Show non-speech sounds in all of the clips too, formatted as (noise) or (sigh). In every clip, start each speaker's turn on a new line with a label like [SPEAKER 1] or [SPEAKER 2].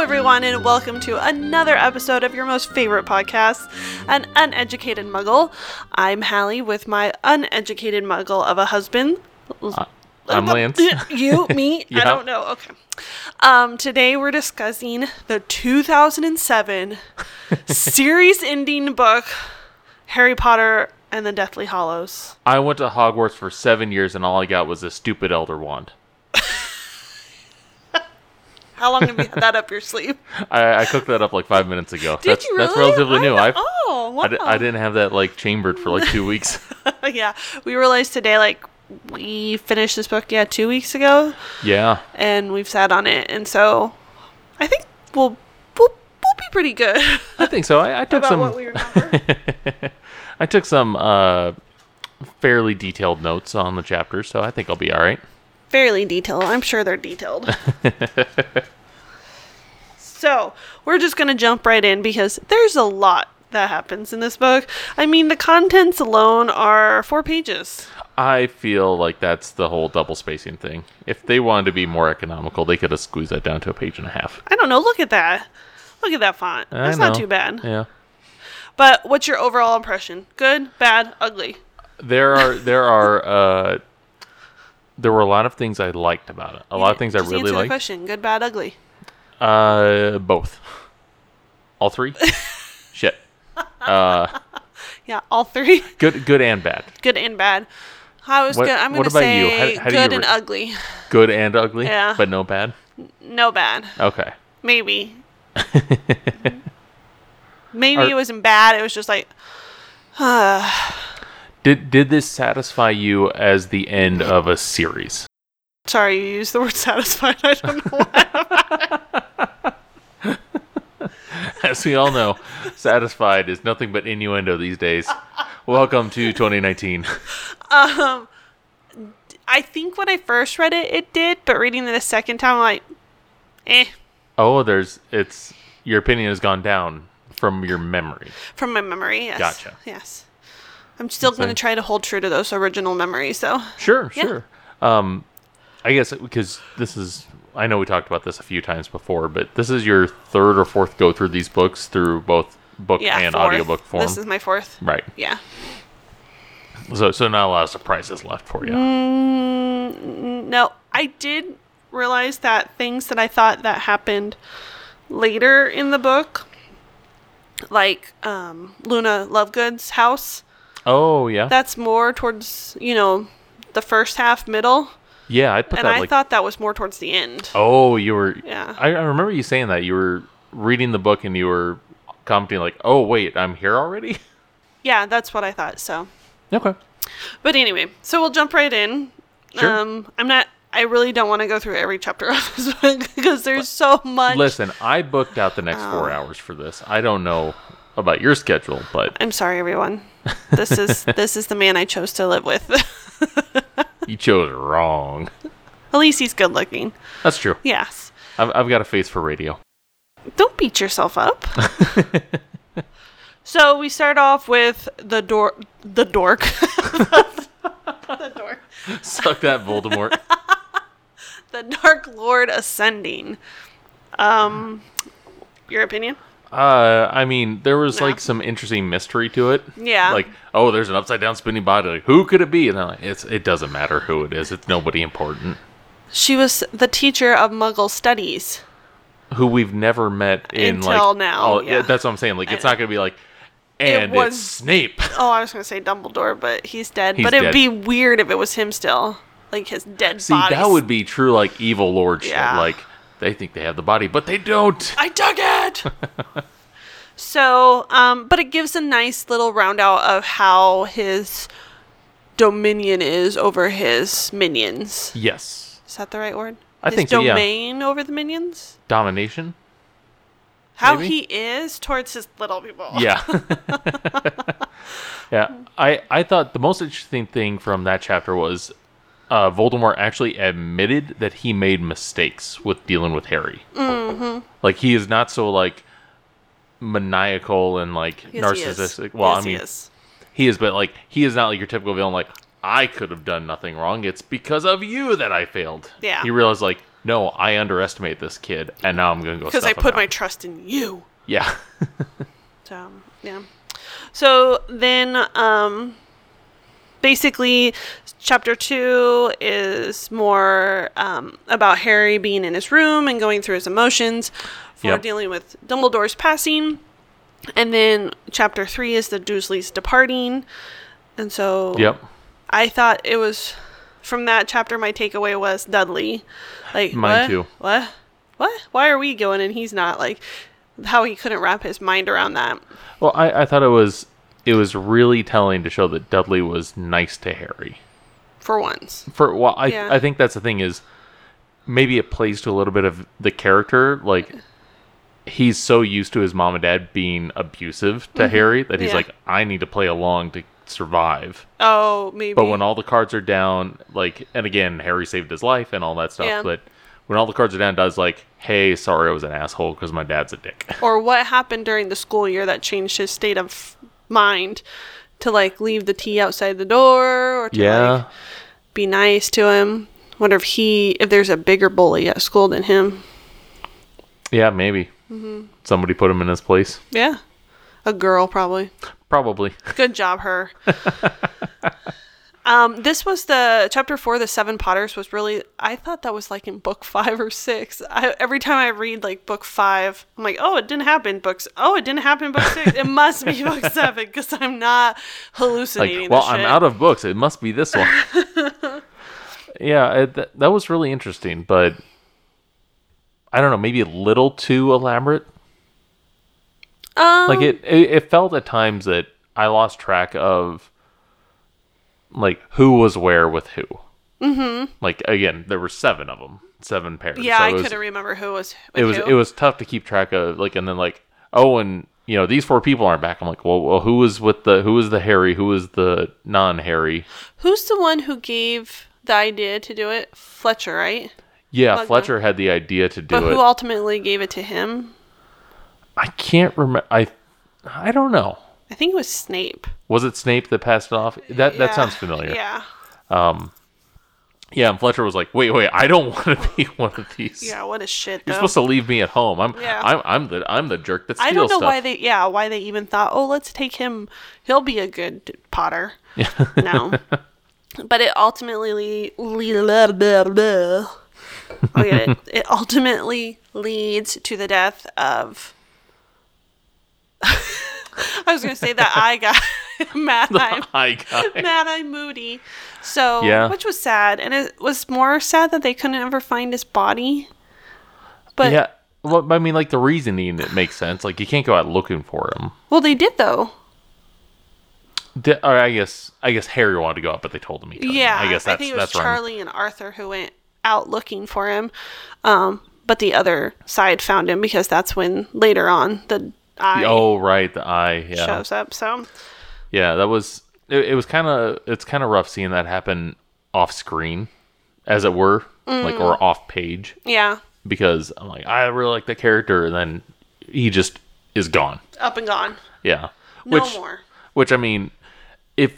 [SPEAKER 1] everyone, and welcome to another episode of your most favorite podcast, An Uneducated Muggle. I'm Hallie with my uneducated muggle of a husband.
[SPEAKER 2] I'm Lance.
[SPEAKER 1] (laughs) you,
[SPEAKER 2] (laughs)
[SPEAKER 1] me, I
[SPEAKER 2] Yeah.
[SPEAKER 1] don't know. Okay. Um, today we're discussing the
[SPEAKER 2] (laughs)
[SPEAKER 1] 2007 series ending book, Harry Potter and the Deathly Hollows.
[SPEAKER 2] I went to Hogwarts for seven years and all I got was a stupid Elder Wand.
[SPEAKER 1] How long have you had that up your
[SPEAKER 2] (laughs)
[SPEAKER 1] sleeve?
[SPEAKER 2] I, I cooked that up like five minutes ago.
[SPEAKER 1] Did
[SPEAKER 2] that's,
[SPEAKER 1] you
[SPEAKER 2] That's
[SPEAKER 1] really?
[SPEAKER 2] relatively
[SPEAKER 1] I
[SPEAKER 2] new.
[SPEAKER 1] don't-
[SPEAKER 2] I've,
[SPEAKER 1] oh, wow.
[SPEAKER 2] I, di- I didn't have that like chambered for like
[SPEAKER 1] (laughs)
[SPEAKER 2] two weeks.
[SPEAKER 1] yeah, we realized today, like, we finished this book, yeah, two weeks ago,
[SPEAKER 2] yeah.
[SPEAKER 1] and we've sat on it, and so I think we'll we'll, we'll be pretty good (laughs)
[SPEAKER 2] I think so. I, I took
[SPEAKER 1] about
[SPEAKER 2] some. (laughs)
[SPEAKER 1] what we remember.
[SPEAKER 2] I took some uh, fairly detailed notes on the chapters, so I think I'll be all right.
[SPEAKER 1] Fairly detailed. I'm sure they're detailed. so we're just gonna jump right in because there's a lot that happens in this book. I mean, the contents alone are four pages.
[SPEAKER 2] I feel like that's the whole double spacing thing. If they wanted to be more economical, they could have squeezed that down to a page and a half.
[SPEAKER 1] I don't know. Look at that. Look at that font.
[SPEAKER 2] I
[SPEAKER 1] That's not
[SPEAKER 2] know.
[SPEAKER 1] too bad.
[SPEAKER 2] Yeah.
[SPEAKER 1] But what's your overall impression? Good, bad, ugly.
[SPEAKER 2] there are there are uh there were a lot of things I liked about it. A lot of things I
[SPEAKER 1] Just
[SPEAKER 2] really
[SPEAKER 1] answer The
[SPEAKER 2] liked.
[SPEAKER 1] question: Good, bad, ugly.
[SPEAKER 2] Uh both. All
[SPEAKER 1] (laughs)
[SPEAKER 2] three? Shit.
[SPEAKER 1] Yeah, all three, (laughs)
[SPEAKER 2] Good good and bad.
[SPEAKER 1] good and bad. I was
[SPEAKER 2] What-
[SPEAKER 1] good. I'm
[SPEAKER 2] what
[SPEAKER 1] gonna
[SPEAKER 2] about you? How-
[SPEAKER 1] say
[SPEAKER 2] how do you
[SPEAKER 1] good and
[SPEAKER 2] re-
[SPEAKER 1] ugly.
[SPEAKER 2] Good and ugly,
[SPEAKER 1] Yeah.
[SPEAKER 2] but no bad.
[SPEAKER 1] No bad.
[SPEAKER 2] Okay. (laughs)
[SPEAKER 1] Maybe. Maybe
[SPEAKER 2] Are-
[SPEAKER 1] it wasn't bad. It was just like, (sighs)
[SPEAKER 2] Did did this satisfy you as the end of a series? (laughs)
[SPEAKER 1] sorry, you used the word (laughs) satisfied. I don't know why.
[SPEAKER 2] As we all know, satisfied is nothing but innuendo these days. Welcome to 2019.
[SPEAKER 1] I think when I first read it, it did, but reading it a second time, I'm like, eh,
[SPEAKER 2] (laughs) Oh, there's it's your opinion has gone down from your memory.
[SPEAKER 1] from my memory. Yes.
[SPEAKER 2] Gotcha.
[SPEAKER 1] Yes. I'm still going to
[SPEAKER 2] Insane.
[SPEAKER 1] try to hold true to those original memories, though.
[SPEAKER 2] Sure,
[SPEAKER 1] Yeah.
[SPEAKER 2] sure. Um, I guess because this is, I know we talked about this a few times before, but this is your third or fourth go through these books through both book
[SPEAKER 1] Yeah.
[SPEAKER 2] and
[SPEAKER 1] fourth.
[SPEAKER 2] audiobook form.
[SPEAKER 1] This is my fourth.
[SPEAKER 2] right.
[SPEAKER 1] Yeah.
[SPEAKER 2] So, so not a lot of surprises left for you.
[SPEAKER 1] Mm. No, I did realize that things that I thought that happened later in the book, like um, Luna Lovegood's house,
[SPEAKER 2] Oh, yeah.
[SPEAKER 1] that's more towards you know the first half, middle,
[SPEAKER 2] yeah, I'd put
[SPEAKER 1] and
[SPEAKER 2] that
[SPEAKER 1] I
[SPEAKER 2] like.
[SPEAKER 1] thought that was more towards the end.
[SPEAKER 2] oh, you were.
[SPEAKER 1] Yeah.
[SPEAKER 2] I, I remember you saying that. You were reading the book and you were commenting, like, oh, wait, I'm here
[SPEAKER 1] (laughs)
[SPEAKER 2] already?
[SPEAKER 1] Yeah, that's what I thought. So,
[SPEAKER 2] okay.
[SPEAKER 1] but anyway, so we'll jump right in.
[SPEAKER 2] Sure.
[SPEAKER 1] Um, I'm not. I really don't want to go through every chapter (laughs) of this book because there's so much.
[SPEAKER 2] Listen, I booked out the next four
[SPEAKER 1] Oh.
[SPEAKER 2] hours for this. I don't know about your schedule, but
[SPEAKER 1] I'm sorry,
[SPEAKER 2] (laughs)
[SPEAKER 1] everyone. This is this is the man I chose to live with. (laughs)
[SPEAKER 2] you chose wrong.
[SPEAKER 1] At least he's good looking.
[SPEAKER 2] That's true.
[SPEAKER 1] Yes.
[SPEAKER 2] I've, I've got a face for radio.
[SPEAKER 1] Don't beat yourself up. so we start off with the door, the dork, (laughs) the dork,
[SPEAKER 2] (laughs) Suck that, Voldemort.
[SPEAKER 1] the Dark Lord ascending. Um, your opinion?
[SPEAKER 2] (laughs) Uh, I mean, there was
[SPEAKER 1] No.
[SPEAKER 2] like some interesting mystery to it.
[SPEAKER 1] Yeah.
[SPEAKER 2] Like, oh, there's an upside down spinning body. Like, who could it be? And I'm like, it's it doesn't matter who it is. It's nobody important
[SPEAKER 1] She was the teacher of Muggle studies.
[SPEAKER 2] who we've never met in
[SPEAKER 1] Until
[SPEAKER 2] like
[SPEAKER 1] now,
[SPEAKER 2] all-
[SPEAKER 1] yeah.
[SPEAKER 2] that's what I'm saying. Like, it's not gonna be like, and
[SPEAKER 1] It was-
[SPEAKER 2] it's Snape. (laughs)
[SPEAKER 1] Oh, I was gonna say Dumbledore, but he's dead.
[SPEAKER 2] He's
[SPEAKER 1] but it'd
[SPEAKER 2] dead.
[SPEAKER 1] be weird if it was him still, like his dead
[SPEAKER 2] See,
[SPEAKER 1] body.
[SPEAKER 2] that would be true like evil lord shit.
[SPEAKER 1] Yeah.
[SPEAKER 2] Like, they think they have the body, but they
[SPEAKER 1] (laughs)
[SPEAKER 2] don't.
[SPEAKER 1] I dug it.
[SPEAKER 2] (laughs)
[SPEAKER 1] so, um, but it gives a nice little round out of how his dominion is over his minions.
[SPEAKER 2] Yes.
[SPEAKER 1] Is that the right word?
[SPEAKER 2] I
[SPEAKER 1] his
[SPEAKER 2] think so, yeah.
[SPEAKER 1] domain over the minions.
[SPEAKER 2] Domination.
[SPEAKER 1] How
[SPEAKER 2] Maybe?
[SPEAKER 1] he is towards his little people. (laughs)
[SPEAKER 2] Yeah. yeah. I, I thought the most interesting thing from that chapter was uh, Voldemort actually admitted that he made mistakes with dealing with Harry. Mm-hmm. Like, he is not so, like, maniacal and, like,
[SPEAKER 1] Yes, he is.
[SPEAKER 2] narcissistic. Well,
[SPEAKER 1] Yes,
[SPEAKER 2] I
[SPEAKER 1] he
[SPEAKER 2] mean,
[SPEAKER 1] is.
[SPEAKER 2] he is, but, like, he is not, like, your typical villain, like, I could have done nothing wrong. It's because of you that I failed.
[SPEAKER 1] Yeah.
[SPEAKER 2] He realized, like, no, I underestimate this kid, and now I'm going to go
[SPEAKER 1] because I
[SPEAKER 2] snuff him
[SPEAKER 1] put
[SPEAKER 2] out.
[SPEAKER 1] my trust in you.
[SPEAKER 2] yeah. (laughs)
[SPEAKER 1] So um, yeah. So then, um, basically, chapter two is more um, about Harry being in his room and going through his emotions for
[SPEAKER 2] Yep.
[SPEAKER 1] dealing with Dumbledore's passing, and then chapter three is the Dursleys departing, and so
[SPEAKER 2] yep.
[SPEAKER 1] I thought it was from that chapter. My takeaway was Dudley, like
[SPEAKER 2] Mine
[SPEAKER 1] what?
[SPEAKER 2] too.
[SPEAKER 1] What? What? Why are we going and he's not? Like how he couldn't wrap his mind around that.
[SPEAKER 2] Well, I, I thought it was it was really telling to show that Dudley was nice to Harry.
[SPEAKER 1] for once.
[SPEAKER 2] For well, I
[SPEAKER 1] Yeah.
[SPEAKER 2] I think that's the thing is maybe it plays to a little bit of the character. Like he's so used to his mom and dad being abusive to Harry that he's
[SPEAKER 1] Mm-hmm. Yeah.
[SPEAKER 2] like, I need to play along to survive.
[SPEAKER 1] Oh, maybe.
[SPEAKER 2] But when all the cards are down, like, and again, Harry saved his life and all that stuff.
[SPEAKER 1] Yeah.
[SPEAKER 2] But when all the cards are down, Dud's like, hey, sorry, I was an asshole because my dad's a dick.
[SPEAKER 1] or what happened during the school year that changed his state of mind to like leave the tea outside the door or to like be nice to him. Wonder if he if there's a bigger bully at school than him.
[SPEAKER 2] yeah, maybe.
[SPEAKER 1] Mm-hmm.
[SPEAKER 2] Somebody put him in his place.
[SPEAKER 1] Yeah. A girl probably.
[SPEAKER 2] Probably.
[SPEAKER 1] Good job, her. (laughs) um, this was the chapter four, the Seven Potters was really. I thought that was like in book five or six. I, every time I read like book five, I'm like, oh, it didn't happen. Books, oh, it didn't happen. Book six, it must be
[SPEAKER 2] (laughs)
[SPEAKER 1] book seven because I'm not hallucinating.
[SPEAKER 2] Like, well, I'm out of books. It must
[SPEAKER 1] (laughs)
[SPEAKER 2] be this one. yeah, it, th- that was really interesting, but I don't know, maybe a little too elaborate.
[SPEAKER 1] Um,
[SPEAKER 2] like it, it it felt at times that i lost track of like who was where with who mm-hmm. like again there were seven of them seven pairs
[SPEAKER 1] yeah,
[SPEAKER 2] so
[SPEAKER 1] I
[SPEAKER 2] it was,
[SPEAKER 1] couldn't remember who was.
[SPEAKER 2] it was it was tough to keep track of like and then like oh and you know these four people aren't back i'm like well, well who was with the who was the harry who was the non-harry
[SPEAKER 1] Who's the one who gave the idea to do it? Fletcher, right?
[SPEAKER 2] yeah
[SPEAKER 1] Bugman.
[SPEAKER 2] fletcher had the idea to do
[SPEAKER 1] But
[SPEAKER 2] it
[SPEAKER 1] who ultimately gave it to him?
[SPEAKER 2] i can't remember i i don't know
[SPEAKER 1] I think it was Snape.
[SPEAKER 2] was it snape that passed it off that that
[SPEAKER 1] Yeah.
[SPEAKER 2] sounds familiar
[SPEAKER 1] Yeah.
[SPEAKER 2] Yeah, and Fletcher was like, "Wait, wait, I don't (laughs) want to be one of these.
[SPEAKER 1] Yeah. What a shit. though.
[SPEAKER 2] You're supposed to leave me at home. I'm,
[SPEAKER 1] Yeah.
[SPEAKER 2] I'm, I'm the, I'm the jerk that steals
[SPEAKER 1] I don't know
[SPEAKER 2] stuff.
[SPEAKER 1] why they, yeah, why they even thought, oh, let's take him. He'll be a good d- Potter.
[SPEAKER 2] (laughs)
[SPEAKER 1] no, but it ultimately, le- blah, blah, blah. I'll get it. it ultimately leads to the death of. (laughs) I was gonna say
[SPEAKER 2] (laughs)
[SPEAKER 1] that I got Mad Eye,
[SPEAKER 2] Hi, guy.
[SPEAKER 1] Mad Eye Moody, so
[SPEAKER 2] Yeah.
[SPEAKER 1] which was sad, and it was more sad that they couldn't ever find his body. But
[SPEAKER 2] yeah. Well, I mean, like the reasoning it makes sense. Like you can't go out looking for him.
[SPEAKER 1] well, they did though.
[SPEAKER 2] D or I guess, I guess Harry wanted to go out, but they told him he couldn't.
[SPEAKER 1] Yeah,
[SPEAKER 2] I guess that's
[SPEAKER 1] think it was
[SPEAKER 2] that's wrong.
[SPEAKER 1] Charlie and Arthur who went out looking for him, um, but the other side found him because that's when later on the eye
[SPEAKER 2] Oh right, the eye. Yeah,
[SPEAKER 1] shows up. So
[SPEAKER 2] yeah. That was it. it was kind of it's kind of rough seeing that happen off screen, as it were, like
[SPEAKER 1] Mm.
[SPEAKER 2] or off page.
[SPEAKER 1] yeah,
[SPEAKER 2] because I'm like, I really like the character, and then he just is gone.
[SPEAKER 1] up and gone,
[SPEAKER 2] Yeah.
[SPEAKER 1] no
[SPEAKER 2] which,
[SPEAKER 1] more.
[SPEAKER 2] Which I mean, if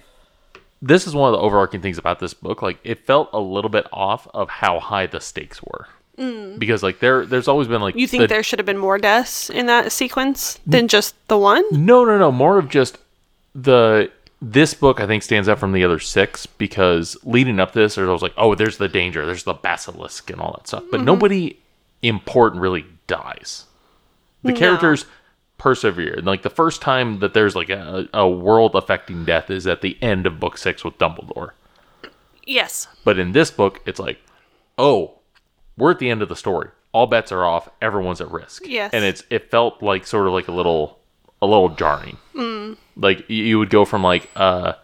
[SPEAKER 2] this is one of the overarching things about this book, like it felt a little bit off of how high the stakes were. Because like there, there's always been like
[SPEAKER 1] Mm. You think
[SPEAKER 2] the-
[SPEAKER 1] there should have been more deaths in that sequence than just the one?
[SPEAKER 2] no, no, no, more of just the this book I think stands out from the other six because leading up to this, there's always like, oh, there's the danger, there's the basilisk and all that stuff, but nobody important really dies. The characters persevere. And like the first time that there's like a, a world affecting death is at the end of book six with Dumbledore.
[SPEAKER 1] Yes.
[SPEAKER 2] But in this book, it's like, oh, we're at the end of the story. All bets are off. Everyone's at risk.
[SPEAKER 1] Yes.
[SPEAKER 2] And it's it felt like sort of like a little a little jarring. Like y- you would go from like uh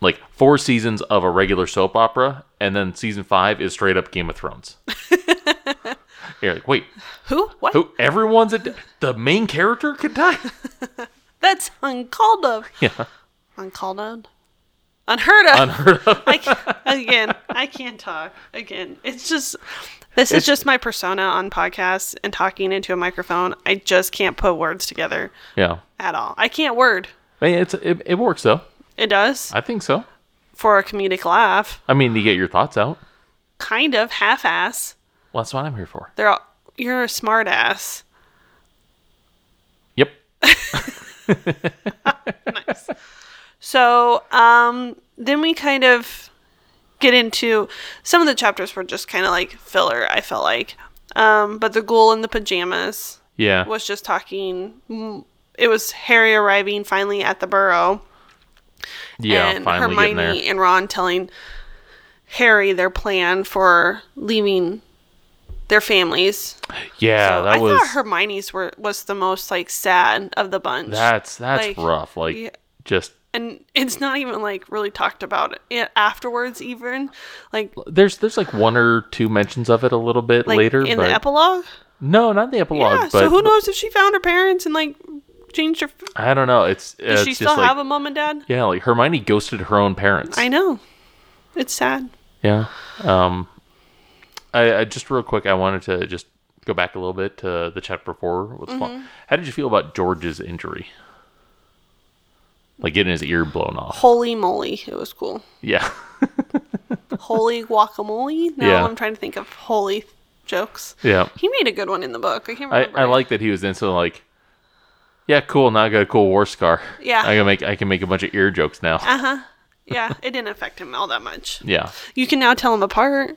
[SPEAKER 2] like four seasons of a regular soap opera, and then season five is straight up Game of Thrones. You're like, wait,
[SPEAKER 1] Who? What?
[SPEAKER 2] who? Everyone's at the main character could die.
[SPEAKER 1] That's uncalled of.
[SPEAKER 2] Yeah.
[SPEAKER 1] Uncalled of. Unheard of.
[SPEAKER 2] Unheard of.
[SPEAKER 1] (laughs) I ca- again, I can't talk. Again, it's just this is just my persona on podcasts and talking into a microphone. I just can't put words together
[SPEAKER 2] Yeah,
[SPEAKER 1] at all. I can't word.
[SPEAKER 2] I mean, it's it, it works though.
[SPEAKER 1] It does
[SPEAKER 2] I think so.
[SPEAKER 1] for a comedic laugh,
[SPEAKER 2] I mean, you get your thoughts out.
[SPEAKER 1] kind of half ass.
[SPEAKER 2] Well, that's what I'm here for.
[SPEAKER 1] They're all, you're a smartass.
[SPEAKER 2] Yep.
[SPEAKER 1] nice. So um, then we kind of get into some of the chapters were just kind of like filler. I felt like, um, but the ghoul in the pajamas
[SPEAKER 2] Yeah.
[SPEAKER 1] was just talking. mm, It was Harry arriving finally at the burrow,
[SPEAKER 2] yeah.
[SPEAKER 1] and
[SPEAKER 2] finally getting
[SPEAKER 1] Hermione
[SPEAKER 2] there.
[SPEAKER 1] and Ron telling Harry their plan for leaving their families.
[SPEAKER 2] Yeah,
[SPEAKER 1] So
[SPEAKER 2] that
[SPEAKER 1] I
[SPEAKER 2] was
[SPEAKER 1] thought Hermione's were was the most like sad of the bunch.
[SPEAKER 2] that's that's
[SPEAKER 1] like,
[SPEAKER 2] rough. Like
[SPEAKER 1] yeah.
[SPEAKER 2] just
[SPEAKER 1] and it's not even like really talked about it afterwards even like
[SPEAKER 2] there's there's like one or two mentions of it a little bit
[SPEAKER 1] like
[SPEAKER 2] later,
[SPEAKER 1] in
[SPEAKER 2] but
[SPEAKER 1] the epilogue
[SPEAKER 2] no, not the epilogue.
[SPEAKER 1] yeah
[SPEAKER 2] but
[SPEAKER 1] so who knows if she found her parents and like changed her
[SPEAKER 2] I don't know. It's
[SPEAKER 1] does
[SPEAKER 2] it's
[SPEAKER 1] she
[SPEAKER 2] just
[SPEAKER 1] still
[SPEAKER 2] like
[SPEAKER 1] have a mom and dad
[SPEAKER 2] yeah, like Hermione ghosted her own parents.
[SPEAKER 1] i know it's sad
[SPEAKER 2] Yeah. Um, I, I just real quick, I wanted to just go back a little bit to the chat before. With
[SPEAKER 1] Mm-hmm.
[SPEAKER 2] Fla- How did you feel about George's injury? Like getting his ear blown off. (laughs)
[SPEAKER 1] holy moly it was cool
[SPEAKER 2] Yeah.
[SPEAKER 1] holy guacamole now
[SPEAKER 2] Yeah.
[SPEAKER 1] i'm trying to think of holy jokes
[SPEAKER 2] yeah.
[SPEAKER 1] he made a good one in the book i can't
[SPEAKER 2] I,
[SPEAKER 1] remember
[SPEAKER 2] I
[SPEAKER 1] it.
[SPEAKER 2] like that he was instantly like, yeah, cool. Now I got a cool war scar.
[SPEAKER 1] Yeah. Uh.
[SPEAKER 2] I can make I can make a bunch of ear jokes now.
[SPEAKER 1] yeah it didn't affect him all that much
[SPEAKER 2] yeah.
[SPEAKER 1] you can now tell them apart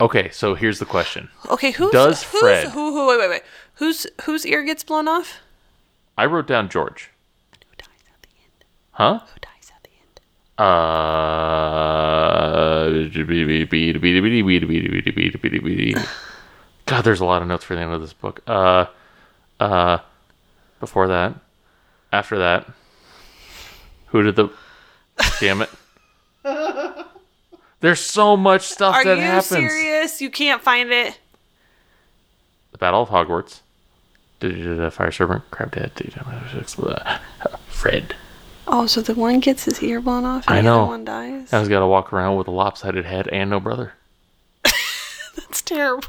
[SPEAKER 2] Okay. So here's the question.
[SPEAKER 1] okay who's
[SPEAKER 2] Does
[SPEAKER 1] who's,
[SPEAKER 2] Fred-
[SPEAKER 1] who, who wait wait wait whose whose ear gets blown off
[SPEAKER 2] I wrote down George.
[SPEAKER 1] who dies at the end
[SPEAKER 2] Huh?
[SPEAKER 1] who dies at the end.
[SPEAKER 2] Uh, God, there's a lot of notes for the end of this book. Uh, uh, before that, after that, who did the?
[SPEAKER 1] (laughs)
[SPEAKER 2] Damn it! There's so much stuff
[SPEAKER 1] Are
[SPEAKER 2] that
[SPEAKER 1] you
[SPEAKER 2] happens.
[SPEAKER 1] serious? You can't find it.
[SPEAKER 2] The Battle of Hogwarts. The fire serpent, crab dad, da- Fred.
[SPEAKER 1] Oh, so the one gets his ear blown off and
[SPEAKER 2] I
[SPEAKER 1] the other
[SPEAKER 2] know.
[SPEAKER 1] one dies?
[SPEAKER 2] Now he's got to walk around with a lopsided head and no brother.
[SPEAKER 1] That's terrible.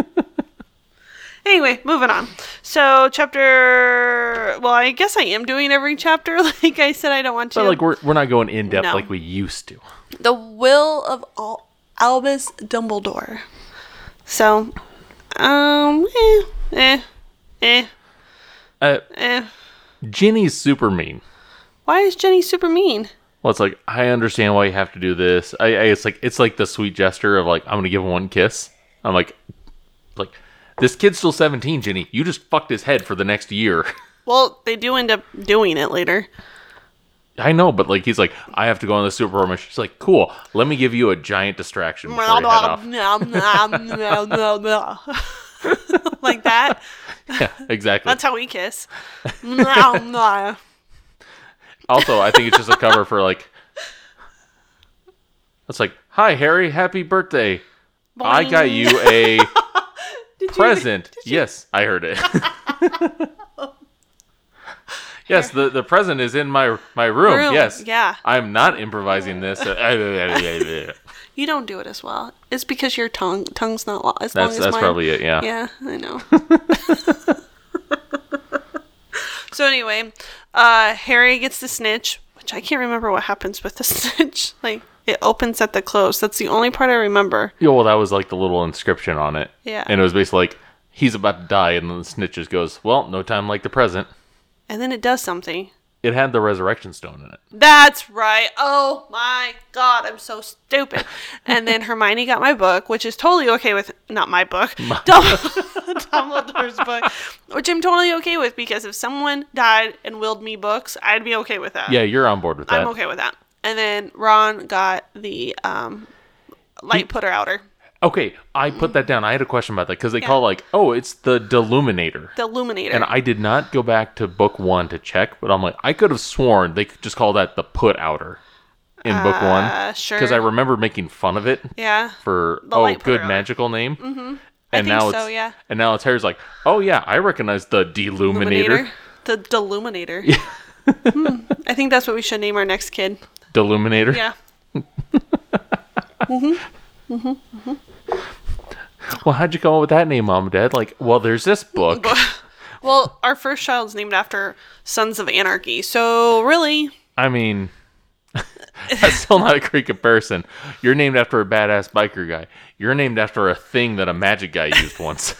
[SPEAKER 1] (laughs) anyway, moving on. So, chapter. Well, I guess I am doing every chapter. (laughs) Like I said, I don't want to.
[SPEAKER 2] But like we're we're not going in depth
[SPEAKER 1] No.
[SPEAKER 2] like we used to.
[SPEAKER 1] the will of all Albus Dumbledore. So, um, eh, eh, eh,
[SPEAKER 2] Uh,
[SPEAKER 1] eh.
[SPEAKER 2] Ginny's super mean.
[SPEAKER 1] Why is Jenny super mean?
[SPEAKER 2] Well, it's like I understand why you have to do this. I, I it's like it's like the sweet gesture of like I'm gonna give him one kiss. I'm like, like this kid's still 17, Ginny. You just fucked his head for the next year. (laughs)
[SPEAKER 1] Well, they do end up doing it later.
[SPEAKER 2] I know, but like he's like I have to go on the super mission. She's like, cool. Let me give you a giant distraction. Before you head
[SPEAKER 1] (laughs)
[SPEAKER 2] off.
[SPEAKER 1] like that.
[SPEAKER 2] Yeah, exactly.
[SPEAKER 1] That's how we kiss. yeah,
[SPEAKER 2] Also, I think it's just a cover for like. It's like, hi Harry, happy birthday. I got
[SPEAKER 1] (laughs)
[SPEAKER 2] you a present. Yes, I heard it. yes, the, the present is in my my room.
[SPEAKER 1] Room,
[SPEAKER 2] Yes.
[SPEAKER 1] yeah.
[SPEAKER 2] I'm not improvising this. that's
[SPEAKER 1] you don't do it as well. It's because your tongue tongue's not lo- as long as
[SPEAKER 2] (laughs) that's
[SPEAKER 1] mine.
[SPEAKER 2] probably it. Yeah.
[SPEAKER 1] Yeah, I
[SPEAKER 2] (laughs)
[SPEAKER 1] know. so anyway, uh, Harry gets the snitch, which I can't remember what happens with the (laughs) snitch. Like it opens at the close. That's the only part I remember.
[SPEAKER 2] Yeah, Well, that was like the little inscription on it.
[SPEAKER 1] Yeah.
[SPEAKER 2] And it was basically like he's about to die, and then the snitch just goes, "Well, no time like the present."
[SPEAKER 1] And then it does something.
[SPEAKER 2] It had the resurrection stone in it.
[SPEAKER 1] That's right. Oh my god, I'm so stupid. And
[SPEAKER 2] (laughs)
[SPEAKER 1] then Hermione got my book, which is totally okay with not my book, Dum- (laughs) Dumbledore's book, which I'm totally okay with because if someone died and willed me books, I'd be okay with that.
[SPEAKER 2] Yeah, you're on board with that.
[SPEAKER 1] I'm okay with that. And then Ron got the um, light putter outer,
[SPEAKER 2] Okay, I put that down. I had a question about that because they call like, oh, it's the deluminator.
[SPEAKER 1] the illuminator.
[SPEAKER 2] and I did not go back to book one to check, but I'm like, I could have sworn they could just call that the put outer in book one.
[SPEAKER 1] Uh, sure.
[SPEAKER 2] Because I remember making fun of it
[SPEAKER 1] yeah.
[SPEAKER 2] for,
[SPEAKER 1] The
[SPEAKER 2] oh,
[SPEAKER 1] light put
[SPEAKER 2] good
[SPEAKER 1] outer.
[SPEAKER 2] magical name. Mm-hmm. And
[SPEAKER 1] think
[SPEAKER 2] now
[SPEAKER 1] so,
[SPEAKER 2] it's,
[SPEAKER 1] yeah.
[SPEAKER 2] And now it's Harry's like, oh, yeah, I recognize the deluminator.
[SPEAKER 1] Illuminator. The
[SPEAKER 2] (laughs)
[SPEAKER 1] deluminator. Hmm. I think that's what we should name our next kid.
[SPEAKER 2] Deluminator.
[SPEAKER 1] Yeah.
[SPEAKER 2] (laughs) Well, how'd you come up with that name, Mom and Dad? Like, well, there's this book.
[SPEAKER 1] Well, our first child's named after Sons of Anarchy, so really,
[SPEAKER 2] I mean, (laughs) That's still not a great comparison. You're named after a badass biker guy. You're named after a thing that a magic guy used once.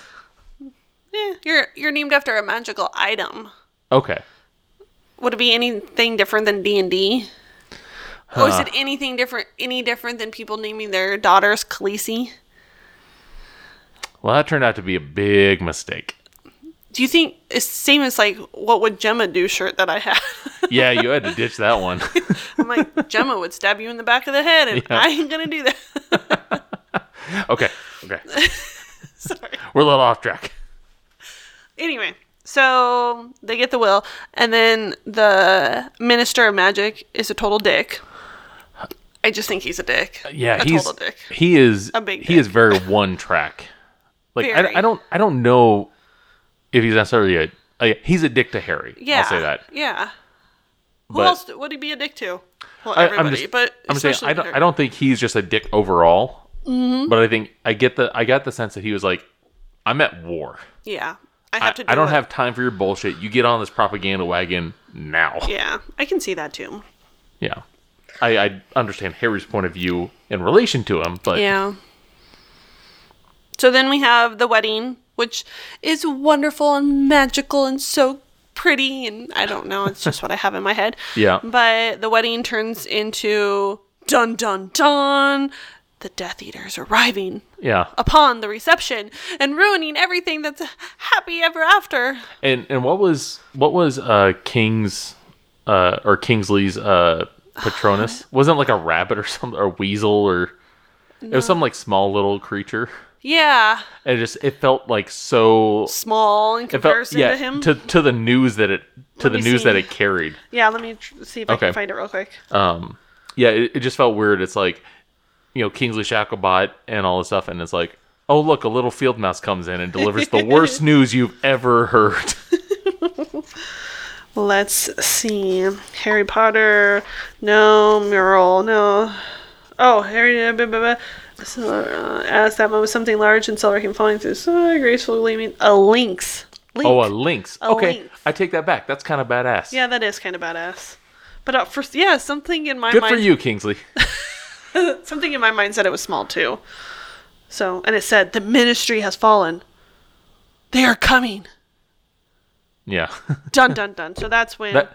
[SPEAKER 2] (laughs)
[SPEAKER 1] Yeah, you're you're named after a magical item.
[SPEAKER 2] Okay.
[SPEAKER 1] Would it be anything different than D and D? Or is it anything different? Any different than people naming their daughters Khaleesi?
[SPEAKER 2] Well, that turned out to be a big mistake.
[SPEAKER 1] Do you think it's same as like what would Gemma do shirt that I had? (laughs)
[SPEAKER 2] Yeah, you had to ditch that one. (laughs)
[SPEAKER 1] I'm like Gemma would stab you in the back of the head, and
[SPEAKER 2] Yeah.
[SPEAKER 1] I ain't gonna do that.
[SPEAKER 2] Okay. Okay.
[SPEAKER 1] (laughs) Sorry.
[SPEAKER 2] We're a little off track.
[SPEAKER 1] Anyway, so they get the will, and then the minister of magic is a total dick. I just think he's a dick.
[SPEAKER 2] Yeah,
[SPEAKER 1] a
[SPEAKER 2] he's
[SPEAKER 1] total dick.
[SPEAKER 2] he is
[SPEAKER 1] A big
[SPEAKER 2] he is very one track. Like
[SPEAKER 1] Very.
[SPEAKER 2] I, I don't I don't know if he's necessarily a uh, he's a dick to Harry.
[SPEAKER 1] Yeah,
[SPEAKER 2] I'll say that.
[SPEAKER 1] Yeah. Who
[SPEAKER 2] But-
[SPEAKER 1] else would he be a dick to? Well,
[SPEAKER 2] I,
[SPEAKER 1] everybody,
[SPEAKER 2] I'm just,
[SPEAKER 1] but
[SPEAKER 2] I'm saying
[SPEAKER 1] especially
[SPEAKER 2] I don't
[SPEAKER 1] her. Mm-hmm.
[SPEAKER 2] I don't think he's just a dick overall. But I think I get the I got the sense that he was like, I'm at war.
[SPEAKER 1] Yeah, I
[SPEAKER 2] I,
[SPEAKER 1] have to. Do
[SPEAKER 2] I don't
[SPEAKER 1] it.
[SPEAKER 2] have time for your bullshit. You get on this propaganda wagon now. Yeah.
[SPEAKER 1] Yeah, I can see that too.
[SPEAKER 2] I, I understand Harry's point of view in relation to him,
[SPEAKER 1] (laughs)
[SPEAKER 2] but
[SPEAKER 1] Yeah. So then we have the wedding, which is wonderful and magical and so pretty. And I don't know, it's just what I have in my head.
[SPEAKER 2] (laughs) Yeah.
[SPEAKER 1] But the wedding turns into dun dun dun. The Death Eaters arriving
[SPEAKER 2] yeah.
[SPEAKER 1] upon the reception and ruining everything that's happy ever after.
[SPEAKER 2] And and what was what was uh King's uh or Kingsley's uh Patronus?
[SPEAKER 1] (sighs)
[SPEAKER 2] Wasn't it like a rabbit or something or weasel or it was some like small little creature.
[SPEAKER 1] Yeah,
[SPEAKER 2] It just it felt like so
[SPEAKER 1] small in
[SPEAKER 2] it felt
[SPEAKER 1] comparison
[SPEAKER 2] yeah
[SPEAKER 1] to him.
[SPEAKER 2] to to the news that it to
[SPEAKER 1] Let
[SPEAKER 2] the
[SPEAKER 1] me
[SPEAKER 2] news
[SPEAKER 1] see.
[SPEAKER 2] that it carried.
[SPEAKER 1] yeah, let me tr- see if I
[SPEAKER 2] Okay.
[SPEAKER 1] can find it real quick.
[SPEAKER 2] Um yeah, it, it just felt weird. It's like you know Kingsley Shacklebot and all this stuff and it's like oh look a little field mouse comes in and delivers
[SPEAKER 1] (laughs)
[SPEAKER 2] the worst news you've ever heard.
[SPEAKER 1] Let's see. Harry Potter. No mural. No. Oh, Harry. uh, Blah, blah, blah. So, uh, as that moment, something large and silver came falling through. So gracefully gleaming. A lynx. Link.
[SPEAKER 2] Oh, a lynx.
[SPEAKER 1] A
[SPEAKER 2] okay,
[SPEAKER 1] lynx.
[SPEAKER 2] I take that back. That's kind of badass.
[SPEAKER 1] yeah, that is kind of badass. But uh, first, yeah, something in my
[SPEAKER 2] Good
[SPEAKER 1] mind.
[SPEAKER 2] for you, Kingsley.
[SPEAKER 1] (laughs) Something in my mind said it was small too. So, and it said the ministry has fallen. They are coming.
[SPEAKER 2] Yeah. (laughs)
[SPEAKER 1] Dun dun dun. So that's when.
[SPEAKER 2] that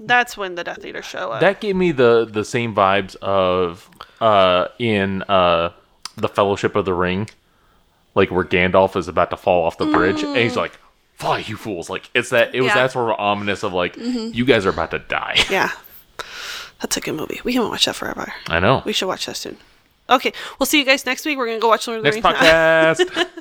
[SPEAKER 1] that's when the Death Eaters show up.
[SPEAKER 2] that gave me the the same vibes of uh in uh the Fellowship of the Ring, like where Gandalf is about to fall off the bridge, and he's like, "Fly, you fools!" Like it's that it
[SPEAKER 1] Mm. Yeah.
[SPEAKER 2] was
[SPEAKER 1] Mm-hmm.
[SPEAKER 2] that sort of ominous of like you guys are about to die. (laughs)
[SPEAKER 1] yeah, that's a good movie. We haven't watched that forever.
[SPEAKER 2] I know.
[SPEAKER 1] We should watch that soon. Okay, we'll see you guys next week. We're gonna go watch Lord of the
[SPEAKER 2] Next
[SPEAKER 1] Rings.
[SPEAKER 2] podcast.
[SPEAKER 1] (laughs)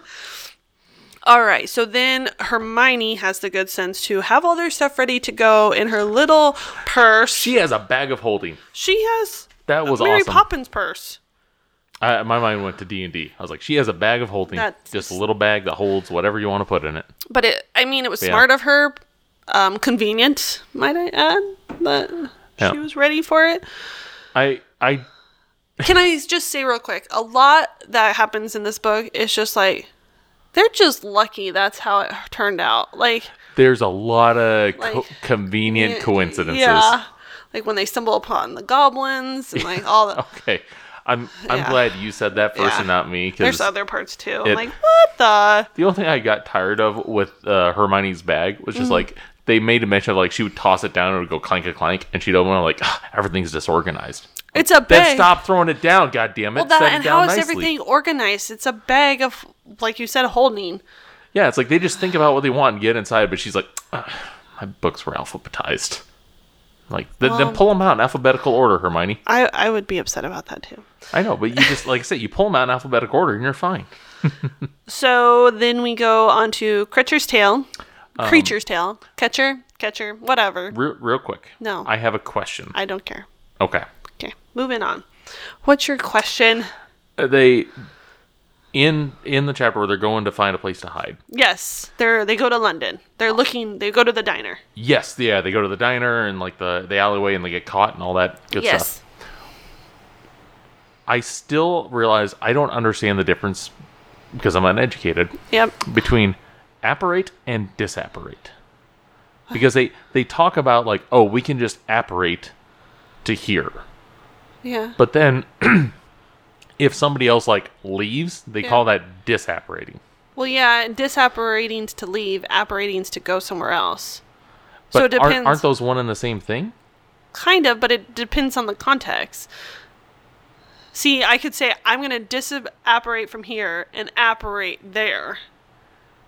[SPEAKER 1] All right. So then Hermione has the good sense to have all their stuff ready to go in her little purse. She,
[SPEAKER 2] she has a bag of holding.
[SPEAKER 1] has
[SPEAKER 2] That was
[SPEAKER 1] Mary
[SPEAKER 2] awesome.
[SPEAKER 1] Poppins purse.
[SPEAKER 2] I, my mind went to D and D. I was like, she has a bag of holding,
[SPEAKER 1] That's-
[SPEAKER 2] just a little bag that holds whatever you want to put in it.
[SPEAKER 1] But it, I mean, it was
[SPEAKER 2] Yeah.
[SPEAKER 1] smart of her, um, convenient, might I add, but
[SPEAKER 2] Yeah.
[SPEAKER 1] she was ready for it.
[SPEAKER 2] I I
[SPEAKER 1] Can I just say real quick? A lot that happens in this book is just like they're just lucky. That's how it turned out. Like
[SPEAKER 2] there's a lot of co-
[SPEAKER 1] Like-
[SPEAKER 2] convenient coincidences.
[SPEAKER 1] Yeah. Like when they stumble upon the goblins and like all
[SPEAKER 2] (laughs)
[SPEAKER 1] the
[SPEAKER 2] Okay. I'm I'm
[SPEAKER 1] Yeah.
[SPEAKER 2] glad you said that first
[SPEAKER 1] Yeah.
[SPEAKER 2] and not me because
[SPEAKER 1] there's other parts too. I'm
[SPEAKER 2] it-
[SPEAKER 1] like, what the
[SPEAKER 2] the only thing I got tired of with uh, Hermione's bag was
[SPEAKER 1] Mm-hmm.
[SPEAKER 2] just like they made a mention of like she would toss it down and it would go clank a clank and she'd open it like "Ah, everything's disorganized.
[SPEAKER 1] It's a
[SPEAKER 2] Then
[SPEAKER 1] bag.
[SPEAKER 2] stop throwing it down, god damn it.
[SPEAKER 1] Well, that,
[SPEAKER 2] Set it
[SPEAKER 1] and
[SPEAKER 2] down
[SPEAKER 1] how is
[SPEAKER 2] nicely.
[SPEAKER 1] everything organized? It's a bag of like you said, holding.
[SPEAKER 2] Yeah, it's like they just think about what they want and get inside, but she's like, "Ah, my books were alphabetized. Like th- then pull them out in alphabetical order, Hermione.
[SPEAKER 1] I, I would be upset about that too.
[SPEAKER 2] I know, but you just like I said, you pull them out in alphabetical order and you're fine.
[SPEAKER 1] So then we go on to Creature's Tail.
[SPEAKER 2] Um,
[SPEAKER 1] Creature's Tail. Catcher, catcher, whatever.
[SPEAKER 2] Real, real quick.
[SPEAKER 1] No.
[SPEAKER 2] I have a question.
[SPEAKER 1] I don't care.
[SPEAKER 2] Okay.
[SPEAKER 1] Okay, moving on. What's your question?
[SPEAKER 2] Uh, They in in the chapter where they're going to find a place to hide.
[SPEAKER 1] Yes, they're they go to London. They're looking. They go to the diner.
[SPEAKER 2] Yes, yeah, they go to the diner and like the the alleyway and they get caught and all that good
[SPEAKER 1] yes,
[SPEAKER 2] stuff. I still realize I don't understand the difference because I'm uneducated
[SPEAKER 1] yep.
[SPEAKER 2] between apparate and disapparate. Because they they talk about like, oh, we can just apparate to hear.
[SPEAKER 1] Yeah.
[SPEAKER 2] But then (clears throat) if somebody else like leaves, they
[SPEAKER 1] Yeah.
[SPEAKER 2] call that disapparating.
[SPEAKER 1] Well, yeah, disapparating's to leave, apparating's to go somewhere else.
[SPEAKER 2] But
[SPEAKER 1] so it depends.
[SPEAKER 2] Aren't, aren't those one and the same thing?
[SPEAKER 1] kind of, but it depends on the context. See, I could say I'm going to disapparate from here and apparate there.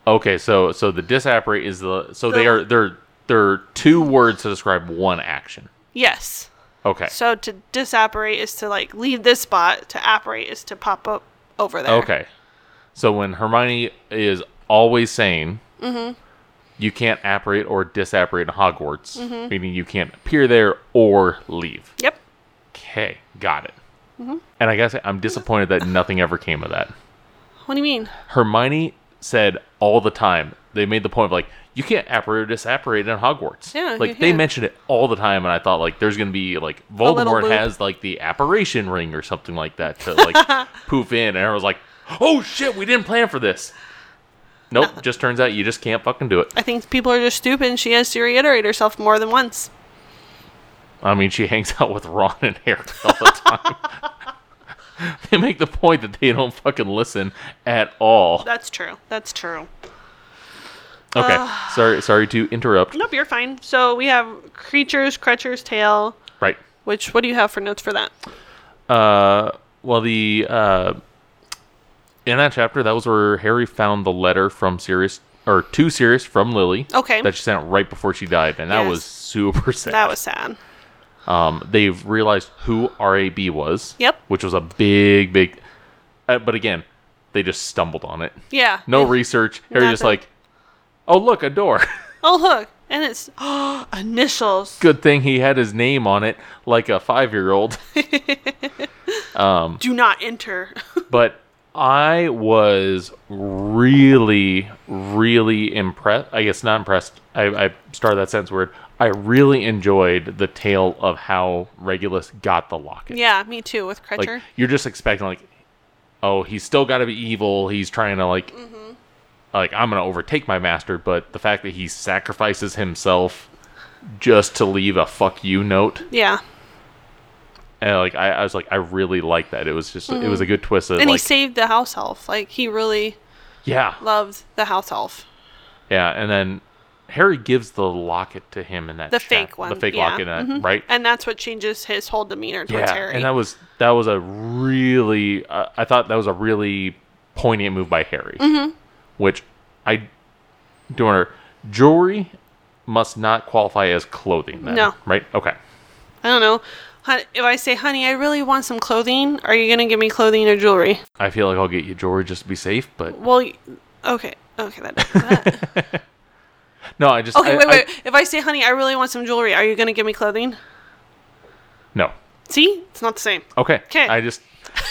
[SPEAKER 2] Okay, so so the disapparate is the so they
[SPEAKER 1] The-
[SPEAKER 2] are they're they're two words to describe one action.
[SPEAKER 1] Yes.
[SPEAKER 2] Okay.
[SPEAKER 1] So to disapparate is to like leave this spot. To apparate is to pop up over there.
[SPEAKER 2] Okay. So when Hermione is always saying, you can't apparate or disapparate in Hogwarts, meaning you can't appear there or leave.
[SPEAKER 1] Yep.
[SPEAKER 2] Okay, got it. And I guess I'm disappointed that nothing ever came of that.
[SPEAKER 1] What do you mean?
[SPEAKER 2] Hermione said all the time, they made the point of like, you can't apparate or disapparate in Hogwarts.
[SPEAKER 1] Yeah, you
[SPEAKER 2] like they
[SPEAKER 1] can't.
[SPEAKER 2] mentioned it all the time, and I thought like there's gonna be like
[SPEAKER 1] little
[SPEAKER 2] Voldemort
[SPEAKER 1] loop.
[SPEAKER 2] has like the apparition ring or something like that
[SPEAKER 1] (laughs)
[SPEAKER 2] to like poof in, and I was like, oh shit, we didn't plan for this.
[SPEAKER 1] Uh.
[SPEAKER 2] Nope, just turns out you just can't fucking do it.
[SPEAKER 1] I think people are just stupid and she has to reiterate herself more than once.
[SPEAKER 2] I mean, she (laughs) hangs out with Ron and Harry all the time. (laughs) they make the point that they don't fucking listen at all.
[SPEAKER 1] That's true. That's true.
[SPEAKER 2] Okay, sorry, sorry to interrupt.
[SPEAKER 1] Nope, you're fine. So we have creatures, Crutcher's tail.
[SPEAKER 2] Right.
[SPEAKER 1] Which what do you have for notes for that?
[SPEAKER 2] Uh, well, the uh, in that chapter, that was where Harry found the letter from Sirius or to Sirius from Lily.
[SPEAKER 1] Okay.
[SPEAKER 2] That she sent right before she died, and that
[SPEAKER 1] Yes.
[SPEAKER 2] was super (laughs) sad.
[SPEAKER 1] That was sad.
[SPEAKER 2] Um, they've realized who RAB was.
[SPEAKER 1] Yep.
[SPEAKER 2] Which was a big, big. Uh, but again, they just stumbled on it.
[SPEAKER 1] Yeah.
[SPEAKER 2] No
[SPEAKER 1] (laughs)
[SPEAKER 2] research. Harry just
[SPEAKER 1] Nothing.
[SPEAKER 2] like, oh look, a door. (laughs)
[SPEAKER 1] Oh look, and it's (gasps) initials.
[SPEAKER 2] Good thing he had his name on it, like a five-year-old.
[SPEAKER 1] Do not enter. (laughs)
[SPEAKER 2] but I was really, really impressed. I guess not impressed. I, I started that sentence word. I really enjoyed the tale of how Regulus got the locket.
[SPEAKER 1] yeah, me too with
[SPEAKER 2] like
[SPEAKER 1] Crutcher.
[SPEAKER 2] you're just expecting like, oh, he's still got to be evil. He's trying to like,
[SPEAKER 1] Mm-hmm.
[SPEAKER 2] like I'm gonna overtake my master. But the fact that he sacrifices himself just to leave a fuck you note,
[SPEAKER 1] yeah.
[SPEAKER 2] and like I, I was like, I really liked that. It was just, it was a good twist. Of,
[SPEAKER 1] Mm-hmm. And he
[SPEAKER 2] like,
[SPEAKER 1] saved the house elf. Like he really
[SPEAKER 2] yeah,
[SPEAKER 1] loved the house elf.
[SPEAKER 2] Yeah, and then Harry gives the locket to him in that
[SPEAKER 1] The
[SPEAKER 2] chap-
[SPEAKER 1] fake one,
[SPEAKER 2] the fake
[SPEAKER 1] yeah. Mm-hmm.
[SPEAKER 2] locket, in that, right?
[SPEAKER 1] And that's what changes his whole demeanor towards
[SPEAKER 2] yeah,
[SPEAKER 1] Harry.
[SPEAKER 2] and that was that was a really uh, I thought that was a really poignant move by Harry,
[SPEAKER 1] Mm-hmm.
[SPEAKER 2] which I do wonder jewelry must not qualify as clothing. Then,
[SPEAKER 1] No.
[SPEAKER 2] right? Okay,
[SPEAKER 1] I don't know. Hon- If I say, honey, I really want some clothing, are you going to give me clothing or jewelry?
[SPEAKER 2] I feel like I'll get you jewelry just to be safe, but
[SPEAKER 1] Well, y- okay. Okay, that.
[SPEAKER 2] (laughs)
[SPEAKER 1] that.
[SPEAKER 2] no, I just
[SPEAKER 1] Okay,
[SPEAKER 2] I-
[SPEAKER 1] wait,
[SPEAKER 2] I-
[SPEAKER 1] wait. if I say, honey, I really want some jewelry, are you going to give me clothing?
[SPEAKER 2] no.
[SPEAKER 1] See? It's not the same.
[SPEAKER 2] Okay.
[SPEAKER 1] 'Kay.
[SPEAKER 2] I just,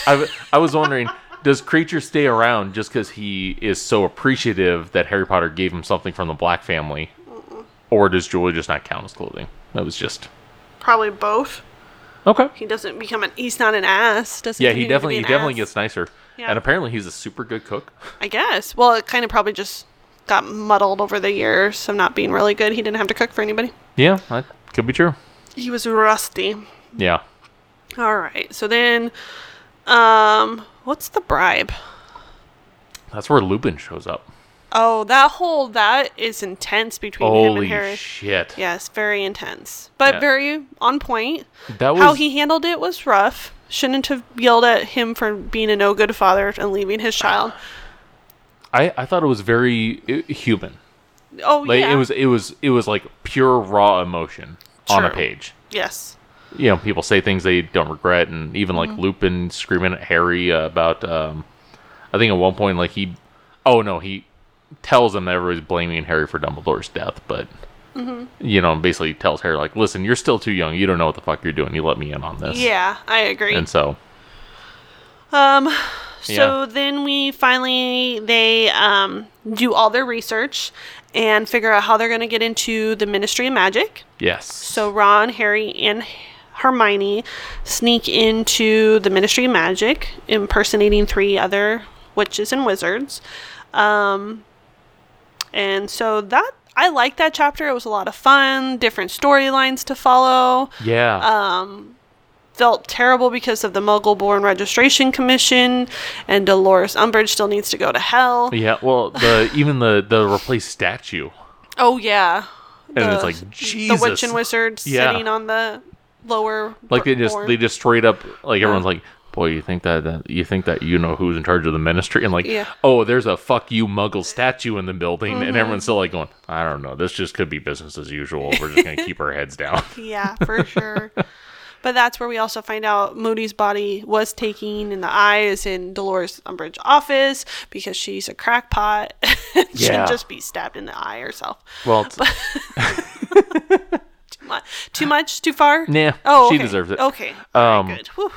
[SPEAKER 2] I, w- I was wondering, does Creature stay around just because he is so appreciative that Harry Potter gave him something from the Black family, or does jewelry just not count as clothing? That was just
[SPEAKER 1] Probably both.
[SPEAKER 2] okay.
[SPEAKER 1] He doesn't become an. He's not an ass. Doesn't
[SPEAKER 2] Yeah, he
[SPEAKER 1] continue to be
[SPEAKER 2] definitely he
[SPEAKER 1] an
[SPEAKER 2] definitely
[SPEAKER 1] ass,
[SPEAKER 2] gets nicer,
[SPEAKER 1] Yeah.
[SPEAKER 2] and apparently he's a super good cook.
[SPEAKER 1] I guess. Well, it kind of probably just got muddled over the years of not being really good. He didn't have to cook for anybody.
[SPEAKER 2] Yeah, that could be true.
[SPEAKER 1] He was rusty.
[SPEAKER 2] Yeah,
[SPEAKER 1] All right. So then, um, what's the bribe?
[SPEAKER 2] that's where Lupin shows up.
[SPEAKER 1] Oh, that whole that is intense between him and
[SPEAKER 2] Holy
[SPEAKER 1] Harry.
[SPEAKER 2] shit!
[SPEAKER 1] yes, very intense, but
[SPEAKER 2] Yeah.
[SPEAKER 1] very on point.
[SPEAKER 2] That was
[SPEAKER 1] How he handled it was rough. Shouldn't have yelled at him for being a no good father and leaving his child.
[SPEAKER 2] I I thought it was very uh, human.
[SPEAKER 1] Oh
[SPEAKER 2] Like
[SPEAKER 1] yeah,
[SPEAKER 2] it was it was it was like pure raw emotion on a
[SPEAKER 1] True.
[SPEAKER 2] page.
[SPEAKER 1] yes,
[SPEAKER 2] you know, people say things they don't regret, and even
[SPEAKER 1] Mm-hmm.
[SPEAKER 2] like Lupin screaming at Harry uh, about, um, I think at one point, like he, oh no, he tells them that everybody's blaming Harry for Dumbledore's death, but
[SPEAKER 1] Mm-hmm.
[SPEAKER 2] you know, basically tells Harry like, listen, you're still too young, you don't know what the fuck you're doing, you let me in on this,
[SPEAKER 1] yeah, I agree.
[SPEAKER 2] and so
[SPEAKER 1] Um, so
[SPEAKER 2] Yeah.
[SPEAKER 1] then we finally they um do all their research and figure out how they're going to get into the Ministry of Magic.
[SPEAKER 2] yes,
[SPEAKER 1] So Ron, Harry, and Hermione sneak into the Ministry of Magic, impersonating three other witches and wizards. Um, and so that I liked that chapter. It was a lot of fun, different storylines to follow.
[SPEAKER 2] Yeah.
[SPEAKER 1] uh, Felt terrible because of the Muggle Born Registration Commission, and Dolores Umbridge still needs to go to hell.
[SPEAKER 2] yeah. Well, the even the the replaced statue.
[SPEAKER 1] Oh yeah,
[SPEAKER 2] And it's like,
[SPEAKER 1] the witch
[SPEAKER 2] Jesus.
[SPEAKER 1] and wizard
[SPEAKER 2] Yeah.
[SPEAKER 1] sitting on the lower
[SPEAKER 2] Like they
[SPEAKER 1] bor-
[SPEAKER 2] just
[SPEAKER 1] born.
[SPEAKER 2] they just straight up like everyone's like, boy, you think that, that you think that you know who's in charge of the ministry and like,
[SPEAKER 1] Yeah. Mm-hmm.
[SPEAKER 2] oh, there's a fuck you muggle statue in the building, and everyone's still like going, I don't know, this just could be business as usual. We're
[SPEAKER 1] (laughs)
[SPEAKER 2] just gonna keep our heads down.
[SPEAKER 1] Yeah, for sure. But that's where we also find out Moody's body was taken, and the eye is in Dolores Umbridge's office because she's a crackpot. (laughs) She'd
[SPEAKER 2] Yeah.
[SPEAKER 1] just be stabbed in the eye herself.
[SPEAKER 2] Well, it's,
[SPEAKER 1] Too much, too, much, too far.
[SPEAKER 2] Nah,
[SPEAKER 1] oh,
[SPEAKER 2] she
[SPEAKER 1] okay.
[SPEAKER 2] deserves it.
[SPEAKER 1] Okay, All right,
[SPEAKER 2] Um,
[SPEAKER 1] good. Whew.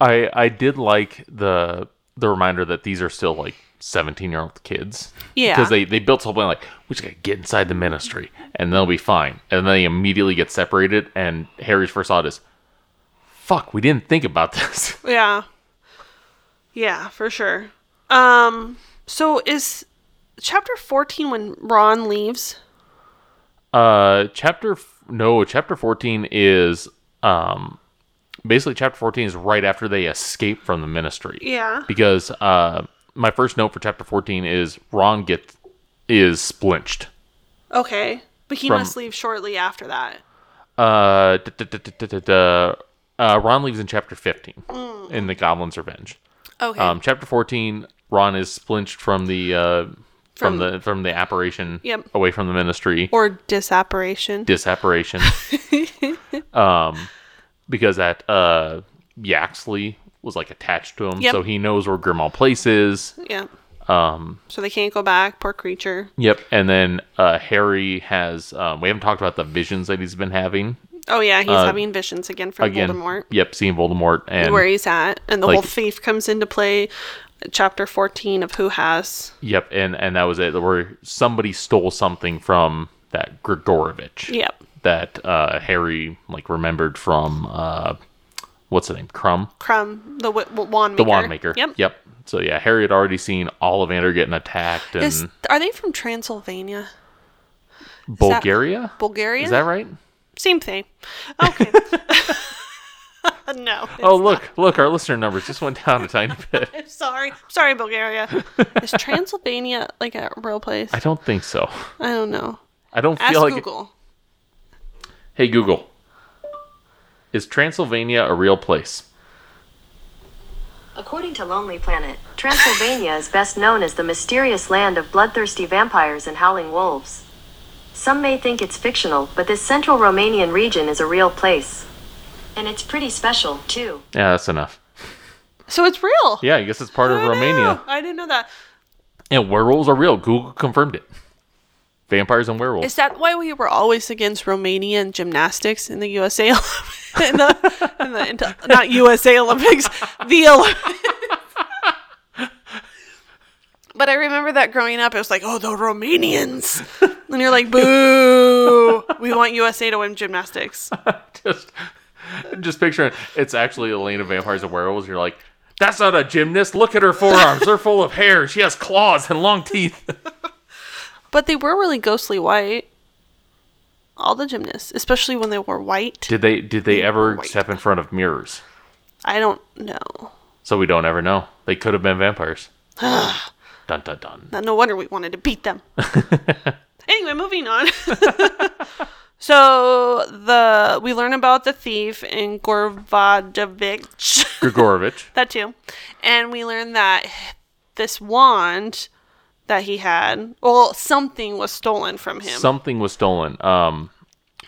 [SPEAKER 2] I I did like the the reminder that these are still like 17 year old kids.
[SPEAKER 1] Yeah.
[SPEAKER 2] Because they, they built something like, we just gotta get inside the ministry and they'll be fine. And then they immediately get separated and Harry's first thought is, Fuck, we didn't think about (laughs) this.
[SPEAKER 1] Yeah, yeah, for sure. Um, so is chapter fourteen when Ron leaves?
[SPEAKER 2] Uh chapter f- no, chapter 14 is um basically chapter 14 is right after they escape from the ministry.
[SPEAKER 1] Yeah.
[SPEAKER 2] Because uh my first note for chapter 14 is Ron gets is splinched.
[SPEAKER 1] Okay, but he
[SPEAKER 2] From-
[SPEAKER 1] must leave shortly after that.
[SPEAKER 2] uh, duh, duh, duh, duh, duh, duh, duh. uh Ron leaves in chapter 15 in the Goblin's Revenge.
[SPEAKER 1] Okay.
[SPEAKER 2] Um, chapter 14, Ron is splinched from the uh,
[SPEAKER 1] From-
[SPEAKER 2] from, the from the apparition
[SPEAKER 1] Yep.
[SPEAKER 2] away from the ministry
[SPEAKER 1] or disapparation. (laughs)
[SPEAKER 2] disapparation. um, because that uh Yaxley was like attached to him,
[SPEAKER 1] Yep.
[SPEAKER 2] so he knows where Grimmauld Place is.
[SPEAKER 1] Yeah. Um. So they can't go back. Poor creature.
[SPEAKER 2] Yep, and then uh Harry has um, we haven't talked about the visions that he's been having
[SPEAKER 1] Oh yeah, he's having visions again from
[SPEAKER 2] Uh, again.
[SPEAKER 1] Voldemort,
[SPEAKER 2] Yep, seeing Voldemort and
[SPEAKER 1] where he's at, and the
[SPEAKER 2] like-
[SPEAKER 1] whole thief comes into play. Chapter fourteen of who has.
[SPEAKER 2] Yep, and and that was it. Where somebody stole something from that Grigorovich.
[SPEAKER 1] Yep.
[SPEAKER 2] That uh, Harry like remembered from uh, what's the name? Crumb,
[SPEAKER 1] Crumb, the w- w- wand
[SPEAKER 2] the
[SPEAKER 1] maker.
[SPEAKER 2] wand maker.
[SPEAKER 1] Yep.
[SPEAKER 2] Yep. So yeah, Harry had already seen Ollivander getting attacked in
[SPEAKER 1] Is, are they from Transylvania,
[SPEAKER 2] Bulgaria.
[SPEAKER 1] Bulgaria?
[SPEAKER 2] Is that right?
[SPEAKER 1] Same
[SPEAKER 2] (laughs)
[SPEAKER 1] thing. Okay. (laughs) no.
[SPEAKER 2] Oh look, look, our listener numbers just went down a tiny
[SPEAKER 1] (laughs)
[SPEAKER 2] bit.
[SPEAKER 1] I'm sorry. Sorry,
[SPEAKER 2] (laughs)
[SPEAKER 1] Bulgaria. Is Transylvania like a real place?
[SPEAKER 2] I
[SPEAKER 1] I,
[SPEAKER 2] don't think so.
[SPEAKER 1] don't know.
[SPEAKER 2] I don't
[SPEAKER 1] Ask
[SPEAKER 2] feel like.
[SPEAKER 1] Google.
[SPEAKER 2] Hey Google, is Transylvania a real place?
[SPEAKER 3] According to Lonely Planet, Transylvania is best known as the mysterious land of bloodthirsty vampires and howling wolves. Some may think it's fictional, but this central Romanian region is a real place. And it's pretty special, too.
[SPEAKER 2] Yeah, that's enough.
[SPEAKER 1] So it's real.
[SPEAKER 2] Yeah, I guess it's part of
[SPEAKER 1] I know.
[SPEAKER 2] Romania.
[SPEAKER 1] I didn't know that.
[SPEAKER 2] And werewolves are real. Google confirmed it. Vampires and werewolves.
[SPEAKER 1] Is that why we were always against Romania and gymnastics in the USA Olympics? (laughs) in the, in the, in the- not USA Olympics, (laughs) the Olympics. but I remember that growing up, it was like, oh, the Romanians. And you're like, boo, we want USA to win gymnastics.
[SPEAKER 2] (laughs) just, just picturing it's actually a lane of vampires and werewolves. You're like, that's not a gymnast. Look at her forearms. They're full of hair. She has claws and long teeth.
[SPEAKER 1] But they were really ghostly white. All the gymnasts, especially when they were white.
[SPEAKER 2] (laughs) Did they? Did they ever
[SPEAKER 1] Wait.
[SPEAKER 2] step in front of mirrors?
[SPEAKER 1] I don't know.
[SPEAKER 2] So we don't ever know. They could have been vampires. dun dun dun.
[SPEAKER 1] Uh, No wonder we wanted to beat
[SPEAKER 2] (laughs)
[SPEAKER 1] them. anyway, moving on. so the we learn about the thief in Gorvadovich. (laughs)
[SPEAKER 2] Grigorovich.
[SPEAKER 1] that too, and we learn that this wand that he had, well, something was stolen from him.
[SPEAKER 2] Something was stolen. Um,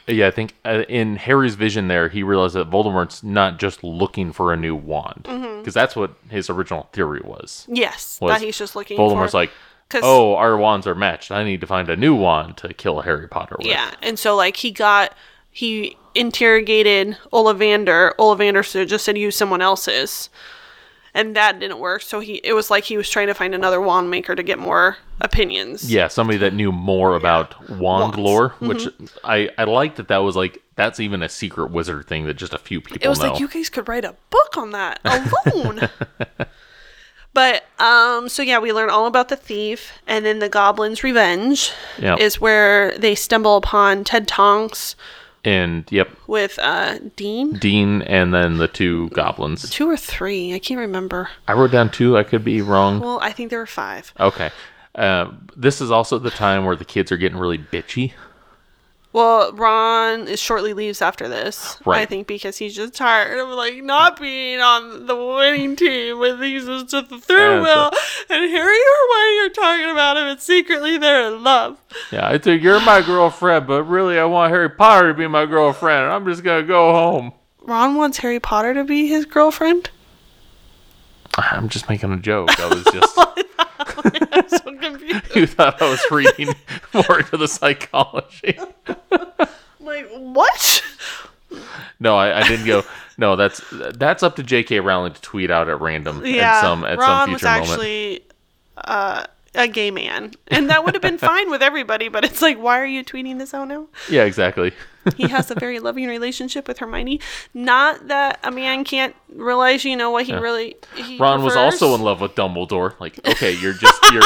[SPEAKER 2] yeah, I think uh, in Harry's vision there, he realized that Voldemort's not just looking for a new wand because
[SPEAKER 1] Mm-hmm.
[SPEAKER 2] that's what his original theory was.
[SPEAKER 1] yes,
[SPEAKER 2] was
[SPEAKER 1] that he's just looking.
[SPEAKER 2] Voldemort's
[SPEAKER 1] for.
[SPEAKER 2] like,
[SPEAKER 1] 'Cause-
[SPEAKER 2] oh, our wands are matched. I need to find a new wand to kill Harry Potter with.
[SPEAKER 1] Yeah, and so like he got he interrogated Ollivander. Ollivander so- just said use someone else's, and that didn't work. So he it was like he was trying to find another wand maker to get more opinions.
[SPEAKER 2] Yeah, somebody that knew more about wand
[SPEAKER 1] Wands. Mm-hmm.
[SPEAKER 2] lore, which I I like that that was like that's even a secret wizard thing that just a few people
[SPEAKER 1] it was
[SPEAKER 2] know. (laughs)
[SPEAKER 1] like you guys could write a book on that alone. But um, so yeah, we learn all about the thief, and then the goblin's revenge
[SPEAKER 2] Yep.
[SPEAKER 1] is where they stumble upon Ted Tonks
[SPEAKER 2] And yep,
[SPEAKER 1] with uh, Dean,
[SPEAKER 2] Dean and then the two goblins.
[SPEAKER 1] two or three, I can't remember.
[SPEAKER 2] I wrote down two. I could be wrong.
[SPEAKER 1] Well, I think there were five.
[SPEAKER 2] Okay. Uh, this is also the time where the kids are getting really bitchy.
[SPEAKER 1] Well, Ron is shortly leaves after this. I
[SPEAKER 2] Right.
[SPEAKER 1] think because he's just tired of like not being on the winning team with these just at the third
[SPEAKER 2] Yeah,
[SPEAKER 1] wheel,
[SPEAKER 2] so-
[SPEAKER 1] and Harry and Hermione are talking about him, and secretly they're in love.
[SPEAKER 2] Yeah, I think you're my girlfriend, but really I want Harry Potter to be my girlfriend. and I'm just gonna go home. (laughs)
[SPEAKER 1] Ron wants Harry Potter to be his girlfriend. (laughs)
[SPEAKER 2] I'm just making a joke. I was
[SPEAKER 1] (laughs)
[SPEAKER 2] just (laughs)
[SPEAKER 1] I'm so confused.
[SPEAKER 2] you thought I was reading (laughs) more into the psychology. (laughs)
[SPEAKER 1] like what?
[SPEAKER 2] No, I, I didn't go. No, that's that's up to J.K. Rowling to tweet out at random
[SPEAKER 1] Yeah,
[SPEAKER 2] at some at
[SPEAKER 1] Ron
[SPEAKER 2] some
[SPEAKER 1] was
[SPEAKER 2] future moment.
[SPEAKER 1] actually uh, a gay man, and that would have been fine with everybody. But it's like, why are you tweeting this out now?
[SPEAKER 2] Yeah, exactly.
[SPEAKER 1] he has a very loving relationship with Hermione. Not that a man can't realize, you know, what he really. He
[SPEAKER 2] Ron was
[SPEAKER 1] prefers.
[SPEAKER 2] also in love with Dumbledore. Like, okay, you're just
[SPEAKER 1] (laughs)
[SPEAKER 2] you're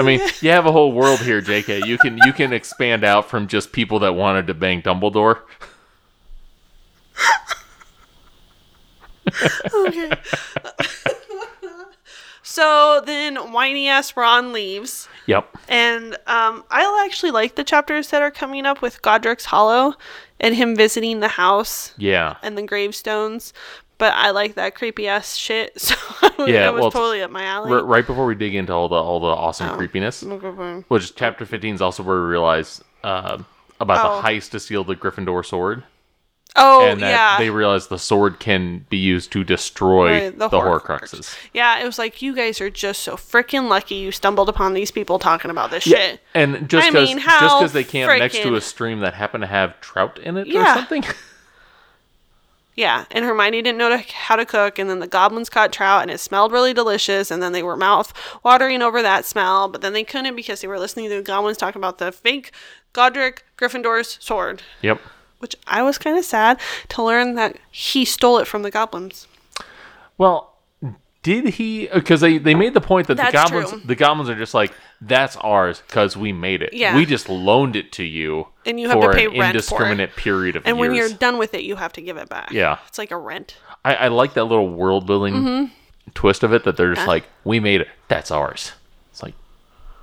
[SPEAKER 2] I mean, you have a whole world here, JK. You can you can expand out from just people that wanted to bang Dumbledore.
[SPEAKER 1] (laughs) So then, whiny ass Ron leaves,
[SPEAKER 2] Yep.
[SPEAKER 1] and um, I actually like the chapters that are coming up with Godric's Hollow and him visiting the house
[SPEAKER 2] Yeah.
[SPEAKER 1] and the gravestones. But I like that creepy ass shit, (laughs) so I was,
[SPEAKER 2] Yeah,
[SPEAKER 1] it was
[SPEAKER 2] well,
[SPEAKER 1] totally up my alley.
[SPEAKER 2] R- right before we dig into all the all the
[SPEAKER 1] Oh.
[SPEAKER 2] awesome creepiness, which is chapter 15 is also where we realize uh, about
[SPEAKER 1] Oh.
[SPEAKER 2] the heist to steal the Gryffindor sword,
[SPEAKER 1] oh
[SPEAKER 2] and that
[SPEAKER 1] yeah,
[SPEAKER 2] they realize the sword can be used to destroy
[SPEAKER 1] Right, the
[SPEAKER 2] the,
[SPEAKER 1] Horcrux.
[SPEAKER 2] Horcruxes.
[SPEAKER 1] yeah. It was like you guys are just so freaking lucky you stumbled upon these people talking about this shit.
[SPEAKER 2] And just
[SPEAKER 1] I
[SPEAKER 2] because
[SPEAKER 1] mean, how
[SPEAKER 2] they camp next to
[SPEAKER 1] frickin-
[SPEAKER 2] a stream that happened to have trout in it
[SPEAKER 1] Yeah.
[SPEAKER 2] or something. (laughs)
[SPEAKER 1] Yeah, and Hermione didn't know to, how to cook, and then the goblins caught trout, and it smelled really delicious, and then they were mouth watering over that smell, but then they couldn't because they were listening to the goblins talking about the fake Godric Gryffindor's sword,
[SPEAKER 2] yep.
[SPEAKER 1] which I was kind of sad to learn that he stole it from the goblins.
[SPEAKER 2] Well, did he? Because they, they made the point that the
[SPEAKER 1] That's
[SPEAKER 2] goblins
[SPEAKER 1] true.
[SPEAKER 2] the goblins are just like that's ours because we made it.
[SPEAKER 1] Yeah.
[SPEAKER 2] we just loaned it to you,
[SPEAKER 1] And you have to pay rent for it.
[SPEAKER 2] indiscriminate period of
[SPEAKER 1] And
[SPEAKER 2] years.
[SPEAKER 1] when you're done with it, you have to give it back.
[SPEAKER 2] Yeah.
[SPEAKER 1] It's like a rent.
[SPEAKER 2] I, I like that little world building
[SPEAKER 1] Mm-hmm.
[SPEAKER 2] twist of it that they're just like we made it. That's ours. It's like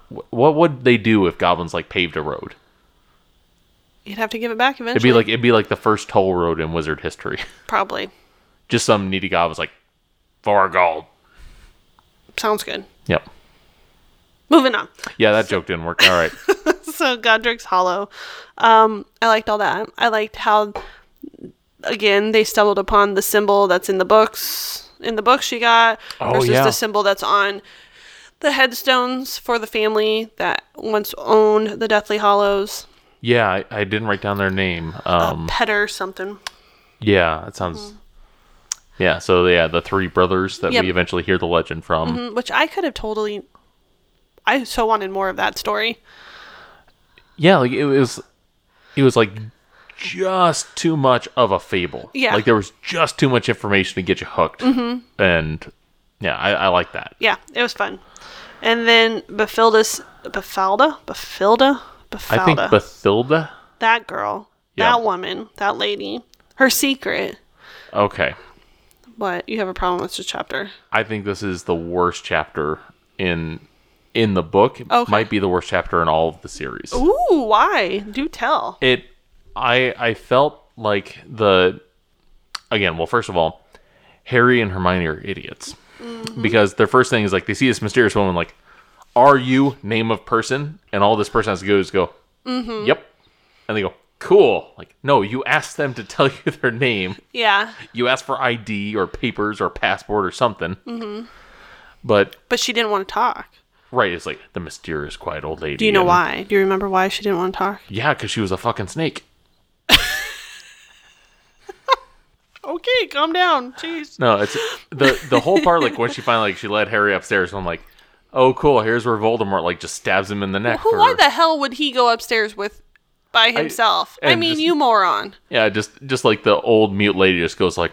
[SPEAKER 2] wh- what would they do if goblins like paved a road?
[SPEAKER 1] You'd have to give it back eventually.
[SPEAKER 2] It'd be like it'd be like the first toll road in wizard history. (laughs)
[SPEAKER 1] Probably.
[SPEAKER 2] just some needy guy was like, for gold.
[SPEAKER 1] Sounds good.
[SPEAKER 2] Yep.
[SPEAKER 1] Moving on.
[SPEAKER 2] Yeah, that joke didn't work.
[SPEAKER 1] (laughs)
[SPEAKER 2] All right.
[SPEAKER 1] so Godric's Hollow. Um, I liked all that. I liked how, again, they stumbled upon the symbol that's in the books, in the books she got,
[SPEAKER 2] Oh,
[SPEAKER 1] versus
[SPEAKER 2] yeah.
[SPEAKER 1] the symbol that's on the headstones for the family that once owned the Deathly Hollows.
[SPEAKER 2] Yeah, I, I didn't write down their name.
[SPEAKER 1] Oh.
[SPEAKER 2] Um,
[SPEAKER 1] Petter something.
[SPEAKER 2] yeah, that sounds. Yeah, so yeah, the three brothers that
[SPEAKER 1] Hmm. Yep. Mm-hmm.
[SPEAKER 2] we eventually hear the legend from.
[SPEAKER 1] Which I could have totally. I so wanted more of that story.
[SPEAKER 2] Yeah, like it was, it was like just too much of a fable.
[SPEAKER 1] Yeah. Mm-hmm.
[SPEAKER 2] like there was just too much information to get you hooked. And yeah, I, I like that.
[SPEAKER 1] Yeah, it was fun. And then Befildus. Befalda? Befilda? Befalda.
[SPEAKER 2] I think Bathilda.
[SPEAKER 1] that girl,
[SPEAKER 2] Yeah.
[SPEAKER 1] that woman, that lady, her secret.
[SPEAKER 2] Okay,
[SPEAKER 1] But you have a problem with this chapter.
[SPEAKER 2] I think this is the worst chapter in in the book.
[SPEAKER 1] Okay.
[SPEAKER 2] Might be the worst chapter in all of the series.
[SPEAKER 1] Ooh, why? Do tell.
[SPEAKER 2] It I I felt like the again, well first of all, Harry and Hermione are idiots.
[SPEAKER 1] Mm-hmm.
[SPEAKER 2] Because their first thing is like they see this mysterious woman like are you name of person? And all this person has to do is go,
[SPEAKER 1] Mm-hmm.
[SPEAKER 2] "Yep." And they go, "Cool." Like, "No, you asked them to tell (laughs) you their name."
[SPEAKER 1] Yeah,
[SPEAKER 2] you ask for ID or papers or passport or something.
[SPEAKER 1] Mm-hmm.
[SPEAKER 2] But
[SPEAKER 1] but she didn't want to talk.
[SPEAKER 2] right, it's like the mysterious quiet old lady.
[SPEAKER 1] Do you know
[SPEAKER 2] and-
[SPEAKER 1] why? Do you remember why she didn't want to talk?
[SPEAKER 2] Yeah, because she was a fucking snake.
[SPEAKER 1] Okay, calm down. Jeez.
[SPEAKER 2] No, it's the the whole part like when she finally like she led Harry upstairs. and I'm like, oh cool, here's where Voldemort like just stabs him in the neck.
[SPEAKER 1] Who?
[SPEAKER 2] or-
[SPEAKER 1] Why the hell would he go upstairs with by himself. I,
[SPEAKER 2] and
[SPEAKER 1] mean,
[SPEAKER 2] just-
[SPEAKER 1] you
[SPEAKER 2] (laughs)
[SPEAKER 1] moron.
[SPEAKER 2] Yeah, just just like the old mute lady just goes like,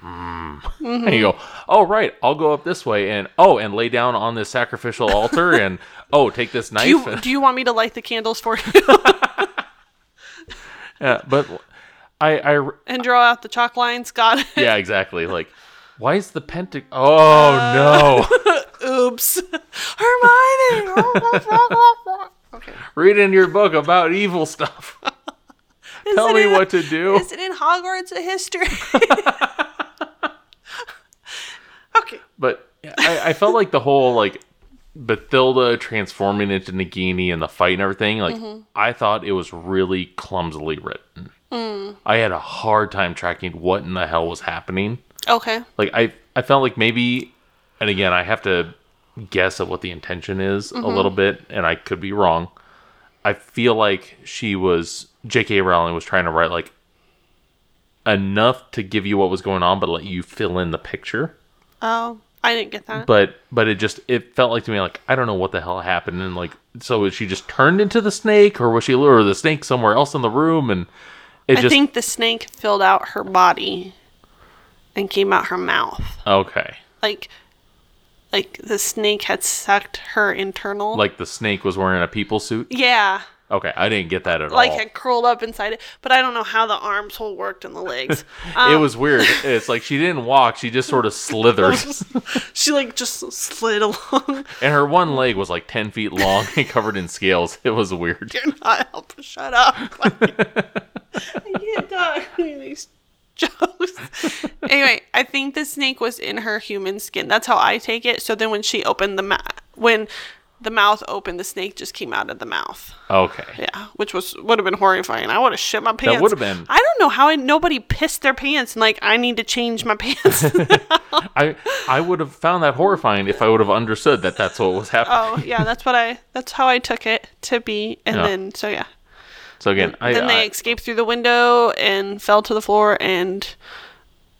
[SPEAKER 2] hmm. and you go, oh right, I'll go up this way, and oh, and lay down on this sacrificial altar, and oh, take this knife.
[SPEAKER 1] (laughs) Do you,
[SPEAKER 2] and-
[SPEAKER 1] do you want me to light the candles for you (laughs)
[SPEAKER 2] yeah, but I, I,
[SPEAKER 1] and draw out the chalk lines? Got it. (laughs)
[SPEAKER 2] yeah, exactly. Like, why is the pentagon? Oh
[SPEAKER 1] Uh.
[SPEAKER 2] no, (laughs)
[SPEAKER 1] Oops. Hermione! (laughs) okay.
[SPEAKER 2] read in your book about evil stuff. Tell
[SPEAKER 1] it
[SPEAKER 2] me
[SPEAKER 1] in-
[SPEAKER 2] what to do.
[SPEAKER 1] Is it in Hogwarts of History? (laughs) okay.
[SPEAKER 2] But I, I felt like the whole like Bathilda transforming into Nagini and the fight and everything. Like I thought it was really clumsily written. I had a hard time tracking what in the hell was happening.
[SPEAKER 1] Okay.
[SPEAKER 2] Like I I felt like maybe, and again I have to guess at what the intention is a little bit, and I could be wrong. I feel like she was J.K. Rowling was trying to write like enough to give you what was going on, but let you fill in the picture
[SPEAKER 1] Oh, I didn't get that.
[SPEAKER 2] but but it just it felt like to me like I don't know what the hell happened and like so is she just turned into the snake or was she or the snake somewhere else in the room and it
[SPEAKER 1] I
[SPEAKER 2] just
[SPEAKER 1] think the snake filled out her body and came out her mouth.
[SPEAKER 2] okay
[SPEAKER 1] Like like the snake had sucked her internal.
[SPEAKER 2] like the snake was wearing a people suit
[SPEAKER 1] yeah.
[SPEAKER 2] okay I didn't get that at
[SPEAKER 1] Like
[SPEAKER 2] all
[SPEAKER 1] had curled up inside it, but I don't know how the arms whole worked and the
[SPEAKER 2] (laughs)
[SPEAKER 1] legs.
[SPEAKER 2] it was weird it's like she didn't walk she just sort
[SPEAKER 1] (laughs)
[SPEAKER 2] of slithered
[SPEAKER 1] she like just slid along.
[SPEAKER 2] and her one leg was like ten feet long (laughs) and covered in scales it was weird
[SPEAKER 1] You're not helping. Shut
[SPEAKER 2] (laughs)
[SPEAKER 1] up. I can't talk any of these jokes. Anyway, I think the snake was in her human skin. That's how I take it. So then when she opened the mouth, when the mouth opened, the snake just came out of the mouth.
[SPEAKER 2] okay
[SPEAKER 1] Yeah, which was would have been horrifying. I would have shit my pants.
[SPEAKER 2] would've been-
[SPEAKER 1] I don't know how I, nobody pissed their pants and like I need to change my
[SPEAKER 2] (laughs)
[SPEAKER 1] pants.
[SPEAKER 2] I I would have found that horrifying if I would have understood that that's what was happening
[SPEAKER 1] oh yeah, that's what I. That's how I took it to be. And
[SPEAKER 2] Yeah.
[SPEAKER 1] then so yeah,
[SPEAKER 2] so again I,
[SPEAKER 1] then they
[SPEAKER 2] I-
[SPEAKER 1] escaped through the window and fell to the floor and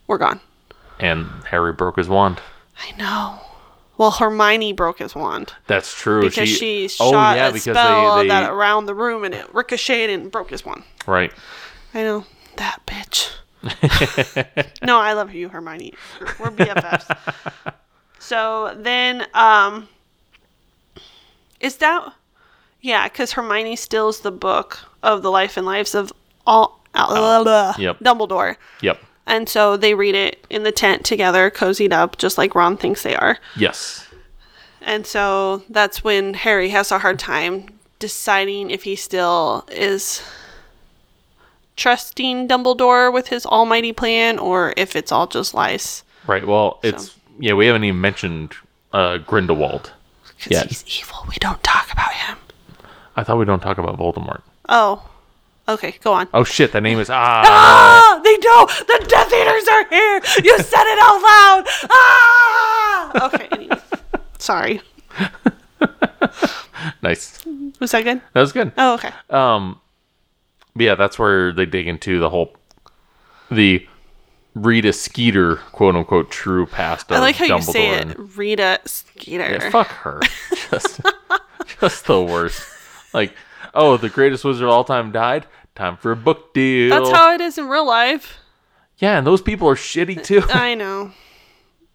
[SPEAKER 1] were gone.
[SPEAKER 2] and Harry broke his wand.
[SPEAKER 1] I know. Well, Hermione broke his wand
[SPEAKER 2] That's true.
[SPEAKER 1] because she,
[SPEAKER 2] oh,
[SPEAKER 1] shot a spell that around the room and it ricocheted and broke his wand.
[SPEAKER 2] right.
[SPEAKER 1] I know that
[SPEAKER 2] (laughs)
[SPEAKER 1] bitch. no, I love you, Hermione. We're BFFs.
[SPEAKER 2] (laughs)
[SPEAKER 1] so then, um, is that yeah? Because Hermione steals the book of the life and lives of all
[SPEAKER 2] yep.
[SPEAKER 1] Dumbledore.
[SPEAKER 2] Yep.
[SPEAKER 1] And so they read it in the tent together, cozied up, just like Ron thinks they are.
[SPEAKER 2] Yes.
[SPEAKER 1] And so that's when Harry has a hard time deciding if he still is trusting Dumbledore with his almighty plan or if it's all just lies.
[SPEAKER 2] Right. Well, it's yeah. We haven't even mentioned uh, Grindelwald.
[SPEAKER 1] Because
[SPEAKER 2] Yeah.
[SPEAKER 1] he's evil. We don't talk about him.
[SPEAKER 2] I thought we don't talk about Voldemort.
[SPEAKER 1] Oh. Okay, go on.
[SPEAKER 2] Oh shit! That name is
[SPEAKER 1] (laughs)
[SPEAKER 2] ah.
[SPEAKER 1] Ah, they know the Death Eaters are here. You said it out loud. Ah. Okay. anyway. Sorry.
[SPEAKER 2] nice.
[SPEAKER 1] Was that good?
[SPEAKER 2] That was good.
[SPEAKER 1] Oh, okay.
[SPEAKER 2] But yeah, that's where they dig into the whole the Rita Skeeter quote unquote true past of
[SPEAKER 1] I like how
[SPEAKER 2] Dumbledore.
[SPEAKER 1] you say it,
[SPEAKER 2] and-
[SPEAKER 1] Rita Skeeter.
[SPEAKER 2] Yeah,
[SPEAKER 1] (laughs)
[SPEAKER 2] fuck her. Just, just the worst. Like, oh, the greatest wizard of all time died. Time for a book deal.
[SPEAKER 1] That's how it is in real
[SPEAKER 2] (laughs)
[SPEAKER 1] life.
[SPEAKER 2] Yeah, and those people
[SPEAKER 1] (laughs)
[SPEAKER 2] are shitty too.
[SPEAKER 1] I know.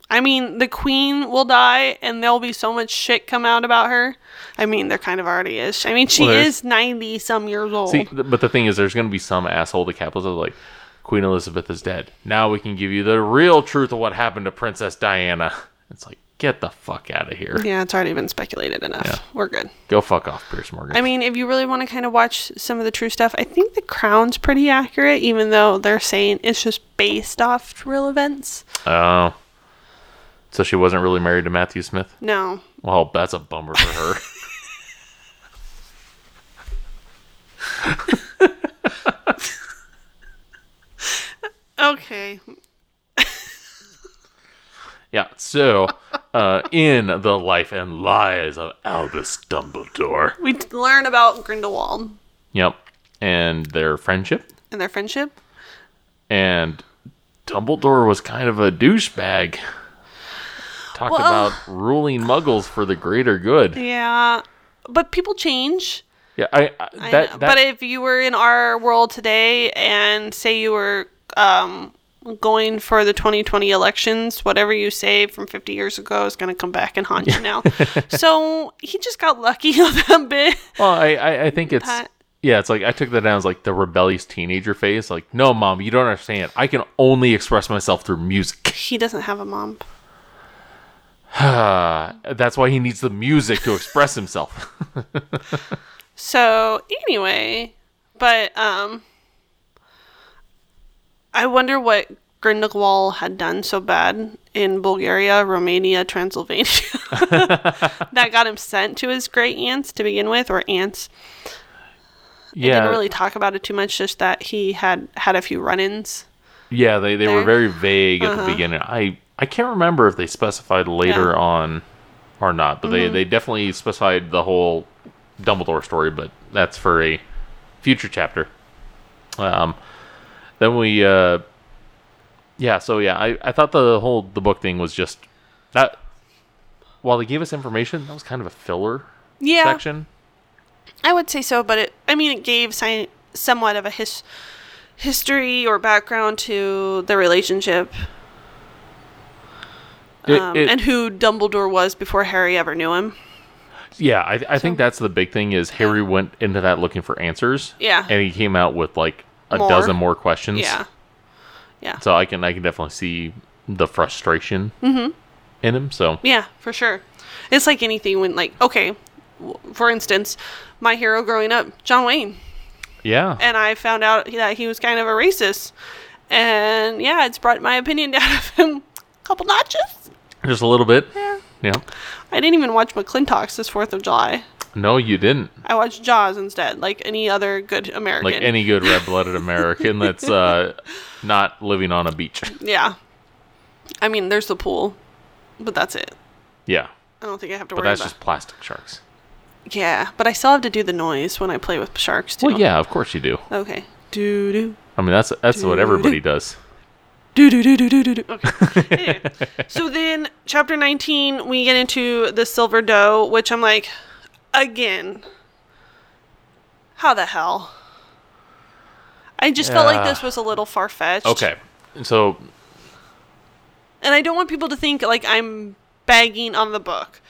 [SPEAKER 1] I mean, the queen will die, and there'll be so much shit come out about her. I mean, there kind of already is. I mean, she
[SPEAKER 2] Well, there's-
[SPEAKER 1] is ninety some years old.
[SPEAKER 2] (laughs) See, th- but the thing is, there's going to be some asshole that capitalists like, Queen Elizabeth is dead. Now we can give you the real truth of what happened to Princess Diana. It's like, get the fuck out of here.
[SPEAKER 1] yeah, it's already been speculated enough. We're good.
[SPEAKER 2] Go fuck off, Pierce Morgan.
[SPEAKER 1] I mean, if you really want to kind of watch some of the true stuff, I think the crown's pretty accurate, even though they're saying it's just based off real events.
[SPEAKER 2] Oh. so she wasn't really married to Matthew Smith?
[SPEAKER 1] No,
[SPEAKER 2] Well, that's a bummer for
[SPEAKER 1] (laughs)
[SPEAKER 2] her.
[SPEAKER 1] okay,
[SPEAKER 2] yeah, so uh, in The Life and Lies of Albus Dumbledore.
[SPEAKER 1] we d- learn about Grindelwald
[SPEAKER 2] Yep. And their friendship.
[SPEAKER 1] and their friendship.
[SPEAKER 2] and Dumbledore was kind of a douchebag. Talked
[SPEAKER 1] Well-
[SPEAKER 2] about ruling muggles for the greater good.
[SPEAKER 1] Yeah, but people change.
[SPEAKER 2] Yeah, I, I
[SPEAKER 1] I
[SPEAKER 2] that,
[SPEAKER 1] know.
[SPEAKER 2] that
[SPEAKER 1] but if you were in our world today and say you were um, going for the 2020 elections, whatever you say from 50 years ago is going to come back and haunt you now. so he just got lucky (laughs) a bit.
[SPEAKER 2] well, I, I, I think it's
[SPEAKER 1] Pat-
[SPEAKER 2] yeah, it's like I took that down as like the rebellious teenager phase. Like, no, mom, you don't understand. I can only express myself through music.
[SPEAKER 1] He doesn't have a mom.
[SPEAKER 2] Uh, That's why he needs the music to express himself.
[SPEAKER 1] So anyway, but um, I wonder what Grindelwald had done so bad in Bulgaria, Romania, Transylvania (laughs) that got him sent to his great aunts to begin with, or aunts.
[SPEAKER 2] yeah,
[SPEAKER 1] Didn't really talk about it too much, just that he had had a few run-ins.
[SPEAKER 2] yeah, they, they were
[SPEAKER 1] there.
[SPEAKER 2] very vague at the beginning. I I can't remember if they specified later
[SPEAKER 1] Uh-huh. Yeah. Mm-hmm.
[SPEAKER 2] on or not, but they, they definitely specified the whole Dumbledore story. But that's for a future chapter. Um, then we uh, yeah, so yeah, I, I thought the whole the book thing was just that. While they gave us information, that was kind of a filler
[SPEAKER 1] Yeah,
[SPEAKER 2] section.
[SPEAKER 1] I would say so, but it, I mean, it gave si- somewhat of a his- history or background to the relationship
[SPEAKER 2] It-
[SPEAKER 1] um,
[SPEAKER 2] it-
[SPEAKER 1] and who Dumbledore was before Harry ever knew him.
[SPEAKER 2] Yeah, I, I think that's the big thing is Harry went into that looking for answers.
[SPEAKER 1] Yeah.
[SPEAKER 2] and he came out with like a
[SPEAKER 1] More.
[SPEAKER 2] dozen more questions.
[SPEAKER 1] Yeah. Yeah.
[SPEAKER 2] so I can I can definitely see the frustration
[SPEAKER 1] Mm-hmm.
[SPEAKER 2] in him. So
[SPEAKER 1] Yeah, for sure. It's like anything when, like, okay, w- for instance, my hero growing up, John Wayne,
[SPEAKER 2] yeah,
[SPEAKER 1] and I found out that he was kind of a racist. And yeah, it's brought my opinion (laughs) down of him a couple notches.
[SPEAKER 2] just a little bit. Yeah.
[SPEAKER 1] I didn't even watch McClintock's this 4th of July.
[SPEAKER 2] No, you didn't.
[SPEAKER 1] I watched Jaws instead, like any other good American.
[SPEAKER 2] Like any good red-blooded American that's uh, not living on a beach.
[SPEAKER 1] Yeah. I mean, there's the pool, but that's it.
[SPEAKER 2] Yeah,
[SPEAKER 1] I don't think I have to
[SPEAKER 2] but
[SPEAKER 1] worry
[SPEAKER 2] that's
[SPEAKER 1] about.
[SPEAKER 2] just plastic sharks.
[SPEAKER 1] Yeah, but I still have to do the noise when I play with sharks too.
[SPEAKER 2] Well, yeah, of course you do.
[SPEAKER 1] Okay. Do do
[SPEAKER 2] I mean, that's that's what
[SPEAKER 1] Dude.
[SPEAKER 2] everybody does.
[SPEAKER 1] do do do do do do. Okay. (laughs) Anyway, so then, chapter 19, we get into the silver dough, which I'm like, again, how the hell? I just felt like
[SPEAKER 2] Yeah.
[SPEAKER 1] this was a little far fetched.
[SPEAKER 2] Okay, so
[SPEAKER 1] and I don't want people to think like I'm bagging on the book.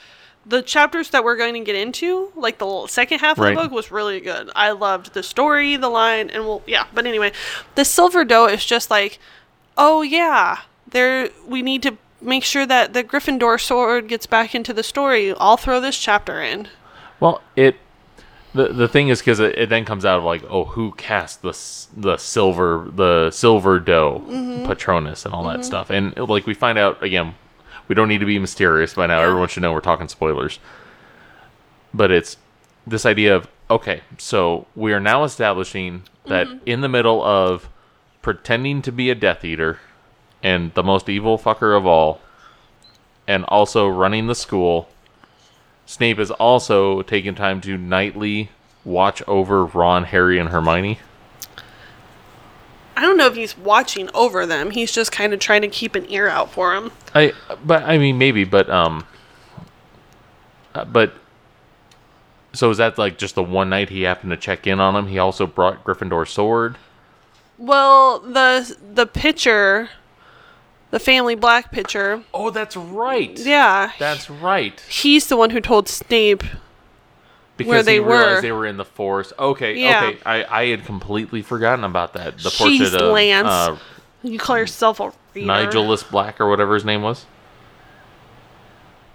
[SPEAKER 1] The chapters that we're going to get into, like the l- second half of
[SPEAKER 2] Right.
[SPEAKER 1] the book, was really good. I loved the story, the line, and well, yeah. But anyway, the silver dough is just like, oh yeah, there we need to make sure that the Gryffindor sword gets back into the story. I'll throw this chapter in.
[SPEAKER 2] Well, it the the thing is because it, it then comes out of like, oh, who cast the s- the silver the silver dough Patronus and all that stuff, and like we find out again, we don't need to be mysterious by now. Everyone should know we're talking spoilers, but it's this idea of okay, so we are now establishing that in the middle of pretending to be a Death Eater and the most evil fucker of all, and also running the school. Snape is also taking time to nightly watch over Ron, Harry, and Hermione.
[SPEAKER 1] I don't know if he's watching over them. He's just kind of trying to keep an ear out for them.
[SPEAKER 2] I, but I mean, maybe, but um, uh, but so is that like just the one night he happened to check in on him? He also brought Gryffindor's sword.
[SPEAKER 1] Well, the the pitcher, the family black pitcher.
[SPEAKER 2] Oh, that's right.
[SPEAKER 1] Yeah.
[SPEAKER 2] that's right.
[SPEAKER 1] He's the one who told Snape.
[SPEAKER 2] Because
[SPEAKER 1] Where
[SPEAKER 2] he
[SPEAKER 1] they
[SPEAKER 2] realized
[SPEAKER 1] were.
[SPEAKER 2] they were in the forest. Okay,
[SPEAKER 1] Yeah.
[SPEAKER 2] okay. I, I had completely forgotten about that. The
[SPEAKER 1] Jeez,
[SPEAKER 2] portrait of
[SPEAKER 1] Lance.
[SPEAKER 2] uh,
[SPEAKER 1] You call yourself a reader.
[SPEAKER 2] Nigelus Black or whatever his name was.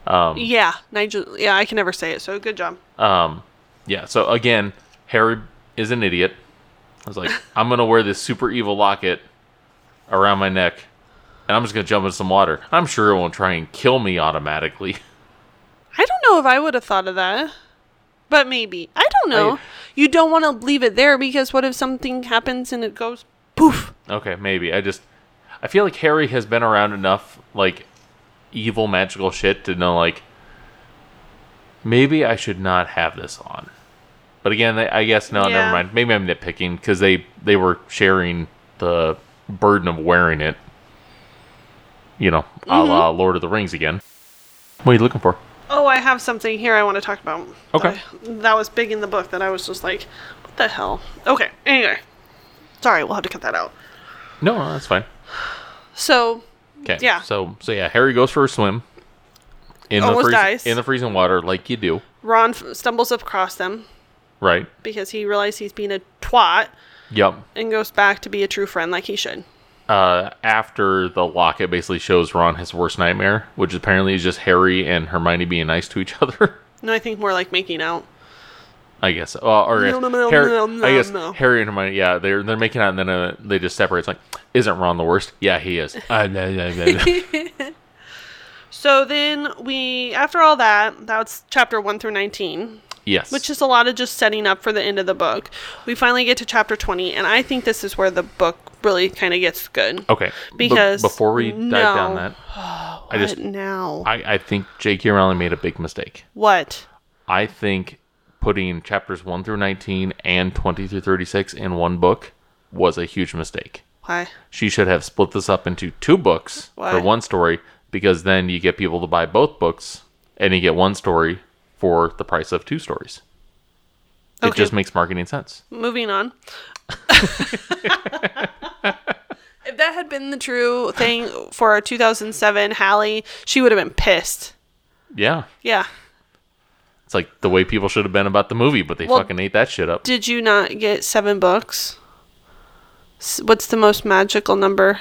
[SPEAKER 1] Yeah, Nigel. Yeah, I can never say it. So good job.
[SPEAKER 2] Um, yeah. So again, Harry is an idiot. I was like, I'm gonna wear this super evil locket around my neck, and I'm just gonna jump in some water. I'm sure it won't try and kill me automatically. (laughs)
[SPEAKER 1] I don't know if I would have thought of that, but maybe I don't know.
[SPEAKER 2] I-
[SPEAKER 1] you don't want to leave it there because what if something happens and it goes poof?
[SPEAKER 2] okay, maybe. I just, I feel like Harry has been around enough like evil magical shit to know like maybe I should not have this on. But again, I I guess no,
[SPEAKER 1] Yeah.
[SPEAKER 2] never mind. Maybe I'm nitpicking because they they were sharing the burden of wearing it.
[SPEAKER 1] Mm-hmm.
[SPEAKER 2] You know, a la Lord of the Rings again. What are you looking for?
[SPEAKER 1] oh, I have something here I want to talk about.
[SPEAKER 2] Okay.
[SPEAKER 1] That, I- that was big in the book that I was just like, what the hell? Okay, anyway. Sorry, we'll have to cut that out.
[SPEAKER 2] No, no, that's fine.
[SPEAKER 1] So,
[SPEAKER 2] Okay.
[SPEAKER 1] Yeah.
[SPEAKER 2] So so yeah, Harry goes for a swim. In
[SPEAKER 1] Almost
[SPEAKER 2] the freez-
[SPEAKER 1] dies.
[SPEAKER 2] In the freezing water, like you do,
[SPEAKER 1] Ron f- stumbles across them
[SPEAKER 2] right?
[SPEAKER 1] because he realized he's being a twat
[SPEAKER 2] Yep.
[SPEAKER 1] and goes back to be a true friend like he should.
[SPEAKER 2] Uh, after the locket basically shows Ron his worst nightmare, which apparently is just Harry and Hermione being nice to each (laughs) other.
[SPEAKER 1] No, I think more like making out.
[SPEAKER 2] I guess. Uh, or
[SPEAKER 1] No, no, no,
[SPEAKER 2] Harry,
[SPEAKER 1] no, no,
[SPEAKER 2] I guess
[SPEAKER 1] no.
[SPEAKER 2] Harry and Hermione. Yeah, they're they're making out, and then uh, they just separate. It's like, isn't Ron the worst? Yeah, he is. Uh, no, no, no, no.
[SPEAKER 1] (laughs) So then we, after all that, that's chapter 1 through 19.
[SPEAKER 2] yes.
[SPEAKER 1] which is a lot of just setting up for the end of the book. We finally get to chapter 20, and I think this is where the book really kind of gets good.
[SPEAKER 2] okay. B-
[SPEAKER 1] because-
[SPEAKER 2] before we dive down
[SPEAKER 1] no.
[SPEAKER 2] that, I just
[SPEAKER 1] But now,
[SPEAKER 2] I, I think J.K. Rowling made a big mistake.
[SPEAKER 1] what?
[SPEAKER 2] I think putting chapters one through nineteen and twenty through thirty six in one book was a huge mistake.
[SPEAKER 1] Why?
[SPEAKER 2] she should have split this up into two books
[SPEAKER 1] Why?
[SPEAKER 2] for one story because then you get people to buy both books and you get one story for the price of two stories. It
[SPEAKER 1] Okay.
[SPEAKER 2] just makes marketing sense.
[SPEAKER 1] Moving
[SPEAKER 2] (laughs)
[SPEAKER 1] on. if that had been the true thing for 2007 Hallie, she would have been pissed.
[SPEAKER 2] Yeah.
[SPEAKER 1] Yeah.
[SPEAKER 2] It's like the way people should have been about the movie, but they
[SPEAKER 1] Well,
[SPEAKER 2] fucking ate that shit up.
[SPEAKER 1] Did you not get seven books? S- What's the most magical number?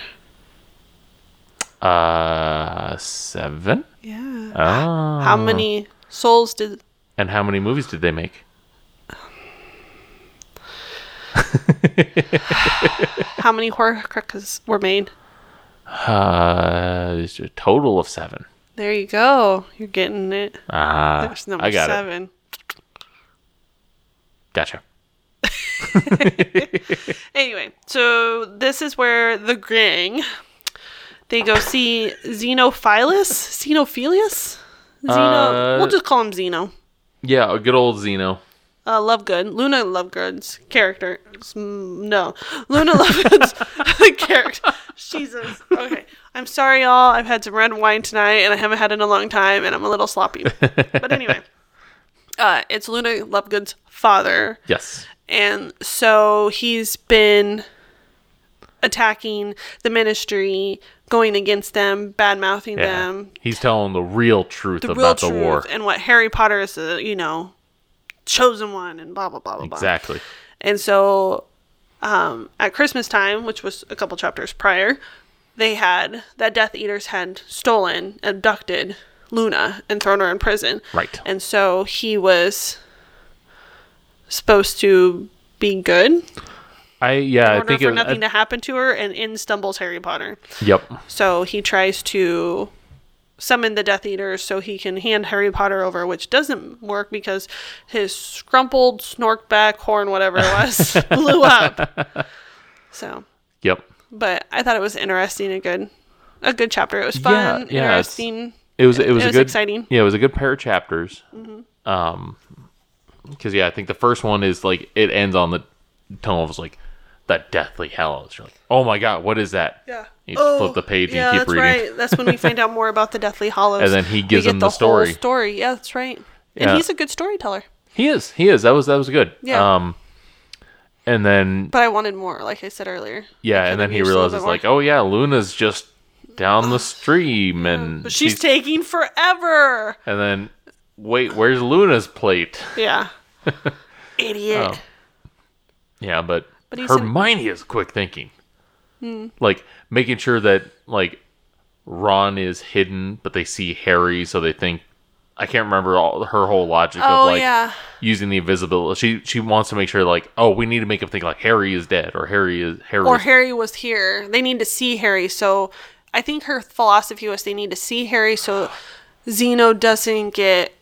[SPEAKER 2] Uh, seven?
[SPEAKER 1] Yeah.
[SPEAKER 2] Ah.
[SPEAKER 1] How many souls did
[SPEAKER 2] And how many movies did they make?
[SPEAKER 1] how many horcruxes were made?
[SPEAKER 2] Uh, it's a total of seven.
[SPEAKER 1] There you go. You're getting it.
[SPEAKER 2] Ah,
[SPEAKER 1] There's number
[SPEAKER 2] I got it.
[SPEAKER 1] seven.
[SPEAKER 2] Gotcha.
[SPEAKER 1] Anyway, so this is where the gang they go see Xenophilus, Xenophilius, Xeno.
[SPEAKER 2] Uh,
[SPEAKER 1] we'll just call him Xeno.
[SPEAKER 2] Yeah, a good old Xeno.
[SPEAKER 1] Uh, Lovegood, Luna Lovegood's character. s- mm, No, (laughs) Luna Lovegood's (laughs) character. Jesus. Okay, I'm sorry, y'all. I've had some red wine tonight, and I haven't had it in a long time, and I'm a little sloppy. but
[SPEAKER 2] (laughs)
[SPEAKER 1] anyway, uh, it's Luna Lovegood's father.
[SPEAKER 2] Yes.
[SPEAKER 1] And so he's been attacking the ministry, going against them, bad mouthing
[SPEAKER 2] Yeah.
[SPEAKER 1] them,
[SPEAKER 2] He's telling the real truth
[SPEAKER 1] Um, the real
[SPEAKER 2] about
[SPEAKER 1] truth,
[SPEAKER 2] the war.
[SPEAKER 1] and what Harry Potter is, the you know, chosen one, and blah blah blah blah blah.
[SPEAKER 2] Exactly.
[SPEAKER 1] And so, um, at Christmas time, which was a couple chapters prior, they had that Death Eaters had stolen, abducted Luna, and thrown her in prison.
[SPEAKER 2] Right.
[SPEAKER 1] And so he was supposed to be good
[SPEAKER 2] I yeah, I
[SPEAKER 1] order
[SPEAKER 2] think
[SPEAKER 1] for
[SPEAKER 2] it,
[SPEAKER 1] nothing to
[SPEAKER 2] I,
[SPEAKER 1] happen to her, and in stumbles Harry Potter.
[SPEAKER 2] Yep.
[SPEAKER 1] So he tries to summon the Death Eaters so he can hand Harry Potter over, which doesn't work because his scrumpled snork back horn, whatever it
[SPEAKER 2] (laughs)
[SPEAKER 1] was, blew up. So,
[SPEAKER 2] Yep.
[SPEAKER 1] but I thought it was interesting and good. A good chapter. It was fun,
[SPEAKER 2] yeah, it's-
[SPEAKER 1] interesting.
[SPEAKER 2] It was it,
[SPEAKER 1] it
[SPEAKER 2] was a
[SPEAKER 1] was
[SPEAKER 2] good
[SPEAKER 1] exciting. Mm-hmm.
[SPEAKER 2] Yeah, it was a good pair of chapters. Um cuz yeah, I think the first one is like it ends on the tone of like the deathly hallows. You're like, "Oh my god, what is that?"
[SPEAKER 1] Yeah.
[SPEAKER 2] You just flip the page and keep
[SPEAKER 1] Oh, that's
[SPEAKER 2] reading.
[SPEAKER 1] right. That's when we find out more about the
[SPEAKER 2] (laughs)
[SPEAKER 1] Deathly Hollows.
[SPEAKER 2] And then he
[SPEAKER 1] We
[SPEAKER 2] gives
[SPEAKER 1] get
[SPEAKER 2] him the story.
[SPEAKER 1] Whole story. Yeah, that's right.
[SPEAKER 2] Yeah.
[SPEAKER 1] And he's a good storyteller.
[SPEAKER 2] He is. He is. That was that was good.
[SPEAKER 1] Yeah.
[SPEAKER 2] Um and then
[SPEAKER 1] But I wanted more, like I said earlier.
[SPEAKER 2] yeah, and then he
[SPEAKER 1] used a little bit
[SPEAKER 2] realizes
[SPEAKER 1] more.
[SPEAKER 2] like, "Oh yeah, Luna's just
[SPEAKER 1] (sighs)
[SPEAKER 2] down the stream and
[SPEAKER 1] But she's taking forever.
[SPEAKER 2] and then wait, where's Luna's plate?" (laughs)
[SPEAKER 1] Yeah. Idiot.
[SPEAKER 2] Oh. Yeah, but,
[SPEAKER 1] But he's Hmm.
[SPEAKER 2] Hermione is quick thinking. Like making sure that like Ron is hidden, but they see Harry, so they think I can't remember all her whole logic
[SPEAKER 1] Oh,
[SPEAKER 2] of like
[SPEAKER 1] yeah.
[SPEAKER 2] using the invisibility. She she wants to make sure like oh we need to make him think like Harry is dead or Harry is Harry.
[SPEAKER 1] Or
[SPEAKER 2] is-
[SPEAKER 1] Harry was here. They need to see Harry. So I think her philosophy was they need to see Harry so Zeno doesn't get.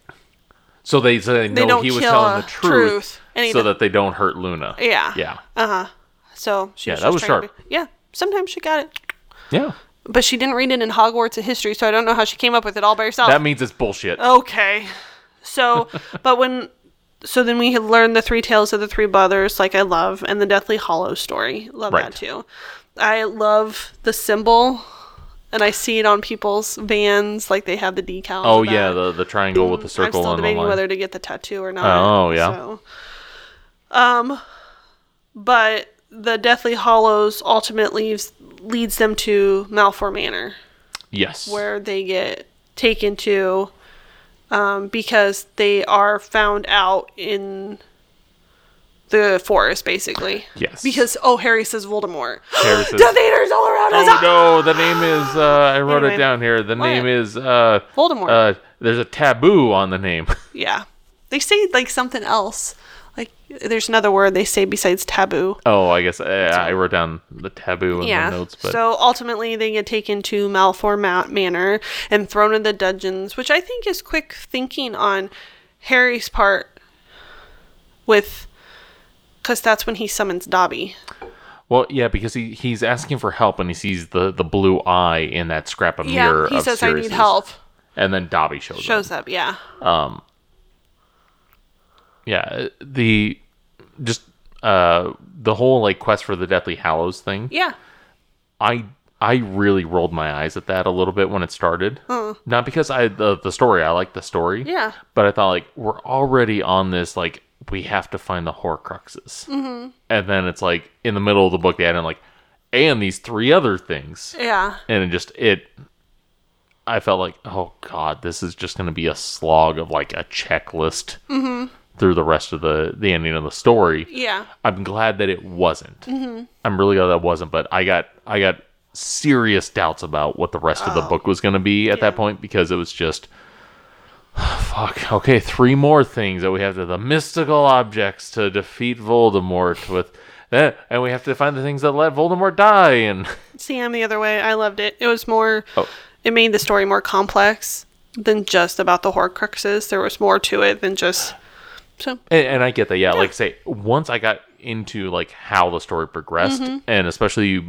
[SPEAKER 2] so they so they know
[SPEAKER 1] don't
[SPEAKER 2] he was
[SPEAKER 1] kill
[SPEAKER 2] telling
[SPEAKER 1] a
[SPEAKER 2] the truth,
[SPEAKER 1] truth, and he
[SPEAKER 2] so
[SPEAKER 1] don't-
[SPEAKER 2] that they don't hurt Luna.
[SPEAKER 1] Yeah. Uh,
[SPEAKER 2] yeah,
[SPEAKER 1] So she
[SPEAKER 2] Yeah,
[SPEAKER 1] was
[SPEAKER 2] that
[SPEAKER 1] just
[SPEAKER 2] was
[SPEAKER 1] trying to
[SPEAKER 2] sharp.
[SPEAKER 1] be- yeah. Sometimes she got it.
[SPEAKER 2] yeah.
[SPEAKER 1] But she didn't read it in Hogwarts of History, so I don't know how she came up with it all by herself.
[SPEAKER 2] That means it's bullshit.
[SPEAKER 1] Oh, Okay. So,
[SPEAKER 2] (laughs)
[SPEAKER 1] but when. So then we had learned the three tales of the three brothers, like I love, and the Deathly Hollow story. Love
[SPEAKER 2] Right.
[SPEAKER 1] that too. I love the symbol and I see it on people's vans, like they have the decal.
[SPEAKER 2] Oh yeah, the the triangle with the
[SPEAKER 1] I'm
[SPEAKER 2] circle
[SPEAKER 1] still
[SPEAKER 2] on the
[SPEAKER 1] debating
[SPEAKER 2] line.
[SPEAKER 1] whether to get the tattoo or not.
[SPEAKER 2] Oh, yeah.
[SPEAKER 1] So, um, but the Deathly Hollows ultimate leaves leads them to Malfour Manor,
[SPEAKER 2] yes.
[SPEAKER 1] where they get taken to, um, because they are found out in the forest, basically.
[SPEAKER 2] Yes. (gasps)
[SPEAKER 1] Because oh, Harry says Voldemort. (gasps)
[SPEAKER 2] Harry says-
[SPEAKER 1] Death Eaters all around us.
[SPEAKER 2] Oh no, the name is uh I wrote
[SPEAKER 1] Anyway.
[SPEAKER 2] it down here. The name is uh
[SPEAKER 1] Voldemort.
[SPEAKER 2] uh there's a taboo on the name. (laughs)
[SPEAKER 1] Yeah. They say like something else. Like there's another word they say besides taboo.
[SPEAKER 2] oh, I guess uh, I wrote down the taboo in
[SPEAKER 1] Yeah.
[SPEAKER 2] the notes, but
[SPEAKER 1] so ultimately, they get taken to Malfour Ma- Manor and thrown in the dungeons, which I think is quick thinking on Harry's part. With, because that's when he summons Dobby.
[SPEAKER 2] well, yeah, because he he's asking for help and he sees the the blue eye in that scrap of mirror
[SPEAKER 1] he
[SPEAKER 2] of
[SPEAKER 1] says, "I need
[SPEAKER 2] Sirius's."
[SPEAKER 1] help."
[SPEAKER 2] And then Dobby shows, up.
[SPEAKER 1] Shows up. Yeah.
[SPEAKER 2] Yeah, the just uh the whole like quest for the Deathly Hallows thing.
[SPEAKER 1] Yeah.
[SPEAKER 2] I I really rolled my eyes at that a little bit when it started. Not because I the, the story, I like the story.
[SPEAKER 1] Yeah.
[SPEAKER 2] But I thought like we're already on this like we have to find the Horcruxes. Mm-hmm. And then it's like in the middle of the book they add in like and these three other things.
[SPEAKER 1] Yeah.
[SPEAKER 2] And it just it I felt like oh god, this is just going to be a slog of like a checklist
[SPEAKER 1] Mm-hmm.
[SPEAKER 2] through the rest of the the ending of the story.
[SPEAKER 1] Yeah.
[SPEAKER 2] I'm glad that it wasn't. I'm really glad that wasn't, but I got I got serious doubts about what the rest of the book was going to be at that point because it was just (sighs) fuck. Okay, three more things that we have to the mystical objects to defeat Voldemort with that and we have to find the things that let Voldemort die and
[SPEAKER 1] See, I'm the other way. I loved it. It was more.
[SPEAKER 2] Oh.
[SPEAKER 1] It made the story more complex than just about the Horcruxes. There was more to it than just. So
[SPEAKER 2] And, and I get that, yeah. Like I say, once I got into like how the story progressed,
[SPEAKER 1] Mm-hmm.
[SPEAKER 2] and especially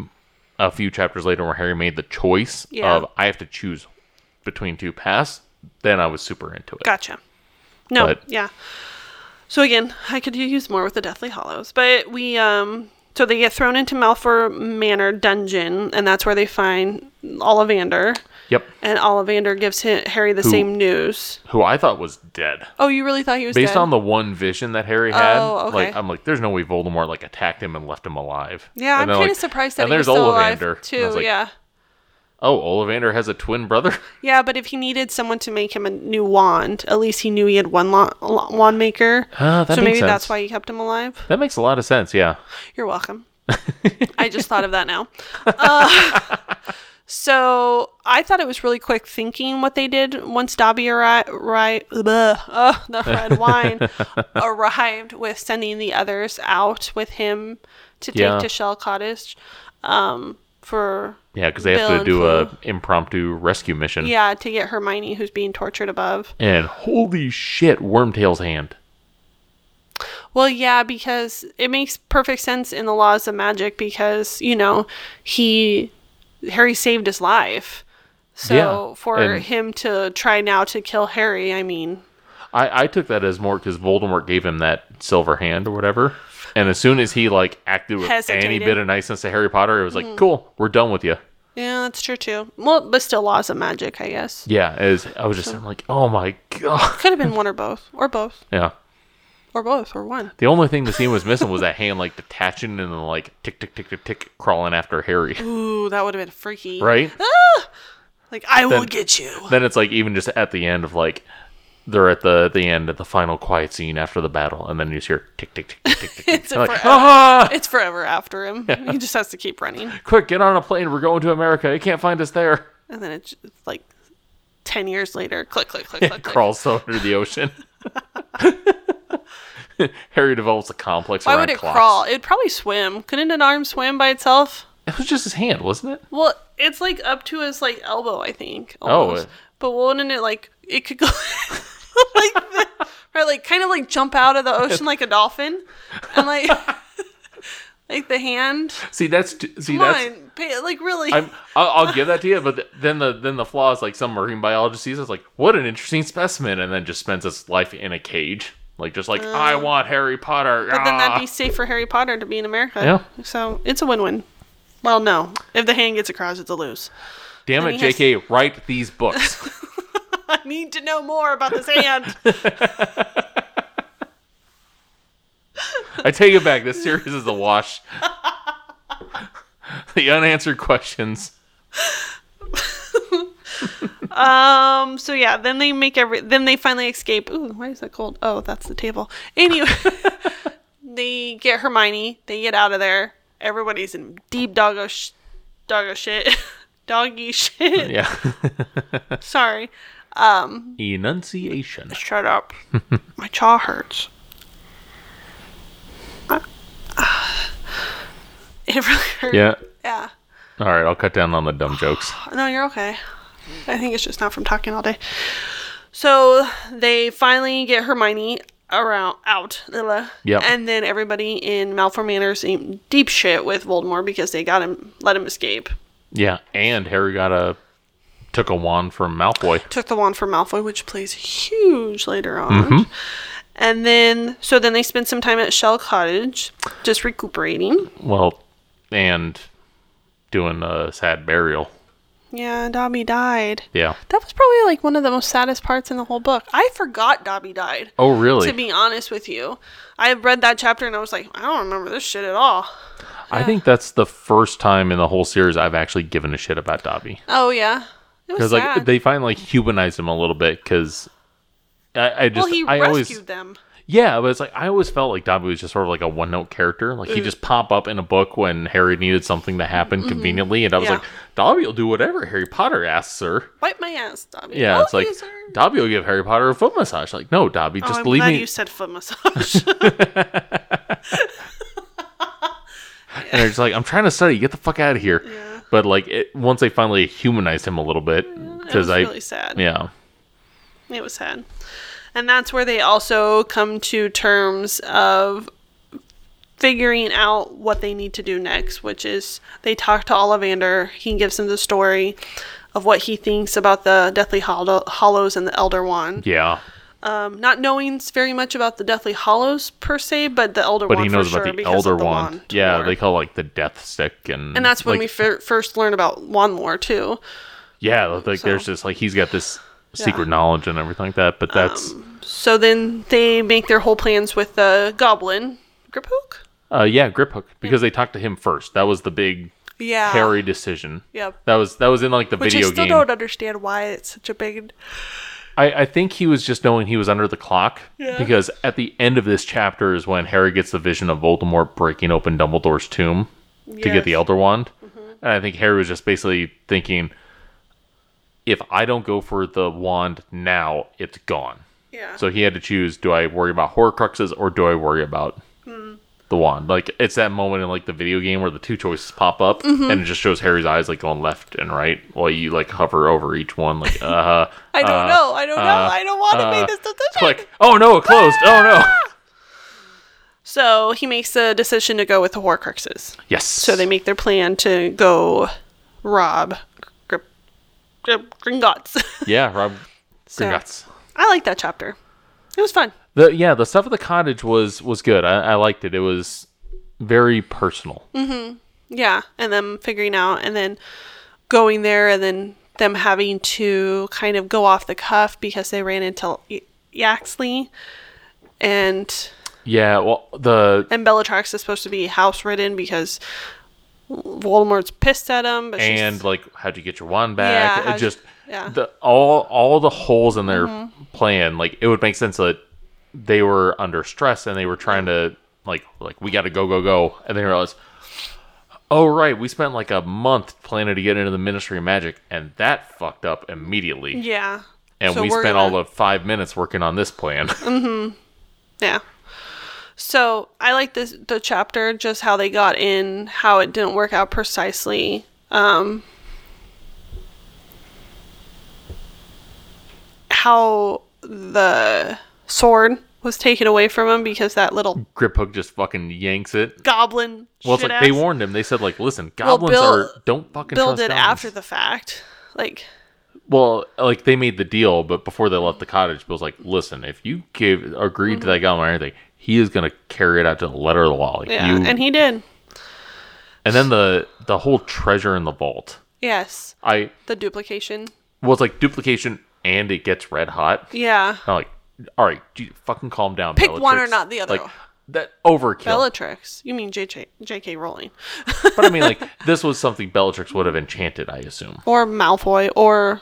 [SPEAKER 2] a few chapters later where Harry made the choice
[SPEAKER 1] Yeah.
[SPEAKER 2] of I have to choose between two paths, then I was super into it.
[SPEAKER 1] Gotcha. No,
[SPEAKER 2] But-
[SPEAKER 1] yeah. So again, I could use more with the Deathly Hollows, but we um so they get thrown into Malfour Manor dungeon, and that's where they find Ollivander,
[SPEAKER 2] Yep.
[SPEAKER 1] and Ollivander gives hi Harry the same news.
[SPEAKER 2] Who I thought was dead.
[SPEAKER 1] Oh, you really thought he was
[SPEAKER 2] Based
[SPEAKER 1] dead?
[SPEAKER 2] on the one vision that Harry had,
[SPEAKER 1] Oh, okay.
[SPEAKER 2] like I'm like, there's no way Voldemort like attacked him and left him alive.
[SPEAKER 1] yeah,
[SPEAKER 2] And
[SPEAKER 1] I'm
[SPEAKER 2] then,
[SPEAKER 1] kind of
[SPEAKER 2] like-
[SPEAKER 1] surprised that
[SPEAKER 2] and
[SPEAKER 1] he was
[SPEAKER 2] there's
[SPEAKER 1] still
[SPEAKER 2] Ollivander. And
[SPEAKER 1] alive
[SPEAKER 2] I
[SPEAKER 1] too.
[SPEAKER 2] was like,
[SPEAKER 1] yeah,
[SPEAKER 2] Oh, Ollivander has a twin brother. (laughs)
[SPEAKER 1] yeah, but if he needed someone to make him a new wand, at least he knew he had one lo- lo- wand maker.
[SPEAKER 2] Ah, that
[SPEAKER 1] so
[SPEAKER 2] makes
[SPEAKER 1] maybe that's
[SPEAKER 2] sense.
[SPEAKER 1] why he kept him alive.
[SPEAKER 2] that makes a lot of sense. Yeah.
[SPEAKER 1] You're welcome. I just thought of that now. Uh, so I thought it was really quick thinking what they did once Dobby arrived. Right, uh, the red wine arrived with sending the others out with him to take
[SPEAKER 2] Yeah.
[SPEAKER 1] to Shell Cottage um, for
[SPEAKER 2] Yeah, because they have
[SPEAKER 1] Bill
[SPEAKER 2] to
[SPEAKER 1] and
[SPEAKER 2] do
[SPEAKER 1] Pooh.
[SPEAKER 2] a impromptu rescue mission.
[SPEAKER 1] yeah to get Hermione who's being tortured above.
[SPEAKER 2] And holy shit, Wormtail's hand.
[SPEAKER 1] Well, yeah, because it makes perfect sense in the laws of magic because, you know, he Harry saved his life. So
[SPEAKER 2] Yeah,
[SPEAKER 1] for
[SPEAKER 2] and-
[SPEAKER 1] him to try now to kill Harry, I mean,
[SPEAKER 2] I, I took that as more because Voldemort gave him that silver hand or whatever. And as soon as he like acted with any
[SPEAKER 1] Hesitated.
[SPEAKER 2] bit of niceness to Harry Potter, it was like, cool, we're done with you.
[SPEAKER 1] yeah, that's true too. Well, but still laws of magic, I guess.
[SPEAKER 2] Yeah, as I was just I'm like, oh my god.
[SPEAKER 1] Could have been one or both, or both,
[SPEAKER 2] Yeah.
[SPEAKER 1] or both, or one.
[SPEAKER 2] The only thing the scene was missing was that hand like detaching and then like tick tick tick tick tick crawling after Harry,
[SPEAKER 1] Ooh, that would have been freaky. (laughs)
[SPEAKER 2] right?
[SPEAKER 1] Like, I will
[SPEAKER 2] Then-
[SPEAKER 1] get you.
[SPEAKER 2] then it's like even just at the end of like they're at the the end at the final quiet scene after the battle, and then you just hear tick tick tick tick tick. tick.
[SPEAKER 1] (laughs) It's, a
[SPEAKER 2] like, "Ah!"
[SPEAKER 1] forever, it's forever after
[SPEAKER 2] (laughs)
[SPEAKER 1] him. He just has to keep running.
[SPEAKER 2] quick, get on a plane. We're going to America. It can't find us there. (laughs)
[SPEAKER 1] And then it's just, like 10 years later click, click, click,
[SPEAKER 2] (laughs)
[SPEAKER 1] click, click.
[SPEAKER 2] Crawls under the ocean. (laughs) Harry develops a complex.
[SPEAKER 1] Why
[SPEAKER 2] around
[SPEAKER 1] would it
[SPEAKER 2] clocks.
[SPEAKER 1] crawl? It'd probably swim. Couldn't an arm swim by itself?
[SPEAKER 2] It was just his hand, wasn't it?
[SPEAKER 1] Well, it's like up to his like elbow, I think.
[SPEAKER 2] Oh,
[SPEAKER 1] almost.
[SPEAKER 2] it-
[SPEAKER 1] but wouldn't it like it could go (laughs) like that, right, like kind of like jump out of the ocean like a dolphin, and like (laughs) like the hand.
[SPEAKER 2] See, that's t- see,
[SPEAKER 1] Come
[SPEAKER 2] that's.
[SPEAKER 1] on, pay, like really.
[SPEAKER 2] I'm, I'll, I'll give that to you, but th- then the then the flaw is like some marine biologist sees us like, what an interesting specimen, and then just spends its life in a cage, like just like I want Harry Potter.
[SPEAKER 1] but then that'd
[SPEAKER 2] ah."
[SPEAKER 1] be safe for Harry Potter to be in America.
[SPEAKER 2] Yeah.
[SPEAKER 1] So it's a win-win. Well, no. If the hand gets across, it's a lose. (laughs)
[SPEAKER 2] Damn
[SPEAKER 1] Then
[SPEAKER 2] it,
[SPEAKER 1] he has-
[SPEAKER 2] JK, write these books.
[SPEAKER 1] I need to know more about this hand.
[SPEAKER 2] I take it back. This series is
[SPEAKER 1] (laughs)
[SPEAKER 2] a wash. the unanswered questions.
[SPEAKER 1] Um. So yeah, then they make every. Then they finally escape. Ooh, why is that cold? Oh, that's the table. Anyway, (laughs) they get Hermione. They get out of there. Everybody's in deep doggo, sh- doggo shit, (laughs) doggy (laughs) shit.
[SPEAKER 2] Yeah.
[SPEAKER 1] Sorry.
[SPEAKER 2] Enunciation.
[SPEAKER 1] Shut up. (laughs) My jaw hurts. Uh, (sighs) It really hurts.
[SPEAKER 2] Yeah.
[SPEAKER 1] Yeah.
[SPEAKER 2] All right, I'll cut down on the dumb jokes.
[SPEAKER 1] No, you're okay. I think it's just not from talking all day. So they finally get Hermione around out, Lila,
[SPEAKER 2] Yep.
[SPEAKER 1] and then everybody in Malfoy Manor's in deep shit with Voldemort because they got him, let him escape.
[SPEAKER 2] (sighs) Yeah, and Harry got a took a wand from Malfoy.
[SPEAKER 1] Took the wand from Malfoy, which plays huge later on. And then, so then they spend some time at Shell Cottage, just recuperating.
[SPEAKER 2] Well, and doing a sad burial.
[SPEAKER 1] Yeah, Dobby died.
[SPEAKER 2] Yeah.
[SPEAKER 1] That was probably like one of the most saddest parts in the whole book. I forgot Dobby died.
[SPEAKER 2] Oh, really?
[SPEAKER 1] to be honest with you. I read that chapter and I was like, I don't remember this shit at all.
[SPEAKER 2] I think that's the first time in the whole series I've actually given a shit about Dobby.
[SPEAKER 1] Oh yeah, it was
[SPEAKER 2] because
[SPEAKER 1] sad.
[SPEAKER 2] like they finally humanized him a little bit because I, I just
[SPEAKER 1] well, he
[SPEAKER 2] I
[SPEAKER 1] rescued
[SPEAKER 2] always
[SPEAKER 1] them.
[SPEAKER 2] yeah, but it's like I always felt like Dobby was just sort of like a one note character. Like
[SPEAKER 1] Mm.
[SPEAKER 2] he just pop up in a book when Harry needed something to happen conveniently, and I was
[SPEAKER 1] Mm-hmm. Yeah.
[SPEAKER 2] like, Dobby will do whatever Harry Potter asks, sir.
[SPEAKER 1] Wipe my ass, Dobby.
[SPEAKER 2] Yeah,
[SPEAKER 1] Love
[SPEAKER 2] it's like
[SPEAKER 1] you, sir.
[SPEAKER 2] Dobby will give Harry Potter a foot massage. Like no, Dobby,
[SPEAKER 1] Oh,
[SPEAKER 2] just
[SPEAKER 1] I'm
[SPEAKER 2] leave
[SPEAKER 1] glad
[SPEAKER 2] me.
[SPEAKER 1] you said foot massage.
[SPEAKER 2] (laughs)
[SPEAKER 1] (laughs)
[SPEAKER 2] And they're just like, I'm trying to study. Get the fuck out of here. But like it, once they finally humanized him a little bit,
[SPEAKER 1] it was
[SPEAKER 2] because I
[SPEAKER 1] really sad.
[SPEAKER 2] yeah
[SPEAKER 1] It was sad, and that's where they also come to terms of figuring out what they need to do next, which is they talk to Ollivander. He gives them the story of what he thinks about the Deathly Hollow- Hollows and the Elder Wand.
[SPEAKER 2] yeah.
[SPEAKER 1] um, not knowing s- very much about the Deathly Hollows per se, but the Elder
[SPEAKER 2] But
[SPEAKER 1] Wand.
[SPEAKER 2] he knows
[SPEAKER 1] for
[SPEAKER 2] about
[SPEAKER 1] sure
[SPEAKER 2] the
[SPEAKER 1] because of
[SPEAKER 2] Elder
[SPEAKER 1] the
[SPEAKER 2] Wand.
[SPEAKER 1] wand
[SPEAKER 2] Yeah,
[SPEAKER 1] lore.
[SPEAKER 2] they call it, like the Death Stick, and
[SPEAKER 1] and that's when
[SPEAKER 2] like,
[SPEAKER 1] we fir- first learn about Wand lore too.
[SPEAKER 2] yeah, like there's
[SPEAKER 1] so-
[SPEAKER 2] this like he's got this secret knowledge and everything like that. But
[SPEAKER 1] Um,
[SPEAKER 2] that's
[SPEAKER 1] So then they make their whole plans with the Goblin Griphook.
[SPEAKER 2] uh, yeah, grip hook because they talked to him first. That was the big
[SPEAKER 1] Yeah,
[SPEAKER 2] Harry decision.
[SPEAKER 1] Ah. Yep.
[SPEAKER 2] That was that was in like the
[SPEAKER 1] Which
[SPEAKER 2] video
[SPEAKER 1] I still
[SPEAKER 2] game.
[SPEAKER 1] don't understand why it's such a big.
[SPEAKER 2] I, I think he was just knowing he was under the clock because at the end of this chapter is when Harry gets the vision of Voldemort breaking open Dumbledore's tomb to get the
[SPEAKER 1] Yes. Mm-hmm.
[SPEAKER 2] Elder Wand. And I think Harry was just basically thinking, if I don't go for the wand now, it's gone.
[SPEAKER 1] Yeah.
[SPEAKER 2] So he had to choose: do I worry about Horcruxes or do I worry about the wand? Like it's that moment in like the video game where the two choices pop up,
[SPEAKER 1] Mm-hmm.
[SPEAKER 2] and it just shows Harry's eyes like going left and right while you like hover over each one. Like, uh,
[SPEAKER 1] I don't know. I don't know. I don't want to make this decision.
[SPEAKER 2] (laughs) click. Oh no, it closed.
[SPEAKER 1] (laughs)
[SPEAKER 2] Oh no.
[SPEAKER 1] So he makes the decision to go with the Horcruxes.
[SPEAKER 2] Yes.
[SPEAKER 1] So they make their plan to go rob Grip, Grip Gringotts. (laughs)
[SPEAKER 2] yeah, Rob.
[SPEAKER 1] So-
[SPEAKER 2] Gringotts.
[SPEAKER 1] I like that chapter. It was fun.
[SPEAKER 2] The yeah, the stuff at the cottage was was good. I, I liked it. It was very personal.
[SPEAKER 1] Mm. Yeah, and them figuring out and then going there and then them having to kind of go off the cuff because they ran into Y- Yaxley and
[SPEAKER 2] Yeah. Well, the
[SPEAKER 1] and Bellatrix is supposed to be house ridden because Voldemort's pissed at him, but
[SPEAKER 2] and
[SPEAKER 1] she's,
[SPEAKER 2] like how'd you get your wand
[SPEAKER 1] Yeah,
[SPEAKER 2] back? it
[SPEAKER 1] how'd
[SPEAKER 2] just
[SPEAKER 1] you- yeah. Mm-hmm.
[SPEAKER 2] the all all the holes in their plan. Like it would make sense that they were under stress and they were trying to like like we got to go go go, and they realized. Oh right, we spent like a month planning to get into the Ministry of Magic, and that fucked up immediately.
[SPEAKER 1] yeah,
[SPEAKER 2] And
[SPEAKER 1] So
[SPEAKER 2] we
[SPEAKER 1] we're
[SPEAKER 2] spent all
[SPEAKER 1] gonna-
[SPEAKER 2] of five minutes working on
[SPEAKER 1] (laughs)
[SPEAKER 2] this plan. (laughs)
[SPEAKER 1] Yeah. So I like this the chapter, just how they got in, how it didn't work out precisely. Um how the sword was taken away from him because that little
[SPEAKER 2] Grip hook just fucking yanks it.
[SPEAKER 1] goblin
[SPEAKER 2] Well, it's
[SPEAKER 1] shit
[SPEAKER 2] like they
[SPEAKER 1] ass
[SPEAKER 2] warned him. They said like, listen,
[SPEAKER 1] Well,
[SPEAKER 2] goblins
[SPEAKER 1] Bill-
[SPEAKER 2] are don't fucking
[SPEAKER 1] built
[SPEAKER 2] trust
[SPEAKER 1] it
[SPEAKER 2] goblins."
[SPEAKER 1] after the fact. Like
[SPEAKER 2] Well, like they made the deal, but before they left the cottage, Bill's like, "Listen, if you give agreed to that
[SPEAKER 1] Mm-hmm.
[SPEAKER 2] goblin or anything, he is gonna carry it out to the letter of the law." Like,
[SPEAKER 1] yeah,
[SPEAKER 2] you-
[SPEAKER 1] and
[SPEAKER 2] and,
[SPEAKER 1] he did.
[SPEAKER 2] then the the whole treasure in the vault.
[SPEAKER 1] Yes.
[SPEAKER 2] I
[SPEAKER 1] The duplication.
[SPEAKER 2] well, it's like duplication, and it gets red hot.
[SPEAKER 1] Yeah.
[SPEAKER 2] I'm like, all right, dude, fucking calm down.
[SPEAKER 1] Pick one or not the other.
[SPEAKER 2] Like that overkill.
[SPEAKER 1] Bellatrix. You mean JJ, J.K. Rowling.
[SPEAKER 2] but I mean, like this was something Bellatrix would have enchanted, I assume.
[SPEAKER 1] Or Malfoy or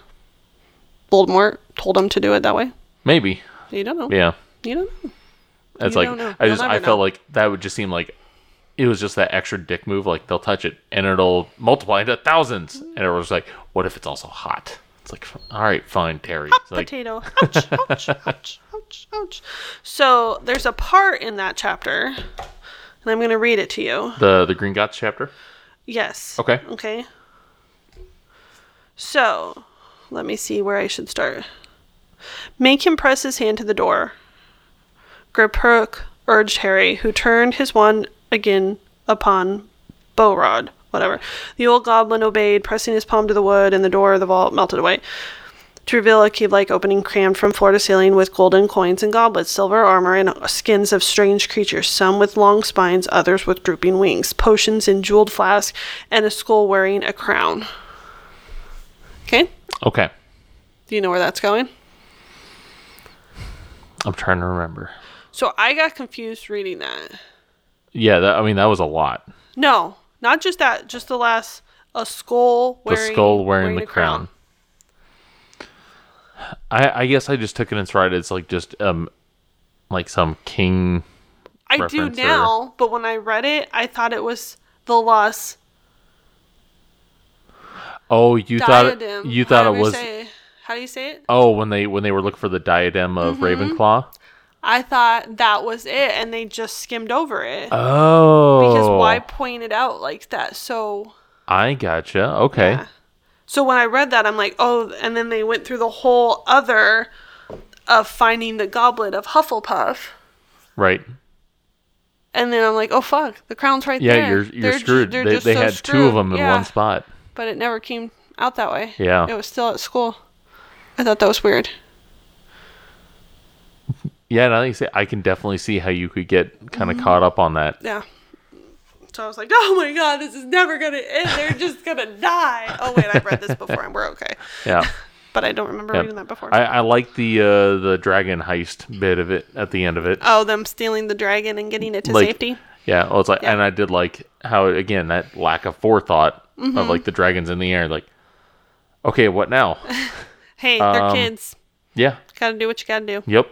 [SPEAKER 1] Voldemort told him to do it that way.
[SPEAKER 2] Maybe,
[SPEAKER 1] You don't know.
[SPEAKER 2] yeah.
[SPEAKER 1] You don't know.
[SPEAKER 2] It's
[SPEAKER 1] You
[SPEAKER 2] like
[SPEAKER 1] don't know.
[SPEAKER 2] I
[SPEAKER 1] You'll
[SPEAKER 2] just
[SPEAKER 1] never
[SPEAKER 2] I felt
[SPEAKER 1] know.
[SPEAKER 2] like that would just seem like it was just that extra dick move. Like they'll touch it and it'll multiply into thousands. And it was like, what if it's also hot? It's like, all right, fine, Terry. It's like,
[SPEAKER 1] Potato. (laughs) Ouch, ouch, ouch, ouch, ouch. So there's a part in that chapter, and I'm going to read it to you.
[SPEAKER 2] the the Green Gots chapter.
[SPEAKER 1] Yes.
[SPEAKER 2] Okay.
[SPEAKER 1] Okay. So, let me see where I should start. Make him press his hand to the door. Griphook urged Harry, who turned his wand again upon Bowrod. Whatever. The old goblin obeyed, pressing his palm to the wood, and the door of the vault melted away to reveal a cave-like opening crammed from floor to ceiling with golden coins and goblets, silver armor, and skins of strange creatures, some with long spines, others with drooping wings, potions in jeweled flask, and a skull wearing a crown. Okay?
[SPEAKER 2] Okay,
[SPEAKER 1] Do you know where that's going?
[SPEAKER 2] I'm trying to remember.
[SPEAKER 1] So I got confused reading that.
[SPEAKER 2] Yeah, that, I mean that was a lot.
[SPEAKER 1] No, not just that, just the last a skull
[SPEAKER 2] The
[SPEAKER 1] wearing
[SPEAKER 2] skull wearing, the
[SPEAKER 1] a
[SPEAKER 2] crown. I, I guess I just took it in stride. It's like just um, like some king.
[SPEAKER 1] I do
[SPEAKER 2] reference or-
[SPEAKER 1] now, but when I read it, I thought it was the lost
[SPEAKER 2] Oh, you thought it,
[SPEAKER 1] diadem.
[SPEAKER 2] you thought it
[SPEAKER 1] however you
[SPEAKER 2] was.
[SPEAKER 1] say- how do you say it?
[SPEAKER 2] Oh, when they when they were looking for the diadem of
[SPEAKER 1] Mm-hmm.
[SPEAKER 2] Ravenclaw.
[SPEAKER 1] I thought that was it, and they just skimmed over it.
[SPEAKER 2] Oh,
[SPEAKER 1] because why point it out like that? So,
[SPEAKER 2] I gotcha. Okay.
[SPEAKER 1] Yeah. so when I read that, I'm like, oh, and then they went through the whole other of finding the goblet of Hufflepuff,
[SPEAKER 2] Right.
[SPEAKER 1] and then I'm like, oh fuck, the crown's right
[SPEAKER 2] Yeah,
[SPEAKER 1] there.
[SPEAKER 2] you're you're
[SPEAKER 1] They're ju-
[SPEAKER 2] screwed.
[SPEAKER 1] they're
[SPEAKER 2] they
[SPEAKER 1] just
[SPEAKER 2] they
[SPEAKER 1] so
[SPEAKER 2] had two of
[SPEAKER 1] screwed.
[SPEAKER 2] them in
[SPEAKER 1] Yeah,
[SPEAKER 2] one spot.
[SPEAKER 1] but it never came out that way.
[SPEAKER 2] Yeah.
[SPEAKER 1] it was still at school. I thought that was weird.
[SPEAKER 2] Yeah, and I think say I can definitely see how you could get kind of
[SPEAKER 1] Mm-hmm.
[SPEAKER 2] caught up
[SPEAKER 1] (laughs)
[SPEAKER 2] on that.
[SPEAKER 1] Yeah. So I was like, (laughs) oh my god, this is never gonna end. They're just gonna die. Oh wait, I've read this before, and we're okay.
[SPEAKER 2] Yeah.
[SPEAKER 1] But I don't remember
[SPEAKER 2] Yeah.
[SPEAKER 1] reading that before.
[SPEAKER 2] I, I like the uh, the dragon heist bit of it at the end of it.
[SPEAKER 1] Oh, them stealing the dragon and getting it to
[SPEAKER 2] Like-
[SPEAKER 1] safety.
[SPEAKER 2] Yeah, well, it's like, and I did like how again that lack of forethought
[SPEAKER 1] Mm-hmm.
[SPEAKER 2] of like the dragons in the air, like, okay, what
[SPEAKER 1] (laughs)
[SPEAKER 2] now?
[SPEAKER 1] Hey, they're
[SPEAKER 2] um,
[SPEAKER 1] kids.
[SPEAKER 2] yeah,
[SPEAKER 1] Gotta do what you gotta do.
[SPEAKER 2] yep.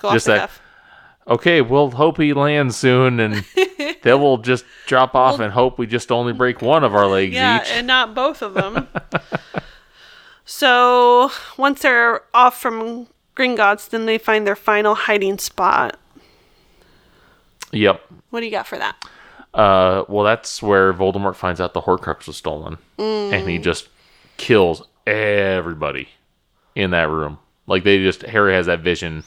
[SPEAKER 1] Go off
[SPEAKER 2] just
[SPEAKER 1] the
[SPEAKER 2] that-
[SPEAKER 1] cuff.
[SPEAKER 2] Okay, we'll hope he lands
[SPEAKER 1] (laughs)
[SPEAKER 2] soon, and then we'll just drop off and hope we just only break one of our legs
[SPEAKER 1] Yeah,
[SPEAKER 2] each.
[SPEAKER 1] and not both of
[SPEAKER 2] (laughs)
[SPEAKER 1] them. so once they're off from Gringotts, then they find their final hiding spot.
[SPEAKER 2] yep.
[SPEAKER 1] What do you got for that?
[SPEAKER 2] Uh, well, that's where Voldemort finds out the Horcrux was stolen, and
[SPEAKER 1] Mm.
[SPEAKER 2] he just kills everybody in that room. Like they just Harry has that vision,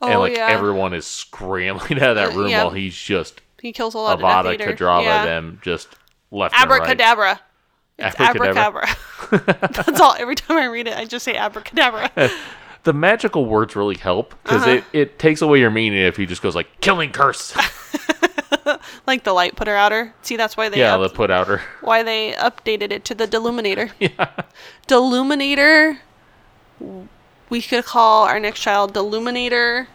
[SPEAKER 2] and
[SPEAKER 1] Oh,
[SPEAKER 2] like
[SPEAKER 1] yeah. Uh,
[SPEAKER 2] everyone is scrambling (laughs) out of that room
[SPEAKER 1] yeah.
[SPEAKER 2] while he's just
[SPEAKER 1] He kills a lot of
[SPEAKER 2] Avada
[SPEAKER 1] Death Eater.
[SPEAKER 2] Kedavra
[SPEAKER 1] Yeah.
[SPEAKER 2] them just left
[SPEAKER 1] Abracadabra. It's
[SPEAKER 2] and right. Abracadabra.
[SPEAKER 1] abracadabra.
[SPEAKER 2] (laughs)
[SPEAKER 1] (laughs) That's all. Every time I read it, I just say abracadabra.
[SPEAKER 2] The magical words really help because
[SPEAKER 1] Uh-huh.
[SPEAKER 2] it, it takes away your meaning if he just goes like killing curse.
[SPEAKER 1] like the light putter outer. See, that's why they
[SPEAKER 2] yeah,
[SPEAKER 1] up-
[SPEAKER 2] the put outer.
[SPEAKER 1] why they updated it to the
[SPEAKER 2] (laughs)
[SPEAKER 1] Deluminator. Yeah. Deluminator. We could call our next child Deluminator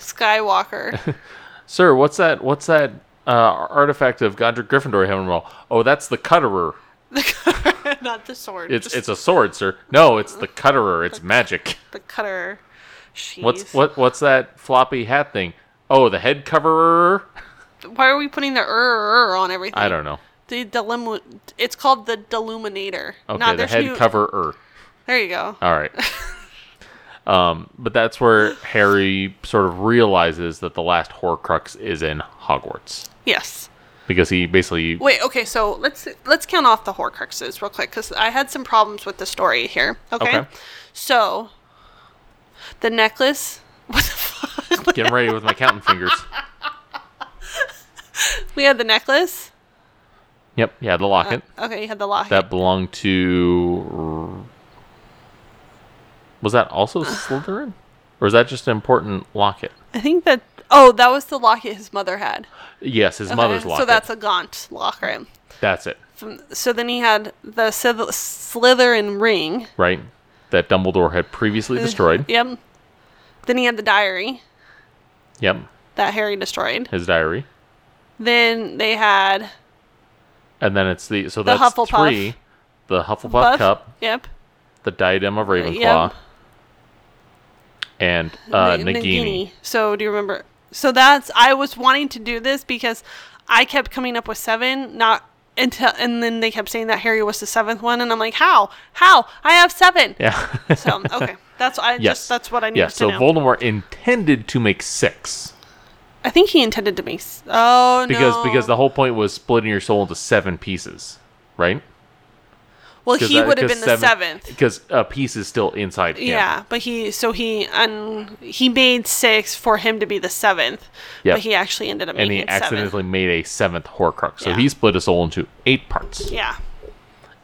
[SPEAKER 1] Skywalker.
[SPEAKER 2] (laughs) Sir, what's that? What's that uh, artifact of Godric Gryffindor having all? Oh, that's the cutterer.
[SPEAKER 1] (laughs) Not the sword.
[SPEAKER 2] It's
[SPEAKER 1] just
[SPEAKER 2] it's a sword, sir. No, it's the cutterer. It's magic.
[SPEAKER 1] the cutter. Sheath.
[SPEAKER 2] What's what what's that floppy hat thing? Oh, the head coverer.
[SPEAKER 1] Why are we putting the er on everything?
[SPEAKER 2] I don't know.
[SPEAKER 1] The delimu- It's called the Deluminator.
[SPEAKER 2] Okay,
[SPEAKER 1] Not
[SPEAKER 2] the head Uh. coverer.
[SPEAKER 1] There you go.
[SPEAKER 2] All right. um, but that's where Harry sort of realizes that the last Horcrux is in Hogwarts
[SPEAKER 1] Yes.
[SPEAKER 2] because he basically
[SPEAKER 1] Wait. Okay. So let's let's count off the Horcruxes real quick because I had some problems with the story here. Okay.
[SPEAKER 2] Okay.
[SPEAKER 1] So the necklace. (laughs) What the fuck?
[SPEAKER 2] getting ready with my counting fingers.
[SPEAKER 1] we had the necklace.
[SPEAKER 2] Yep, yeah, the locket
[SPEAKER 1] Okay. You had the locket.
[SPEAKER 2] that belonged
[SPEAKER 1] (sighs)
[SPEAKER 2] to was that also Slytherin? Or is that just an important locket?
[SPEAKER 1] I think that. Oh, that was the locket his mother had.
[SPEAKER 2] Yes, his mother's
[SPEAKER 1] Okay,
[SPEAKER 2] locket.
[SPEAKER 1] So that's a gaunt lock, right?
[SPEAKER 2] That's it,
[SPEAKER 1] From- So then he had the Sith- Slytherin ring.
[SPEAKER 2] right? That Dumbledore had
[SPEAKER 1] (laughs)
[SPEAKER 2] previously destroyed.
[SPEAKER 1] Yep. Then he had the diary
[SPEAKER 2] Yep,
[SPEAKER 1] that Harry destroyed.
[SPEAKER 2] his diary.
[SPEAKER 1] Then they had
[SPEAKER 2] And then it's the so that's
[SPEAKER 1] Hufflepuff.
[SPEAKER 2] three: the Hufflepuff
[SPEAKER 1] Puff.
[SPEAKER 2] cup,
[SPEAKER 1] Yep.
[SPEAKER 2] the diadem of Ravenclaw, and uh,
[SPEAKER 1] N-
[SPEAKER 2] Nagini. (laughs)
[SPEAKER 1] So do you remember? So that's I was wanting to do this because I kept coming up with seven, not until, and then they kept saying that Harry was the seventh one, and I'm like, how? How? I have seven.
[SPEAKER 2] Yeah.
[SPEAKER 1] (laughs) So okay, that's I
[SPEAKER 2] yes.
[SPEAKER 1] just that's what I needed
[SPEAKER 2] Yeah.
[SPEAKER 1] to
[SPEAKER 2] So
[SPEAKER 1] know.
[SPEAKER 2] Voldemort intended to make six
[SPEAKER 1] I think he intended to make. s- Oh no.
[SPEAKER 2] because because the whole point was splitting your soul into seven pieces, right?
[SPEAKER 1] well
[SPEAKER 2] 'Cause
[SPEAKER 1] he
[SPEAKER 2] that-
[SPEAKER 1] would have
[SPEAKER 2] 'cause
[SPEAKER 1] been the seventh.
[SPEAKER 2] Because a piece is still inside him.
[SPEAKER 1] Yeah. but he so he un, he made six for him to be the seventh,
[SPEAKER 2] Yep.
[SPEAKER 1] but he actually ended up
[SPEAKER 2] and
[SPEAKER 1] making
[SPEAKER 2] he
[SPEAKER 1] seven.
[SPEAKER 2] accidentally made a seventh Horcrux. So
[SPEAKER 1] Yeah.
[SPEAKER 2] he split his soul into eight parts.
[SPEAKER 1] Yeah,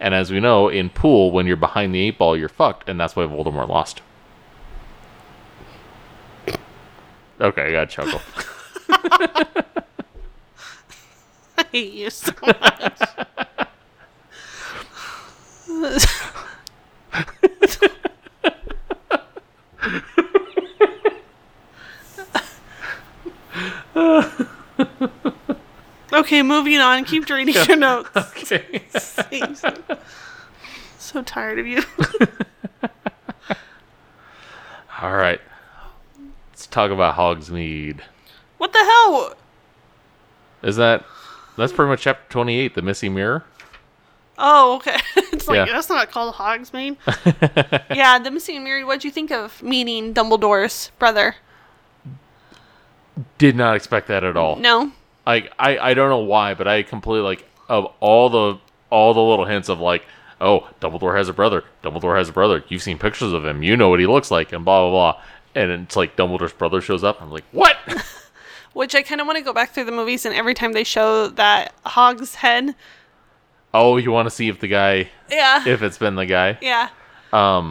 [SPEAKER 2] And as we know, in pool, when you're behind the eight ball, you're fucked, and that's why Voldemort lost. Okay, I got
[SPEAKER 1] (laughs)
[SPEAKER 2] to chuckle. (laughs)
[SPEAKER 1] I hate you so much. okay, moving on. Keep reading your notes.
[SPEAKER 2] okay.
[SPEAKER 1] so tired of you. (laughs)
[SPEAKER 2] All right. Let's talk about Hogsmeade.
[SPEAKER 1] What the hell?
[SPEAKER 2] Is that that's pretty much chapter 28, the missing mirror?
[SPEAKER 1] Oh, okay. (laughs) It's like
[SPEAKER 2] Yeah.
[SPEAKER 1] that's not called Hogsmeade. yeah, the missing mirror. What'd you think of meeting Dumbledore's brother?
[SPEAKER 2] Did not expect that at all.
[SPEAKER 1] No.
[SPEAKER 2] Like I I don't know why, but I completely like of all the all the little hints of like, oh, Dumbledore has a brother. Dumbledore has a brother. You've seen pictures of him. You know what he looks like and blah blah blah. And it's like Dumbledore's brother shows up. I'm like, "What?"
[SPEAKER 1] Which I kind of want to go back through the movies, and every time they show that hog's head,
[SPEAKER 2] oh, you want to see if the guy
[SPEAKER 1] yeah,
[SPEAKER 2] if it's been the guy.
[SPEAKER 1] yeah,
[SPEAKER 2] But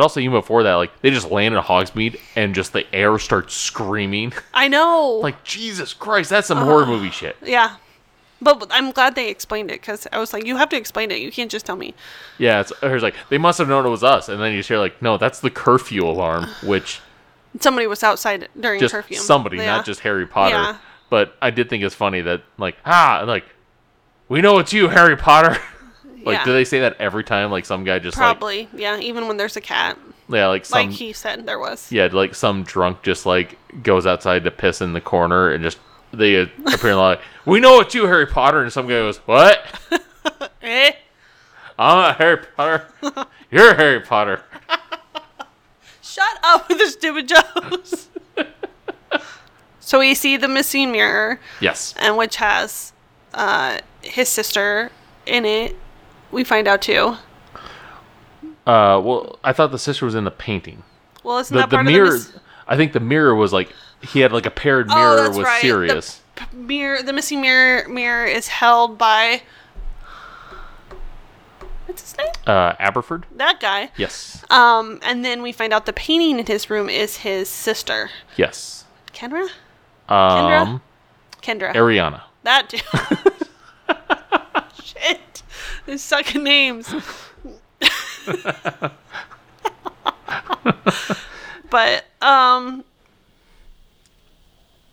[SPEAKER 2] also even before that, like they just land at Hogsmeade and just the air starts screaming. (laughs)
[SPEAKER 1] I know,
[SPEAKER 2] like Jesus Christ, that's some horror movie shit.
[SPEAKER 1] yeah. But I'm glad they explained it because I was like, you have to explain it. You can't just tell me.
[SPEAKER 2] Yeah, it's, it was like they must have known it was us, and then you just hear like, no, that's the curfew alarm, which
[SPEAKER 1] Somebody was outside during
[SPEAKER 2] just
[SPEAKER 1] curfew.
[SPEAKER 2] somebody,
[SPEAKER 1] Yeah.
[SPEAKER 2] not just Harry Potter.
[SPEAKER 1] Yeah.
[SPEAKER 2] But I did think it's funny that like ah, and like we know it's you, Harry Potter. (laughs) like,
[SPEAKER 1] Yeah.
[SPEAKER 2] do they say that every time? Like some guy just
[SPEAKER 1] probably, yeah. Even when there's a cat,
[SPEAKER 2] like yeah, like some
[SPEAKER 1] like he said there was.
[SPEAKER 2] yeah, like some drunk just like goes outside to piss in the corner and just they
[SPEAKER 1] (laughs)
[SPEAKER 2] appear like we know it's you, Harry Potter, and some guy goes what?
[SPEAKER 1] Eh?
[SPEAKER 2] I'm not Harry
[SPEAKER 1] (laughs)
[SPEAKER 2] Potter. You're Harry Potter.
[SPEAKER 1] Shut up with the stupid
[SPEAKER 2] (laughs)
[SPEAKER 1] jokes. so we see the missing mirror,
[SPEAKER 2] Yes.
[SPEAKER 1] and which has uh, his sister in it. We find out too.
[SPEAKER 2] Uh, well, I thought the sister was in the painting.
[SPEAKER 1] Well, isn't
[SPEAKER 2] The,
[SPEAKER 1] that
[SPEAKER 2] the
[SPEAKER 1] part
[SPEAKER 2] mirror.
[SPEAKER 1] of the mis-
[SPEAKER 2] I think the mirror was like he had like a paired mirror
[SPEAKER 1] oh, that's
[SPEAKER 2] with
[SPEAKER 1] right.
[SPEAKER 2] Sirius.
[SPEAKER 1] The p- mirror, the missing mirror, mirror is held by what's his name?
[SPEAKER 2] Uh, Aberford.
[SPEAKER 1] That guy.
[SPEAKER 2] Yes.
[SPEAKER 1] Um, and then we find out the painting in his room is his sister,
[SPEAKER 2] yes.
[SPEAKER 1] Kendra. Kendra?
[SPEAKER 2] Um,
[SPEAKER 1] Kendra.
[SPEAKER 2] Ariana.
[SPEAKER 1] That dude. Shit. They're sucking names. but, um,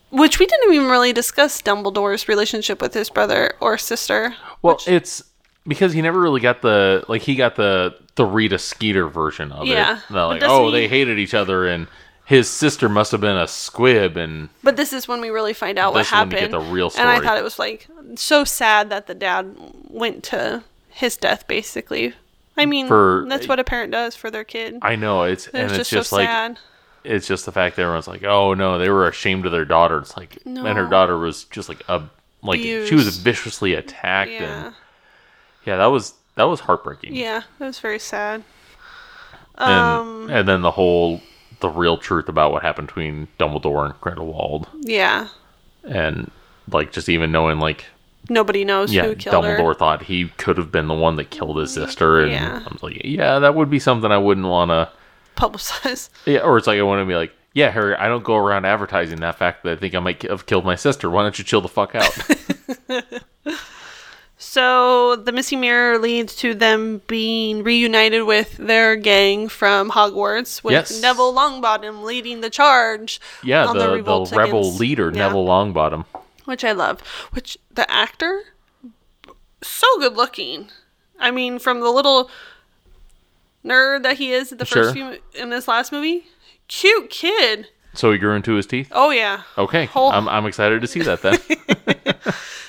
[SPEAKER 1] which we didn't even really discuss Dumbledore's relationship with his brother or sister.
[SPEAKER 2] Well, it's because he never really got the like he got the the Rita Skeeter version of
[SPEAKER 1] Yeah.
[SPEAKER 2] it. Not like
[SPEAKER 1] But doesn't
[SPEAKER 2] oh
[SPEAKER 1] he-
[SPEAKER 2] they hated each other and his sister must have been a squib and
[SPEAKER 1] But this is when we really find out
[SPEAKER 2] This
[SPEAKER 1] what
[SPEAKER 2] is when you get
[SPEAKER 1] happened.
[SPEAKER 2] the real
[SPEAKER 1] And I
[SPEAKER 2] story.
[SPEAKER 1] thought it was like so sad that the dad went to his death, basically. I mean,
[SPEAKER 2] For-
[SPEAKER 1] that's what a parent does for their kid.
[SPEAKER 2] I know it's
[SPEAKER 1] It
[SPEAKER 2] and
[SPEAKER 1] was
[SPEAKER 2] it's
[SPEAKER 1] just,
[SPEAKER 2] just,
[SPEAKER 1] so
[SPEAKER 2] like
[SPEAKER 1] sad.
[SPEAKER 2] it's just the fact that everyone's like oh no they were ashamed of their daughter. It's like and her
[SPEAKER 1] No.
[SPEAKER 2] daughter was just like a like she was
[SPEAKER 1] Abused.
[SPEAKER 2] viciously attacked
[SPEAKER 1] Yeah.
[SPEAKER 2] and yeah that was that was heartbreaking.
[SPEAKER 1] Yeah, that was very sad.
[SPEAKER 2] and,
[SPEAKER 1] Um,
[SPEAKER 2] and then the whole the real truth about what happened between Dumbledore and Grindelwald,
[SPEAKER 1] Yeah.
[SPEAKER 2] and like just even knowing like
[SPEAKER 1] Nobody knows
[SPEAKER 2] yeah,
[SPEAKER 1] who killed (laughs)
[SPEAKER 2] Dumbledore
[SPEAKER 1] her.
[SPEAKER 2] thought he could have been the one that killed his sister, and
[SPEAKER 1] Yeah.
[SPEAKER 2] I was like, yeah, that would be something I wouldn't want to
[SPEAKER 1] publicize.
[SPEAKER 2] Yeah, or it's like I want to be like, yeah, Harry, I don't go around advertising that fact that I think I might have killed my sister. Why don't you chill the
[SPEAKER 1] (laughs)
[SPEAKER 2] fuck out?
[SPEAKER 1] So the missing mirror leads to them being reunited with their gang from Hogwarts, with
[SPEAKER 2] Yes.
[SPEAKER 1] Neville Longbottom leading the charge.
[SPEAKER 2] yeah,
[SPEAKER 1] on
[SPEAKER 2] the, the,
[SPEAKER 1] revolt
[SPEAKER 2] rebel
[SPEAKER 1] against-
[SPEAKER 2] leader,
[SPEAKER 1] yeah,
[SPEAKER 2] Neville Longbottom.
[SPEAKER 1] which I love. Which the actor, so good looking. I mean, from the little nerd that he is at the
[SPEAKER 2] Sure.
[SPEAKER 1] first few in this last movie, cute kid.
[SPEAKER 2] So he grew into his teeth?
[SPEAKER 1] Oh yeah.
[SPEAKER 2] Okay.
[SPEAKER 1] Whole-
[SPEAKER 2] I'm, I'm excited to see
[SPEAKER 1] (laughs)
[SPEAKER 2] that then.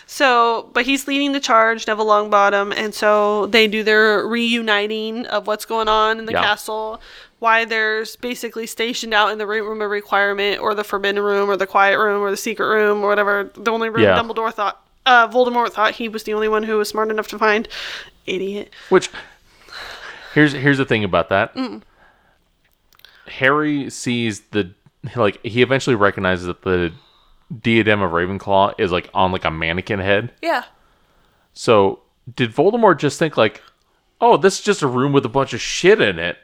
[SPEAKER 1] So, but he's leading the charge, Neville Longbottom, and so they do their reuniting of what's going on in the
[SPEAKER 2] Yeah.
[SPEAKER 1] castle, why there's basically stationed out in the Re- room of requirement, or the forbidden room, or the quiet room, or the secret room, or whatever. The only room
[SPEAKER 2] Yeah.
[SPEAKER 1] Dumbledore thought, uh, Voldemort thought he was the only one who was smart enough to find. Idiot.
[SPEAKER 2] Which here's here's the thing about that. Harry sees the like he eventually recognizes that the diadem of Ravenclaw is like on like a mannequin head.
[SPEAKER 1] Yeah.
[SPEAKER 2] So did Voldemort just think like, oh, this is just a room with a bunch of shit in it,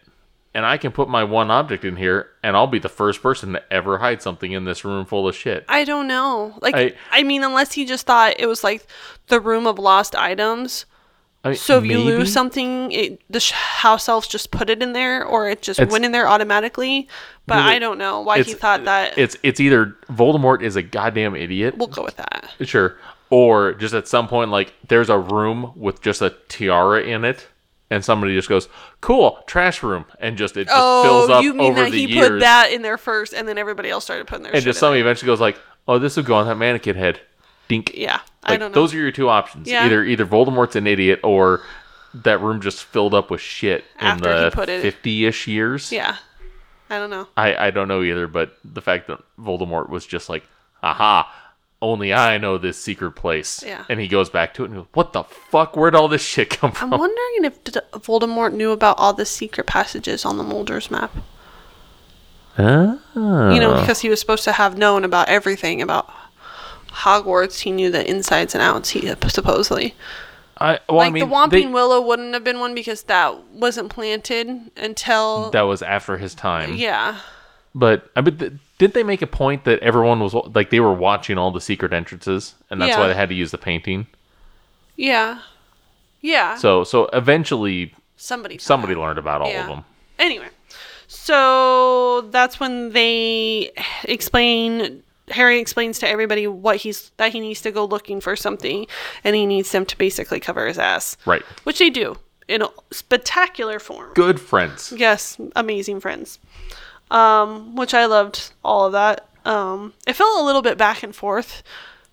[SPEAKER 2] and I can put my one object in here, and I'll be the first person to ever hide something in this room full of shit.
[SPEAKER 1] I don't know. Like,
[SPEAKER 2] I-
[SPEAKER 1] I, mean, unless he just thought it was like the room of lost items.
[SPEAKER 2] I mean,
[SPEAKER 1] So if you
[SPEAKER 2] maybe?
[SPEAKER 1] lose something, it, the sh- house elves just put it in there, or it just
[SPEAKER 2] It's-
[SPEAKER 1] went in there automatically. But I don't know why he
[SPEAKER 2] it's-
[SPEAKER 1] thought that.
[SPEAKER 2] it's it's either Voldemort is a goddamn idiot.
[SPEAKER 1] we'll go with that.
[SPEAKER 2] Sure. Or just at some point, like there's a room with just a tiara in it, and somebody just goes, "Cool, trash room," and just it just fills
[SPEAKER 1] Oh,
[SPEAKER 2] up
[SPEAKER 1] you mean
[SPEAKER 2] over
[SPEAKER 1] that
[SPEAKER 2] the
[SPEAKER 1] he
[SPEAKER 2] years,
[SPEAKER 1] put that in there first, and then everybody else started putting their
[SPEAKER 2] and
[SPEAKER 1] shit
[SPEAKER 2] just
[SPEAKER 1] in
[SPEAKER 2] somebody eventually goes like, "Oh, this would go on that mannequin head." Dink.
[SPEAKER 1] it. Yeah, I
[SPEAKER 2] Like,
[SPEAKER 1] don't know.
[SPEAKER 2] Those are your two options.
[SPEAKER 1] Yeah.
[SPEAKER 2] Either either Voldemort's an idiot or that room just filled up with shit
[SPEAKER 1] After he
[SPEAKER 2] in
[SPEAKER 1] put
[SPEAKER 2] the
[SPEAKER 1] it-
[SPEAKER 2] fifty-ish years.
[SPEAKER 1] yeah, I don't know.
[SPEAKER 2] I I don't know either, but the fact that Voldemort was just like, "Aha, only I know this secret place."
[SPEAKER 1] Yeah.
[SPEAKER 2] And he goes back to it and goes, "What the fuck? Where'd all this shit come
[SPEAKER 1] I'm
[SPEAKER 2] from?"
[SPEAKER 1] wondering if D- Voldemort knew about all the secret passages on the Mulder's map. You
[SPEAKER 2] Uh.
[SPEAKER 1] know, because he was supposed to have known about everything about Hogwarts. He knew the insides and outs. He supposedly.
[SPEAKER 2] I, well,
[SPEAKER 1] like
[SPEAKER 2] I mean,
[SPEAKER 1] the Whomping
[SPEAKER 2] they-
[SPEAKER 1] Willow wouldn't have been one because that wasn't planted until
[SPEAKER 2] that was after his time.
[SPEAKER 1] yeah.
[SPEAKER 2] But I mean, th- did they make a point that everyone was like they were watching all the secret entrances, and that's
[SPEAKER 1] Yeah.
[SPEAKER 2] why they had to use the painting?
[SPEAKER 1] Yeah. Yeah.
[SPEAKER 2] So, so eventually
[SPEAKER 1] somebody
[SPEAKER 2] somebody learned about all
[SPEAKER 1] Yeah.
[SPEAKER 2] of them.
[SPEAKER 1] Anyway. So that's when they explain Harry explains to everybody what he's that he needs to go looking for something and he needs them to basically cover his ass.
[SPEAKER 2] Right.
[SPEAKER 1] Which they do in a spectacular form.
[SPEAKER 2] Good friends.
[SPEAKER 1] Yes, amazing friends. Um, which I loved all of that. Um, it felt a little bit back and forth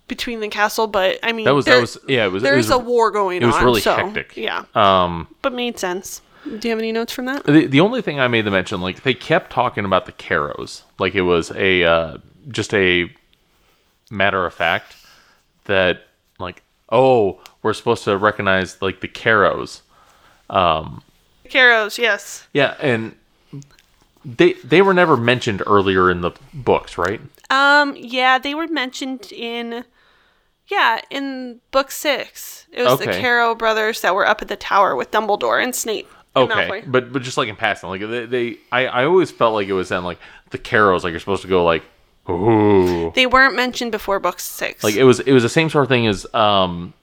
[SPEAKER 1] between the castle, but I mean,
[SPEAKER 2] That was
[SPEAKER 1] there-
[SPEAKER 2] that was yeah. It was it
[SPEAKER 1] there's
[SPEAKER 2] was-
[SPEAKER 1] a war going on.
[SPEAKER 2] it was really
[SPEAKER 1] so,
[SPEAKER 2] hectic.
[SPEAKER 1] Yeah,
[SPEAKER 2] Um,
[SPEAKER 1] but made sense. Do you have any notes from that?
[SPEAKER 2] the, the only thing I made the mention, like they kept talking about the Caros, like it was a uh, just a matter of fact that like oh we're supposed to recognize like the Caros,
[SPEAKER 1] Caros, yes.
[SPEAKER 2] yeah, and they they were never mentioned earlier in the books, right?
[SPEAKER 1] Um, yeah, they were mentioned in, yeah, in book six. It was the
[SPEAKER 2] Okay.
[SPEAKER 1] Caro brothers that were up at the tower with Dumbledore and Snape. and
[SPEAKER 2] Okay,
[SPEAKER 1] Malfoy.
[SPEAKER 2] but but just like in passing, like they, they I I always felt like it was then like the Caros, like you're supposed to go like ooh
[SPEAKER 1] They weren't mentioned before book six.
[SPEAKER 2] like it was it was the same sort of thing as um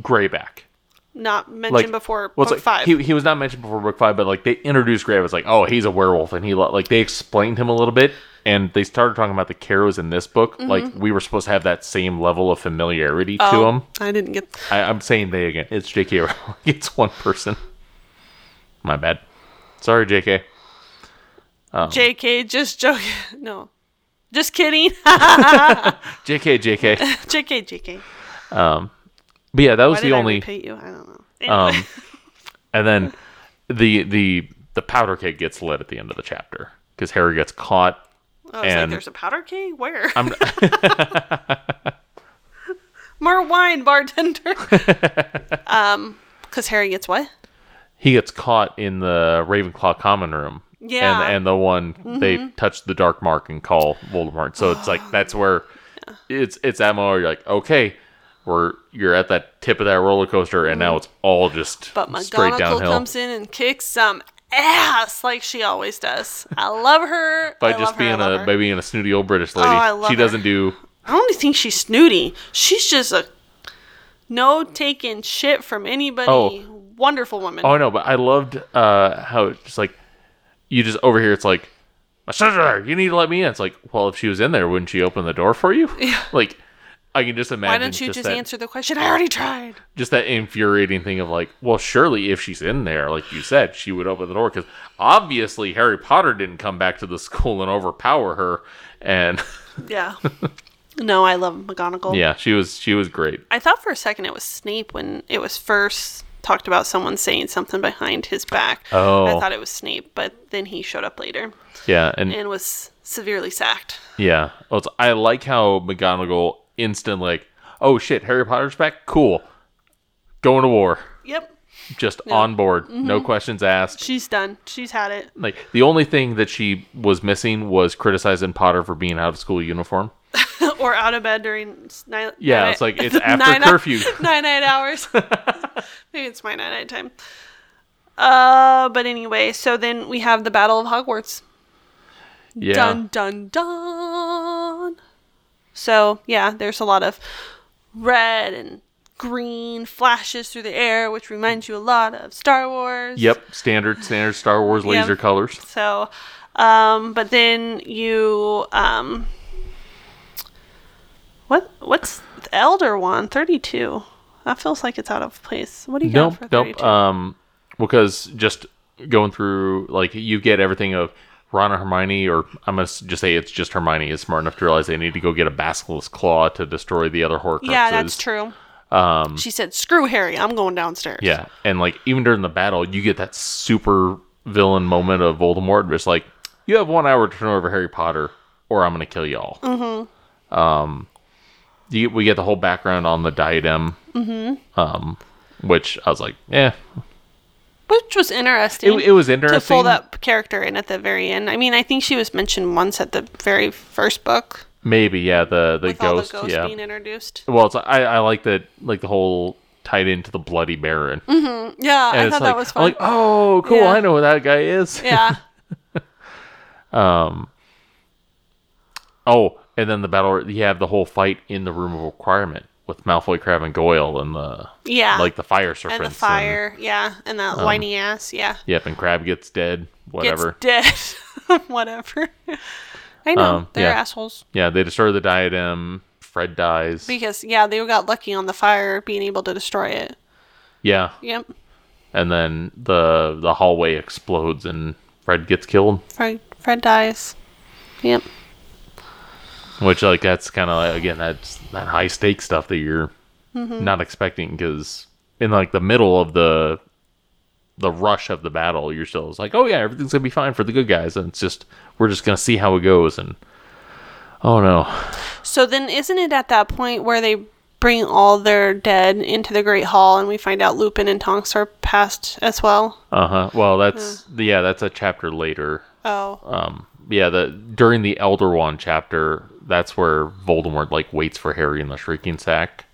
[SPEAKER 2] Grayback.
[SPEAKER 1] not mentioned
[SPEAKER 2] like
[SPEAKER 1] before
[SPEAKER 2] well, it's
[SPEAKER 1] book
[SPEAKER 2] like,
[SPEAKER 1] five.
[SPEAKER 2] He, he was not mentioned before book five, but like they introduced Grave as like, oh, he's a werewolf, and he lo- like they explained him a little bit, and they started talking about the Caros in this book.
[SPEAKER 1] Mm-hmm.
[SPEAKER 2] Like we were supposed to have that same level of familiarity to him.
[SPEAKER 1] I didn't get
[SPEAKER 2] I, I'm saying they again. It's J.K. (laughs) Rowling. It's one person. My bad. Sorry, J.K.
[SPEAKER 1] JK, just joking. (laughs) No. Just kidding. (laughs)
[SPEAKER 2] J.K. J.K.
[SPEAKER 1] JK, JK.
[SPEAKER 2] But yeah, that was
[SPEAKER 1] Why did
[SPEAKER 2] the only. Um,
[SPEAKER 1] I repeat you? I don't know. Anyway.
[SPEAKER 2] and then the the the powder keg gets lit at the end of the chapter because Harry gets caught.
[SPEAKER 1] I was Oh, like,
[SPEAKER 2] and-
[SPEAKER 1] there's a powder keg? Where? (laughs)
[SPEAKER 2] (laughs)
[SPEAKER 1] More wine, bartender. (laughs) um, because Harry gets what?
[SPEAKER 2] he gets caught in the Ravenclaw common room.
[SPEAKER 1] Yeah. Mm-hmm.
[SPEAKER 2] And and the one they touch the dark mark and call Voldemort. So
[SPEAKER 1] (sighs)
[SPEAKER 2] it's like that's where it's it's that moment where you're like, okay, we're you're at that tip of that roller coaster and now it's all just
[SPEAKER 1] Mm-hmm. But
[SPEAKER 2] straight
[SPEAKER 1] McGonagall
[SPEAKER 2] downhill.
[SPEAKER 1] comes in and kicks some ass like she always does. I love her.
[SPEAKER 2] by
[SPEAKER 1] I love
[SPEAKER 2] just
[SPEAKER 1] her, I
[SPEAKER 2] being
[SPEAKER 1] love
[SPEAKER 2] a
[SPEAKER 1] her. Oh,
[SPEAKER 2] baby and a snooty old British lady.
[SPEAKER 1] I love
[SPEAKER 2] she
[SPEAKER 1] her.
[SPEAKER 2] doesn't do
[SPEAKER 1] I don't think she's snooty. She's just a no taking shit from anybody.
[SPEAKER 2] Oh.
[SPEAKER 1] Wonderful woman.
[SPEAKER 2] Oh, I know, but I loved uh, how it's just like you just over here. It's like my sister, you need to let me in. It's like, well, if she was in there, wouldn't she open the door for you? Yeah. Like, I can just imagine.
[SPEAKER 1] Why don't you just,
[SPEAKER 2] that,
[SPEAKER 1] answer the question? I already tried.
[SPEAKER 2] Just that infuriating thing of like, well, surely if she's in there, like you said, she would open the door because obviously Harry Potter didn't come back to the (laughs) school and overpower her. And (laughs)
[SPEAKER 1] Yeah. (laughs) no, I love McGonagall.
[SPEAKER 2] yeah, she was she was great.
[SPEAKER 1] I thought for a second it was Snape when it was first talked about someone saying something behind his back.
[SPEAKER 2] Oh.
[SPEAKER 1] I thought it was Snape, but then he showed up later
[SPEAKER 2] Yeah, and
[SPEAKER 1] and was severely sacked.
[SPEAKER 2] Yeah. Well, it's- I like how McGonagall instant like, oh shit, Harry Potter's back. Cool. Going to war.
[SPEAKER 1] Yep.
[SPEAKER 2] Just on board. No questions asked.
[SPEAKER 1] She's done. She's had it. (laughs)
[SPEAKER 2] Like the only thing that she was missing was criticizing Potter for being out of school uniform.
[SPEAKER 1] or out of bed during s- night.
[SPEAKER 2] Yeah,
[SPEAKER 1] night-
[SPEAKER 2] it's
[SPEAKER 1] (laughs)
[SPEAKER 2] like, it's after curfew.
[SPEAKER 1] nine night
[SPEAKER 2] (laughs)
[SPEAKER 1] hours. (laughs) Maybe it's my night night time. Uh, but anyway, so then we have the Battle of Hogwarts.
[SPEAKER 2] Yeah.
[SPEAKER 1] Dun dun dun. So yeah, there's a lot of red and green flashes through the air, which reminds you a lot of Star Wars.
[SPEAKER 2] Yep. Standard standard Star Wars
[SPEAKER 1] Yeah.
[SPEAKER 2] laser colors.
[SPEAKER 1] So, um, but then you, um, what what's the Elder Wand? Thirty two. That feels like it's out of place. What do you got
[SPEAKER 2] Nope.
[SPEAKER 1] for thirty
[SPEAKER 2] Nope.
[SPEAKER 1] two?
[SPEAKER 2] Um, because just going through like you get everything of. Ron or Hermione, or I'm gonna s- just say it's just Hermione is smart enough to realize they need to go get a basilisk claw to destroy the other Horcruxes.
[SPEAKER 1] yeah, that's true. Um, she said, "Screw Harry, I'm going downstairs."
[SPEAKER 2] Yeah, and like even during the battle, you get that super villain moment of Voldemort, where it's like, you have one hour to turn over Harry Potter, or I'm gonna kill y'all. Mm-hmm. Um, you, we get the whole background on the diadem, mm-hmm. um, which I was like, yeah,
[SPEAKER 1] which was
[SPEAKER 2] it,
[SPEAKER 1] interesting.
[SPEAKER 2] it was
[SPEAKER 1] to
[SPEAKER 2] interesting.
[SPEAKER 1] fold up character in at the very end. I mean, I think she was mentioned once at the very first book
[SPEAKER 2] Maybe yeah, the the
[SPEAKER 1] with
[SPEAKER 2] ghost,
[SPEAKER 1] all the ghosts
[SPEAKER 2] yeah.
[SPEAKER 1] being introduced.
[SPEAKER 2] well, it's I I like that like the whole tied into the Bloody Baron. And
[SPEAKER 1] Yeah, Mm, I
[SPEAKER 2] it's
[SPEAKER 1] thought
[SPEAKER 2] like,
[SPEAKER 1] that was
[SPEAKER 2] I'm
[SPEAKER 1] fun.
[SPEAKER 2] like, oh, cool,
[SPEAKER 1] Yeah.
[SPEAKER 2] I know who that guy is. (laughs)
[SPEAKER 1] yeah,
[SPEAKER 2] Oh, and then the battle you have the whole fight in the room of requirement with Malfoy, Crab, and Goyle, and the
[SPEAKER 1] yeah,
[SPEAKER 2] like the fire serpents.
[SPEAKER 1] Ah, and the fire, yeah, and that whiny ass, yeah.
[SPEAKER 2] yep, and Crab gets dead. Whatever.
[SPEAKER 1] Gets dead. (laughs) whatever. I know
[SPEAKER 2] Um,
[SPEAKER 1] they're
[SPEAKER 2] yeah.
[SPEAKER 1] assholes
[SPEAKER 2] yeah, they destroy the diadem. Fred dies.
[SPEAKER 1] because yeah, they got lucky on the fire being able to destroy it.
[SPEAKER 2] yeah,
[SPEAKER 1] Yep,
[SPEAKER 2] and then the the hallway explodes and Fred gets killed.
[SPEAKER 1] Fred, Fred dies. Yep.
[SPEAKER 2] Which like that's kind of like, again that's that high stake stuff that you're not expecting because in like the middle of the the rush of the battle you're still it's like oh yeah everything's gonna be fine for the good guys and it's just we're just gonna see how it goes and oh no
[SPEAKER 1] So then, isn't it at that point where they bring all their dead into the Great Hall, and we find out Lupin and Tonks are passed as well?
[SPEAKER 2] uh huh well that's yeah that's a chapter later
[SPEAKER 1] Oh,
[SPEAKER 2] um yeah the during the Elder Wand chapter that's where Voldemort like waits for Harry in the Shrieking Sack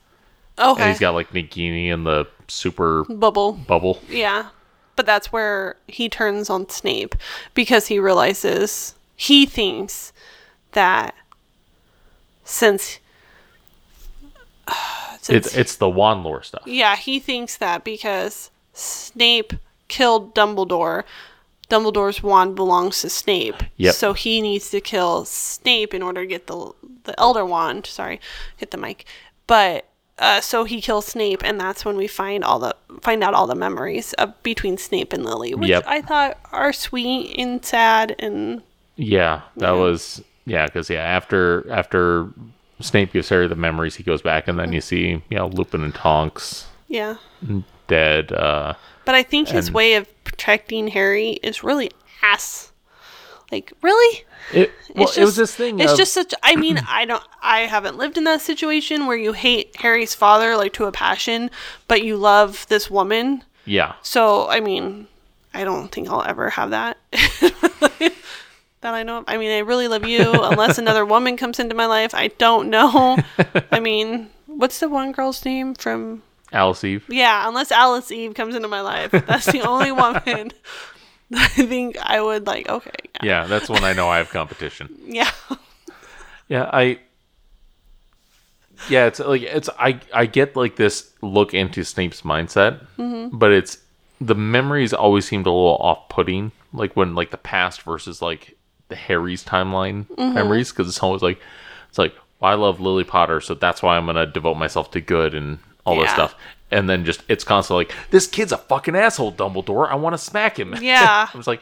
[SPEAKER 2] and
[SPEAKER 1] okay.
[SPEAKER 2] he's got like Nagini in the (laughs) super
[SPEAKER 1] Bubble.
[SPEAKER 2] bubble
[SPEAKER 1] Yeah, but that's where he turns on Snape because he realizes he thinks that since, (sighs) since
[SPEAKER 2] it's it's the wand lore stuff
[SPEAKER 1] yeah, he thinks that because Snape killed Dumbledore. Dumbledore's wand belongs to Snape.
[SPEAKER 2] Yep.
[SPEAKER 1] So he needs to kill Snape in order to get the the Elder Wand. Sorry, hit the mic. But uh, so he kills Snape, and that's when we find all the find out all the memories of between Snape and Lily, which
[SPEAKER 2] Yep.
[SPEAKER 1] I thought are sweet and sad and
[SPEAKER 2] Yeah, that was yeah, because yeah, after after Snape gives Harry the memories, he goes back, and then you see you know Lupin and Tonks
[SPEAKER 1] yeah.
[SPEAKER 2] dead. Uh,
[SPEAKER 1] But I think his
[SPEAKER 2] And-
[SPEAKER 1] way of protecting Harry is really ass. Like really,
[SPEAKER 2] it well,
[SPEAKER 1] it's
[SPEAKER 2] it was
[SPEAKER 1] just-
[SPEAKER 2] this thing.
[SPEAKER 1] It's
[SPEAKER 2] of-
[SPEAKER 1] just such. I mean, I don't. I haven't lived in that situation where you hate Harry's father like to a passion, but you love this woman.
[SPEAKER 2] yeah,
[SPEAKER 1] So I mean, I don't think I'll ever have that. (laughs) that I know. of. I mean, I really love you.
[SPEAKER 2] (laughs)
[SPEAKER 1] Unless another woman comes into my life, I don't know. I mean, what's the one girl's name from?
[SPEAKER 2] Alice Eve. (laughs)
[SPEAKER 1] Yeah, unless Alice Eve comes into my life, that's the only woman I think I would like okay.
[SPEAKER 2] Yeah, that's when I know I have competition.
[SPEAKER 1] Yeah.
[SPEAKER 2] Yeah, I. Yeah, it's like it's I I get like this look into Snape's mindset,
[SPEAKER 1] Mm-hmm.
[SPEAKER 2] but it's the memories always seemed a little off-putting. Like when like the past versus like the Harry's timeline
[SPEAKER 1] Mm-hmm.
[SPEAKER 2] memories, because it's always like it's like well, I love Lily Potter, so that's why I'm gonna devote myself to good and all this
[SPEAKER 1] Yeah.
[SPEAKER 2] stuff. And then just it's constantly like this kid's a fucking asshole, Dumbledore. I want to smack him.
[SPEAKER 1] Yeah.
[SPEAKER 2] (laughs) I was like,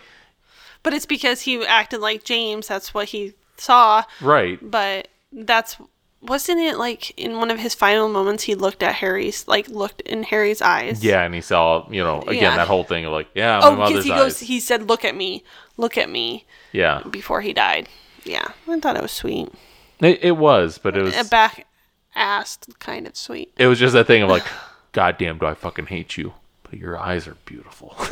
[SPEAKER 1] But it's because he acted like James, that's what he saw.
[SPEAKER 2] right,
[SPEAKER 1] But that's wasn't it like in one of his final moments he looked at Harry's like looked in Harry's eyes.
[SPEAKER 2] yeah. And he saw you know again
[SPEAKER 1] Yeah.
[SPEAKER 2] that whole thing of like yeah, my
[SPEAKER 1] Oh, because
[SPEAKER 2] mother's
[SPEAKER 1] he goes
[SPEAKER 2] eyes.
[SPEAKER 1] he said, Look at me, look at me
[SPEAKER 2] yeah,
[SPEAKER 1] before he died. Yeah. I thought it was sweet.
[SPEAKER 2] It, it was, but it
[SPEAKER 1] A
[SPEAKER 2] was
[SPEAKER 1] back assed kind of sweet.
[SPEAKER 2] it was just that thing of like, God damn, do I fucking hate you? But your eyes are beautiful. (laughs)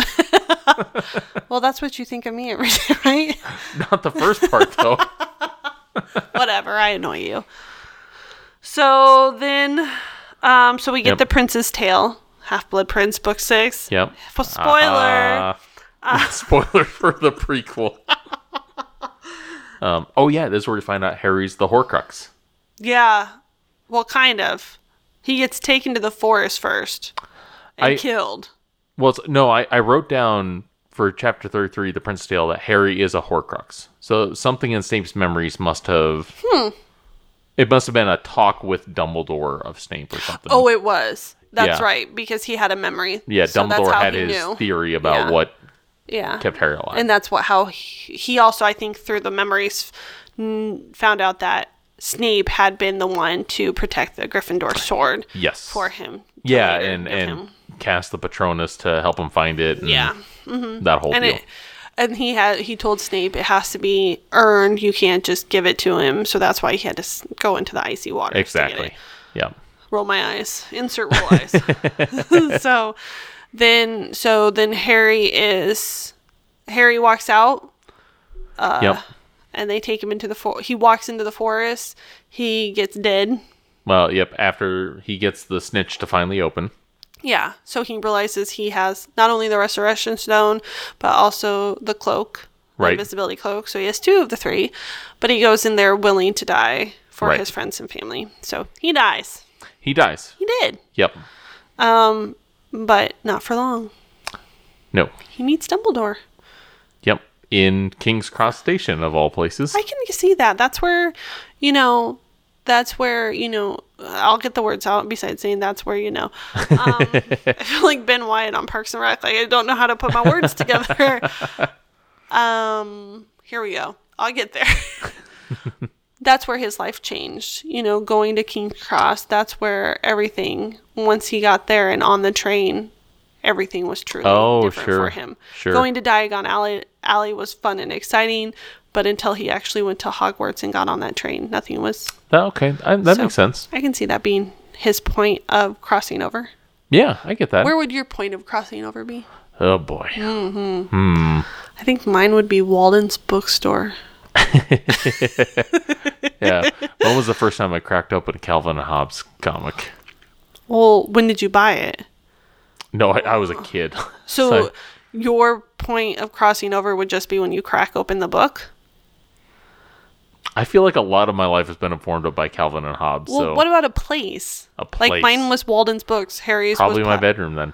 [SPEAKER 1] Well, that's what you think of me every (laughs) day, right?
[SPEAKER 2] Not the first part
[SPEAKER 1] (laughs)
[SPEAKER 2] though.
[SPEAKER 1] Whatever, I annoy you. So then, um, so we get
[SPEAKER 2] Yep.
[SPEAKER 1] the Prince's Tale, Half Blood Prince, Book Six.
[SPEAKER 2] Yep.
[SPEAKER 1] For spoiler. Ah.
[SPEAKER 2] Uh, spoiler for the prequel. um, oh yeah, this is where we find out Harry's the Horcrux.
[SPEAKER 1] Yeah. Well, kind of. He gets taken to the forest first and
[SPEAKER 2] I-
[SPEAKER 1] killed.
[SPEAKER 2] Well, it's, no, I, I wrote down for chapter 33, The Prince Tale, that Harry is a Horcrux. So something in Snape's memories must have.
[SPEAKER 1] Hmm.
[SPEAKER 2] It must have been a talk with Dumbledore of Snape or something.
[SPEAKER 1] Oh, it was. That's
[SPEAKER 2] Yeah.
[SPEAKER 1] right, because he had a memory.
[SPEAKER 2] Yeah,
[SPEAKER 1] So that's
[SPEAKER 2] Dumbledore
[SPEAKER 1] how
[SPEAKER 2] had
[SPEAKER 1] he
[SPEAKER 2] his
[SPEAKER 1] knew.
[SPEAKER 2] theory about
[SPEAKER 1] Yeah.
[SPEAKER 2] what
[SPEAKER 1] Yeah.
[SPEAKER 2] kept Harry alive.
[SPEAKER 1] and that's what how he, he also I think through the memories n- found out that Snape had been the one to protect the Gryffindor sword
[SPEAKER 2] yes.
[SPEAKER 1] for him. to
[SPEAKER 2] yeah,
[SPEAKER 1] later
[SPEAKER 2] and
[SPEAKER 1] give
[SPEAKER 2] and
[SPEAKER 1] him.
[SPEAKER 2] cast the Patronus to help him find it. And
[SPEAKER 1] Yeah.
[SPEAKER 2] that whole
[SPEAKER 1] and
[SPEAKER 2] deal.
[SPEAKER 1] it and he had he told Snape it has to be earned. You can't just give it to him. So that's why he had to s- go into the icy water. to get it.
[SPEAKER 2] exactly. Yeah.
[SPEAKER 1] roll my eyes insert roll eyes (laughs)
[SPEAKER 2] (laughs)
[SPEAKER 1] so then so then harry is harry walks out Uh,
[SPEAKER 2] yep.
[SPEAKER 1] and they take him into the for he walks into the forest he gets dead
[SPEAKER 2] Well, yep. After he gets the snitch to finally open.
[SPEAKER 1] yeah so he realizes he has not only the resurrection stone but also the cloak the
[SPEAKER 2] Right.
[SPEAKER 1] invisibility cloak so he has two of the three but he goes in there willing to die for
[SPEAKER 2] Right.
[SPEAKER 1] his friends and family so he dies
[SPEAKER 2] He dies.
[SPEAKER 1] he did
[SPEAKER 2] Yep.
[SPEAKER 1] but not for long
[SPEAKER 2] No.
[SPEAKER 1] he meets dumbledore
[SPEAKER 2] Yep. In King's Cross Station, of all places.
[SPEAKER 1] I can see that. That's where, you know, that's where you know. I'll get the words out. Besides saying that's where you know, um, (laughs) I feel like Ben Wyatt on Parks and Rec. Like I don't know how to put my words together. um, here we go. I'll get there. (laughs) that's where his life changed. You know, going to King's Cross. That's where everything. Once he got there and on the train, everything was truly
[SPEAKER 2] Oh,
[SPEAKER 1] different
[SPEAKER 2] sure.
[SPEAKER 1] for him.
[SPEAKER 2] Sure.
[SPEAKER 1] Going to Diagon Alley, Alley was fun and exciting, but until he actually went to Hogwarts and got on that train, nothing was.
[SPEAKER 2] That- okay. I, that
[SPEAKER 1] So-
[SPEAKER 2] makes sense.
[SPEAKER 1] I can see that being his point of crossing over.
[SPEAKER 2] Yeah, I get that.
[SPEAKER 1] Where would your point of crossing over be?
[SPEAKER 2] oh, boy.
[SPEAKER 1] I think mine would be Walden's bookstore. (laughs)
[SPEAKER 2] Yeah. when was the first time I cracked open a Calvin and Hobbes comic?
[SPEAKER 1] Well, when did you buy it?
[SPEAKER 2] No, I, I was a kid.
[SPEAKER 1] So,
[SPEAKER 2] So-
[SPEAKER 1] your point of crossing over would just be when you crack open the book.
[SPEAKER 2] I feel like a lot of my life has been informed of by Calvin and Hobbes.
[SPEAKER 1] Well,
[SPEAKER 2] so
[SPEAKER 1] what about a place?
[SPEAKER 2] A
[SPEAKER 1] Like
[SPEAKER 2] place.
[SPEAKER 1] mine was Walden's books. Harry's
[SPEAKER 2] probably
[SPEAKER 1] was
[SPEAKER 2] my
[SPEAKER 1] pla-
[SPEAKER 2] bedroom then.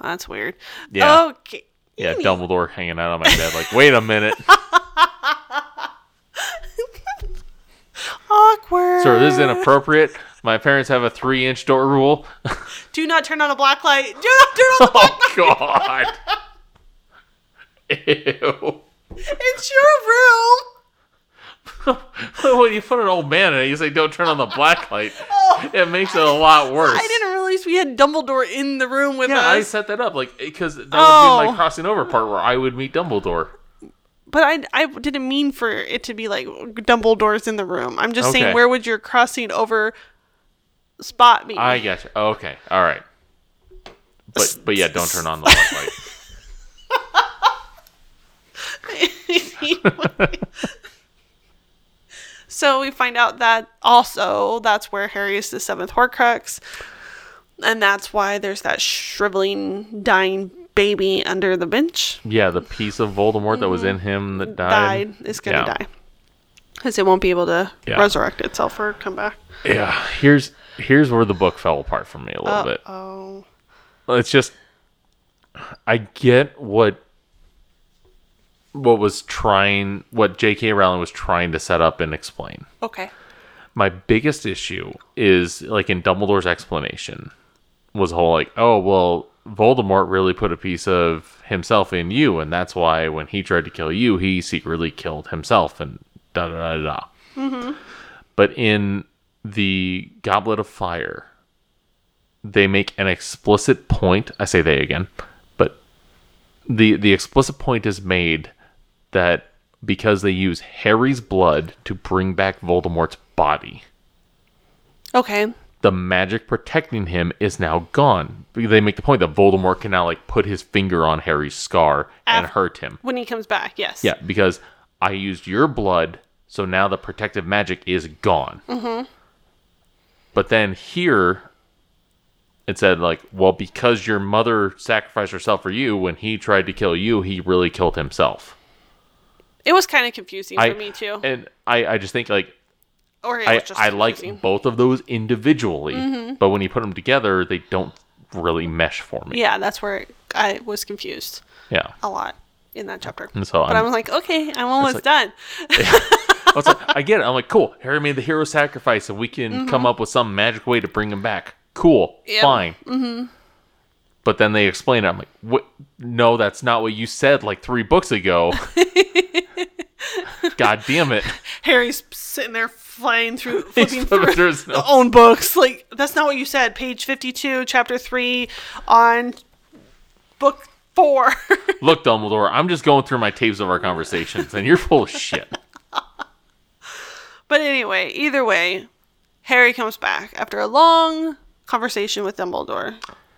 [SPEAKER 1] That's weird.
[SPEAKER 2] Yeah.
[SPEAKER 1] Okay.
[SPEAKER 2] Yeah, Dumbledore hanging out on my bed, like, wait
[SPEAKER 1] (laughs)
[SPEAKER 2] a minute,
[SPEAKER 1] Awkward.
[SPEAKER 2] sir, this is inappropriate. My parents have a three-inch door rule. (laughs)
[SPEAKER 1] Do not turn on a black light. Do not turn on the
[SPEAKER 2] Oh God! Ew!
[SPEAKER 1] It's your room.
[SPEAKER 2] When you put an old man in it, you say, "Don't turn on the black light." It makes it a lot worse.
[SPEAKER 1] Oh. I didn't realize we had Dumbledore in the room with
[SPEAKER 2] Yeah, I
[SPEAKER 1] us.
[SPEAKER 2] set that up, like, because that would be
[SPEAKER 1] Oh.
[SPEAKER 2] my crossing over part where I would meet Dumbledore.
[SPEAKER 1] but I, I didn't mean for it to be like Dumbledore's in the room. I'm just
[SPEAKER 2] Okay.
[SPEAKER 1] saying, where would your crossing over spot be?
[SPEAKER 2] I gotcha. Okay, all right. But but yeah, don't turn on the
[SPEAKER 1] (laughs)
[SPEAKER 2] black light.
[SPEAKER 1] so we find out that also that's where Harry is the seventh Horcrux, and that's why there's that shriveling, dying baby under the bench
[SPEAKER 2] Yeah, the piece of Voldemort that was in him that died.
[SPEAKER 1] died is going to
[SPEAKER 2] Yeah.
[SPEAKER 1] die because it won't be able to
[SPEAKER 2] Yeah.
[SPEAKER 1] resurrect itself or come back.
[SPEAKER 2] Yeah, here's here's where the book fell apart for me a little bit.
[SPEAKER 1] Oh,
[SPEAKER 2] it's just I get what what was trying what J.K. Rowling was trying to set up and explain.
[SPEAKER 1] okay.
[SPEAKER 2] My biggest issue is like in Dumbledore's explanation was the whole like, oh well, Voldemort really put a piece of himself in you, and that's why when he tried to kill you, he secretly killed himself, and da da da da. da. But in the Goblet of Fire, they make an explicit point. I say they again, but the the explicit point is made that because they use Harry's blood to bring back Voldemort's body,
[SPEAKER 1] Okay.
[SPEAKER 2] the magic protecting him is now gone. They make the point that Voldemort can now like put his finger on Harry's scar and
[SPEAKER 1] Af-
[SPEAKER 2] hurt him.
[SPEAKER 1] When he comes back, yes.
[SPEAKER 2] Yeah, because I used your blood, so now the protective magic is gone. Mm-hmm. But then here, it said like, well, because your mother sacrificed herself for you when he tried to kill you, he really killed himself.
[SPEAKER 1] It was kind of confusing
[SPEAKER 2] I,
[SPEAKER 1] for me too.
[SPEAKER 2] and I, I just think like
[SPEAKER 1] or it
[SPEAKER 2] I,
[SPEAKER 1] was just Mm-hmm.
[SPEAKER 2] I like
[SPEAKER 1] confusing.
[SPEAKER 2] both of those individually, but when you put them together, they don't really mesh for me.
[SPEAKER 1] Yeah, that's where I was confused
[SPEAKER 2] Yeah.
[SPEAKER 1] a lot in that chapter.
[SPEAKER 2] And so
[SPEAKER 1] but
[SPEAKER 2] I'm-
[SPEAKER 1] I'm, like, okay, I'm almost done.
[SPEAKER 2] I, was like, I get it. I'm like, cool. Harry made the hero sacrifice, and we can
[SPEAKER 1] Mm-hmm.
[SPEAKER 2] come up with some magic way to bring him back. Cool.
[SPEAKER 1] Yeah.
[SPEAKER 2] Fine. Mm-hmm. But then they explain it. I'm like, what? No, that's not what you said like three
[SPEAKER 1] (laughs)
[SPEAKER 2] books ago. God damn it.
[SPEAKER 1] Harry's sitting there flying through, flipping
[SPEAKER 2] (laughs) He's-
[SPEAKER 1] through
[SPEAKER 2] There's no.
[SPEAKER 1] own books. Like that's not what you said. Page fifty-two, chapter three, on book four. (laughs)
[SPEAKER 2] Look, Dumbledore, I'm just going through my tapes of our conversations, and you're full of shit.
[SPEAKER 1] but anyway, either way, Harry comes back after a long conversation with Dumbledore.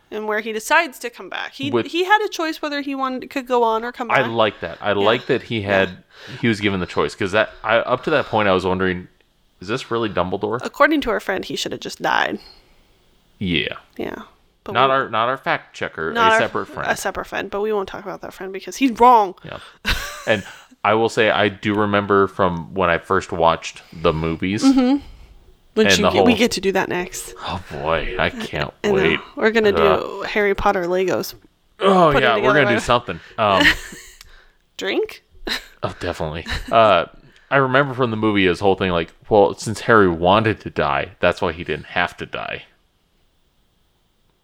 [SPEAKER 1] And where he decides to come back, he
[SPEAKER 2] With-
[SPEAKER 1] he had a choice whether he wanted could go on or come back.
[SPEAKER 2] I like that. I like that he had he was given the choice because that I up to that point I was wondering, is this really Dumbledore?
[SPEAKER 1] According to our friend, he should have just died.
[SPEAKER 2] Yeah,
[SPEAKER 1] Yeah. But
[SPEAKER 2] not
[SPEAKER 1] we-
[SPEAKER 2] our not our fact checker,
[SPEAKER 1] oh. not
[SPEAKER 2] a
[SPEAKER 1] our-
[SPEAKER 2] separate friend.
[SPEAKER 1] A separate friend, but we won't talk about that friend because he's wrong.
[SPEAKER 2] yeah, and I will say I do remember from when I first watched the movies.
[SPEAKER 1] Which
[SPEAKER 2] And
[SPEAKER 1] you
[SPEAKER 2] the
[SPEAKER 1] get, we
[SPEAKER 2] whole-
[SPEAKER 1] get to do that next.
[SPEAKER 2] Oh boy, I can't
[SPEAKER 1] I know.
[SPEAKER 2] wait.
[SPEAKER 1] We're gonna do
[SPEAKER 2] Uh,
[SPEAKER 1] Harry Potter Legos.
[SPEAKER 2] Oh
[SPEAKER 1] put it
[SPEAKER 2] yeah,
[SPEAKER 1] together
[SPEAKER 2] we're gonna do
[SPEAKER 1] by-
[SPEAKER 2] something. Um,
[SPEAKER 1] Drink?
[SPEAKER 2] Oh, definitely. Uh, I remember from the movie his whole thing like, well, since Harry wanted to die, that's why he didn't have to die.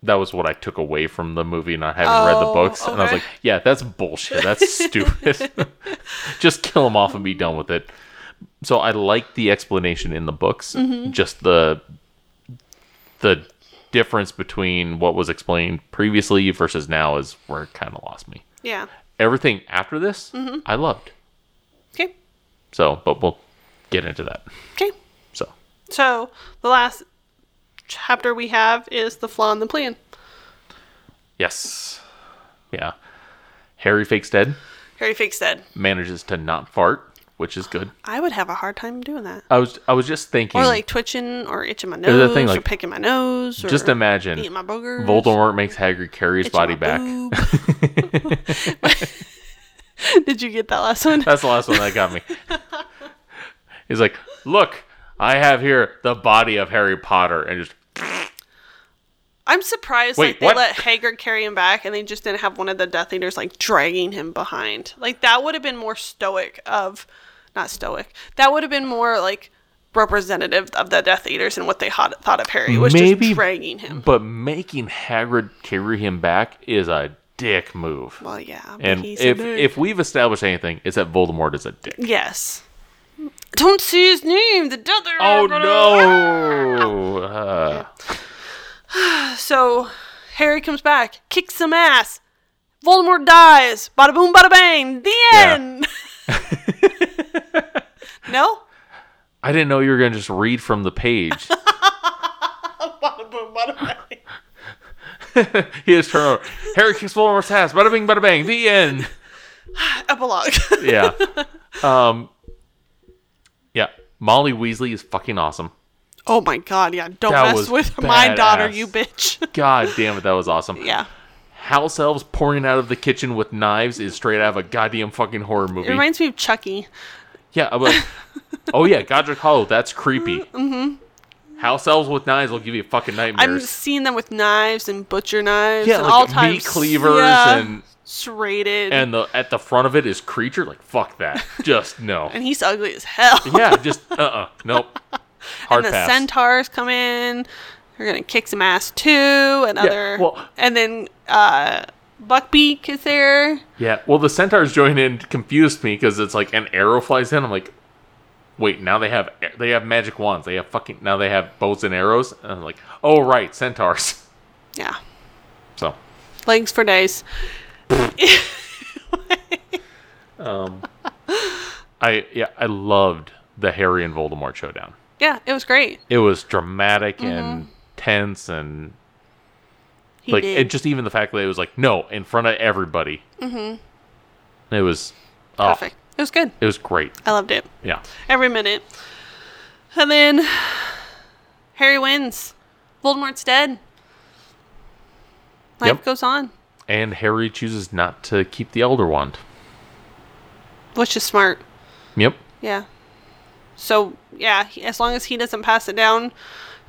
[SPEAKER 2] That was what I took away from the movie, not having read the
[SPEAKER 1] Oh,
[SPEAKER 2] books. And I was
[SPEAKER 1] okay.
[SPEAKER 2] like, yeah, that's bullshit. That's
[SPEAKER 1] (laughs)
[SPEAKER 2] stupid. (laughs) just kill him off and be done with it. So I like the explanation in the books,
[SPEAKER 1] Mm-hmm.
[SPEAKER 2] just the the difference between what was explained previously versus now is where it kind of lost me.
[SPEAKER 1] Yeah.
[SPEAKER 2] Everything after this,
[SPEAKER 1] Mm-hmm.
[SPEAKER 2] I loved.
[SPEAKER 1] Okay.
[SPEAKER 2] So, but we'll get into that.
[SPEAKER 1] Okay.
[SPEAKER 2] So,
[SPEAKER 1] So the last chapter we have is the flaw in the plan.
[SPEAKER 2] yes. Yeah. Harry fakes dead,
[SPEAKER 1] Harry fakes dead.
[SPEAKER 2] manages to not fart, which is good.
[SPEAKER 1] I would have a hard time doing that.
[SPEAKER 2] I was I was just thinking
[SPEAKER 1] Or like twitching or itching my
[SPEAKER 2] There's
[SPEAKER 1] nose
[SPEAKER 2] a thing,
[SPEAKER 1] or
[SPEAKER 2] like,
[SPEAKER 1] picking my nose or
[SPEAKER 2] just imagine
[SPEAKER 1] eating my boogers.
[SPEAKER 2] Voldemort makes Hagrid carry his
[SPEAKER 1] itching my
[SPEAKER 2] body back. (laughs)
[SPEAKER 1] boob. (laughs) Did you get that last one?
[SPEAKER 2] That's the last one that
[SPEAKER 1] (laughs)
[SPEAKER 2] got me. He's like, "Look, I have here the body of Harry Potter." And just
[SPEAKER 1] I'm surprised
[SPEAKER 2] Wait,
[SPEAKER 1] like they
[SPEAKER 2] what?
[SPEAKER 1] let Haggard carry him back and they just didn't have one of the Death Eaters like dragging him behind. Like that would have been more stoic of not stoic. That would have been more like representative of the Death Eaters and what they hot, thought of Harry was
[SPEAKER 2] Maybe-
[SPEAKER 1] just dragging him.
[SPEAKER 2] but making Hagrid carry him back is a dick move.
[SPEAKER 1] Well, yeah. but
[SPEAKER 2] and
[SPEAKER 1] he's a
[SPEAKER 2] if
[SPEAKER 1] nerd.
[SPEAKER 2] if we've established anything, it's that Voldemort is a dick.
[SPEAKER 1] yes, don't say his name. The Death Eater.
[SPEAKER 2] Oh no!
[SPEAKER 1] (laughs)
[SPEAKER 2] Uh,
[SPEAKER 1] So Harry comes back, kicks some ass. Voldemort dies. Bada boom, bada bang. The
[SPEAKER 2] Yeah.
[SPEAKER 1] end.
[SPEAKER 2] (laughs)
[SPEAKER 1] no.
[SPEAKER 2] I didn't know you were gonna just read from the
[SPEAKER 1] (laughs)
[SPEAKER 2] page.
[SPEAKER 1] Bada boom, bada bang.
[SPEAKER 2] (laughs) he just turned over. Harry kicks Voldemort's ass. Bada bing, bada bang. The end.
[SPEAKER 1] Epilogue. (laughs)
[SPEAKER 2] Yeah. Um. Yeah. Molly Weasley is fucking awesome.
[SPEAKER 1] oh my god, yeah. Don't
[SPEAKER 2] That
[SPEAKER 1] mess
[SPEAKER 2] was
[SPEAKER 1] with my daughter,
[SPEAKER 2] badass.
[SPEAKER 1] you bitch. (laughs)
[SPEAKER 2] God damn it, that was awesome.
[SPEAKER 1] yeah.
[SPEAKER 2] house elves pouring out of the kitchen with knives is straight out of a goddamn fucking horror movie.
[SPEAKER 1] It reminds me of Chucky.
[SPEAKER 2] yeah, I'm like, oh yeah, Godric Hollow.
[SPEAKER 1] (laughs)
[SPEAKER 2] That's creepy. Mm-hmm. House elves with knives will give you fucking
[SPEAKER 1] I'm
[SPEAKER 2] nightmares.
[SPEAKER 1] seeing them with knives and butcher knives
[SPEAKER 2] Yeah,
[SPEAKER 1] and
[SPEAKER 2] like
[SPEAKER 1] all
[SPEAKER 2] meat
[SPEAKER 1] types.
[SPEAKER 2] cleavers
[SPEAKER 1] yeah,
[SPEAKER 2] and-
[SPEAKER 1] serrated.
[SPEAKER 2] and the at the front of it is creature. Like
[SPEAKER 1] (laughs)
[SPEAKER 2] fuck that. Just no.
[SPEAKER 1] and he's ugly as hell.
[SPEAKER 2] yeah, just uh uh Nope.
[SPEAKER 1] (laughs)
[SPEAKER 2] Hard
[SPEAKER 1] and the
[SPEAKER 2] pass.
[SPEAKER 1] centaurs come in. They're gonna kick some ass too, and other.
[SPEAKER 2] well-
[SPEAKER 1] and then uh, Buckbeak is there.
[SPEAKER 2] yeah. Well, the centaurs join in confused me because it's like an arrow flies in. I'm like, wait. Now they have they have magic wands. They have fucking now they have bows and arrows. And I'm like, oh right, centaurs. (laughs)
[SPEAKER 1] Yeah,
[SPEAKER 2] So
[SPEAKER 1] legs for days.
[SPEAKER 2] I yeah I loved the Harry and Voldemort showdown.
[SPEAKER 1] Yeah, it was great.
[SPEAKER 2] It was dramatic
[SPEAKER 1] Mm-hmm.
[SPEAKER 2] and tense and
[SPEAKER 1] He
[SPEAKER 2] like
[SPEAKER 1] did.
[SPEAKER 2] it just even the fact that it was like no in front of everybody. Mm-hmm. It was oh,
[SPEAKER 1] perfect. It was good.
[SPEAKER 2] It was great.
[SPEAKER 1] I loved it
[SPEAKER 2] Yeah.
[SPEAKER 1] every minute. And then Harry wins. Voldemort's dead. Life
[SPEAKER 2] Yep.
[SPEAKER 1] goes on,
[SPEAKER 2] And Harry chooses not to keep the Elder Wand.
[SPEAKER 1] which is smart.
[SPEAKER 2] Yep.
[SPEAKER 1] Yeah. So yeah, he, as long as he doesn't pass it down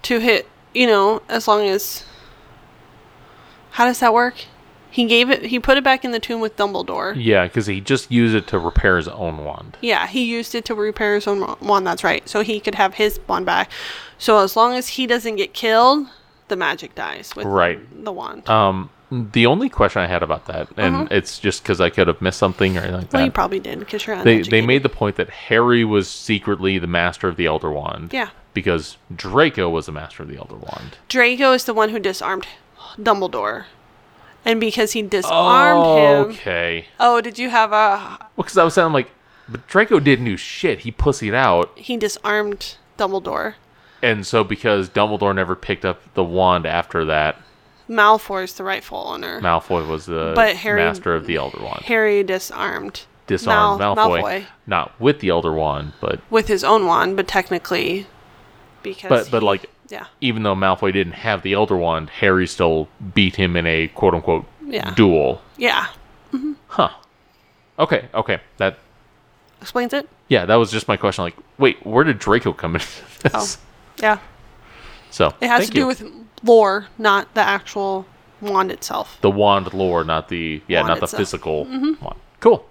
[SPEAKER 1] to hit, you know, as long as how does that work? He gave it. He put it back in the tomb with Dumbledore.
[SPEAKER 2] Yeah, because he just used it to repair his own wand.
[SPEAKER 1] Yeah, he used it to repair his own wa- wand. That's right. So he could have his wand back. So as long as he doesn't get killed, the magic dies with
[SPEAKER 2] Right.
[SPEAKER 1] the wand.
[SPEAKER 2] Um, the only question I had about that, and it's just because I could have missed something or anything like
[SPEAKER 1] Mm-hmm. well, you
[SPEAKER 2] that.
[SPEAKER 1] probably did because you're
[SPEAKER 2] they
[SPEAKER 1] uneducated.
[SPEAKER 2] they made the point that Harry was secretly the master of the Elder Wand.
[SPEAKER 1] Yeah.
[SPEAKER 2] Because Draco was the master of the Elder Wand.
[SPEAKER 1] Draco is the one who disarmed Dumbledore, and because he disarmed him.
[SPEAKER 2] okay.
[SPEAKER 1] Oh, did you have a
[SPEAKER 2] Well, because I was sounding like, but Draco didn't do shit. He pussied out,
[SPEAKER 1] he disarmed Dumbledore.
[SPEAKER 2] and so because Dumbledore never picked up the wand after that,
[SPEAKER 1] Malfoy is the rightful owner.
[SPEAKER 2] Malfoy was the
[SPEAKER 1] But Harry-
[SPEAKER 2] master of the Elder Wand.
[SPEAKER 1] Harry disarmed
[SPEAKER 2] disarmed
[SPEAKER 1] Mal-
[SPEAKER 2] Malfoy, not with the Elder Wand, but
[SPEAKER 1] with his own wand, but technically, because
[SPEAKER 2] but but
[SPEAKER 1] he-
[SPEAKER 2] like
[SPEAKER 1] yeah,
[SPEAKER 2] even though Malfoy didn't have the Elder Wand, Harry still beat him in a quote unquote
[SPEAKER 1] Yeah.
[SPEAKER 2] duel.
[SPEAKER 1] yeah,
[SPEAKER 2] Huh. Okay, okay. That
[SPEAKER 1] explains it.
[SPEAKER 2] yeah, that was just my question. Like, wait, where did Draco come into
[SPEAKER 1] Oh,
[SPEAKER 2] this?
[SPEAKER 1] yeah,
[SPEAKER 2] So
[SPEAKER 1] it has
[SPEAKER 2] thank
[SPEAKER 1] to do
[SPEAKER 2] you.
[SPEAKER 1] with lore, not the actual wand itself.
[SPEAKER 2] the wand lore, not the yeah,
[SPEAKER 1] Wand
[SPEAKER 2] not the
[SPEAKER 1] itself. Mm-hmm.
[SPEAKER 2] physical wand. Cool.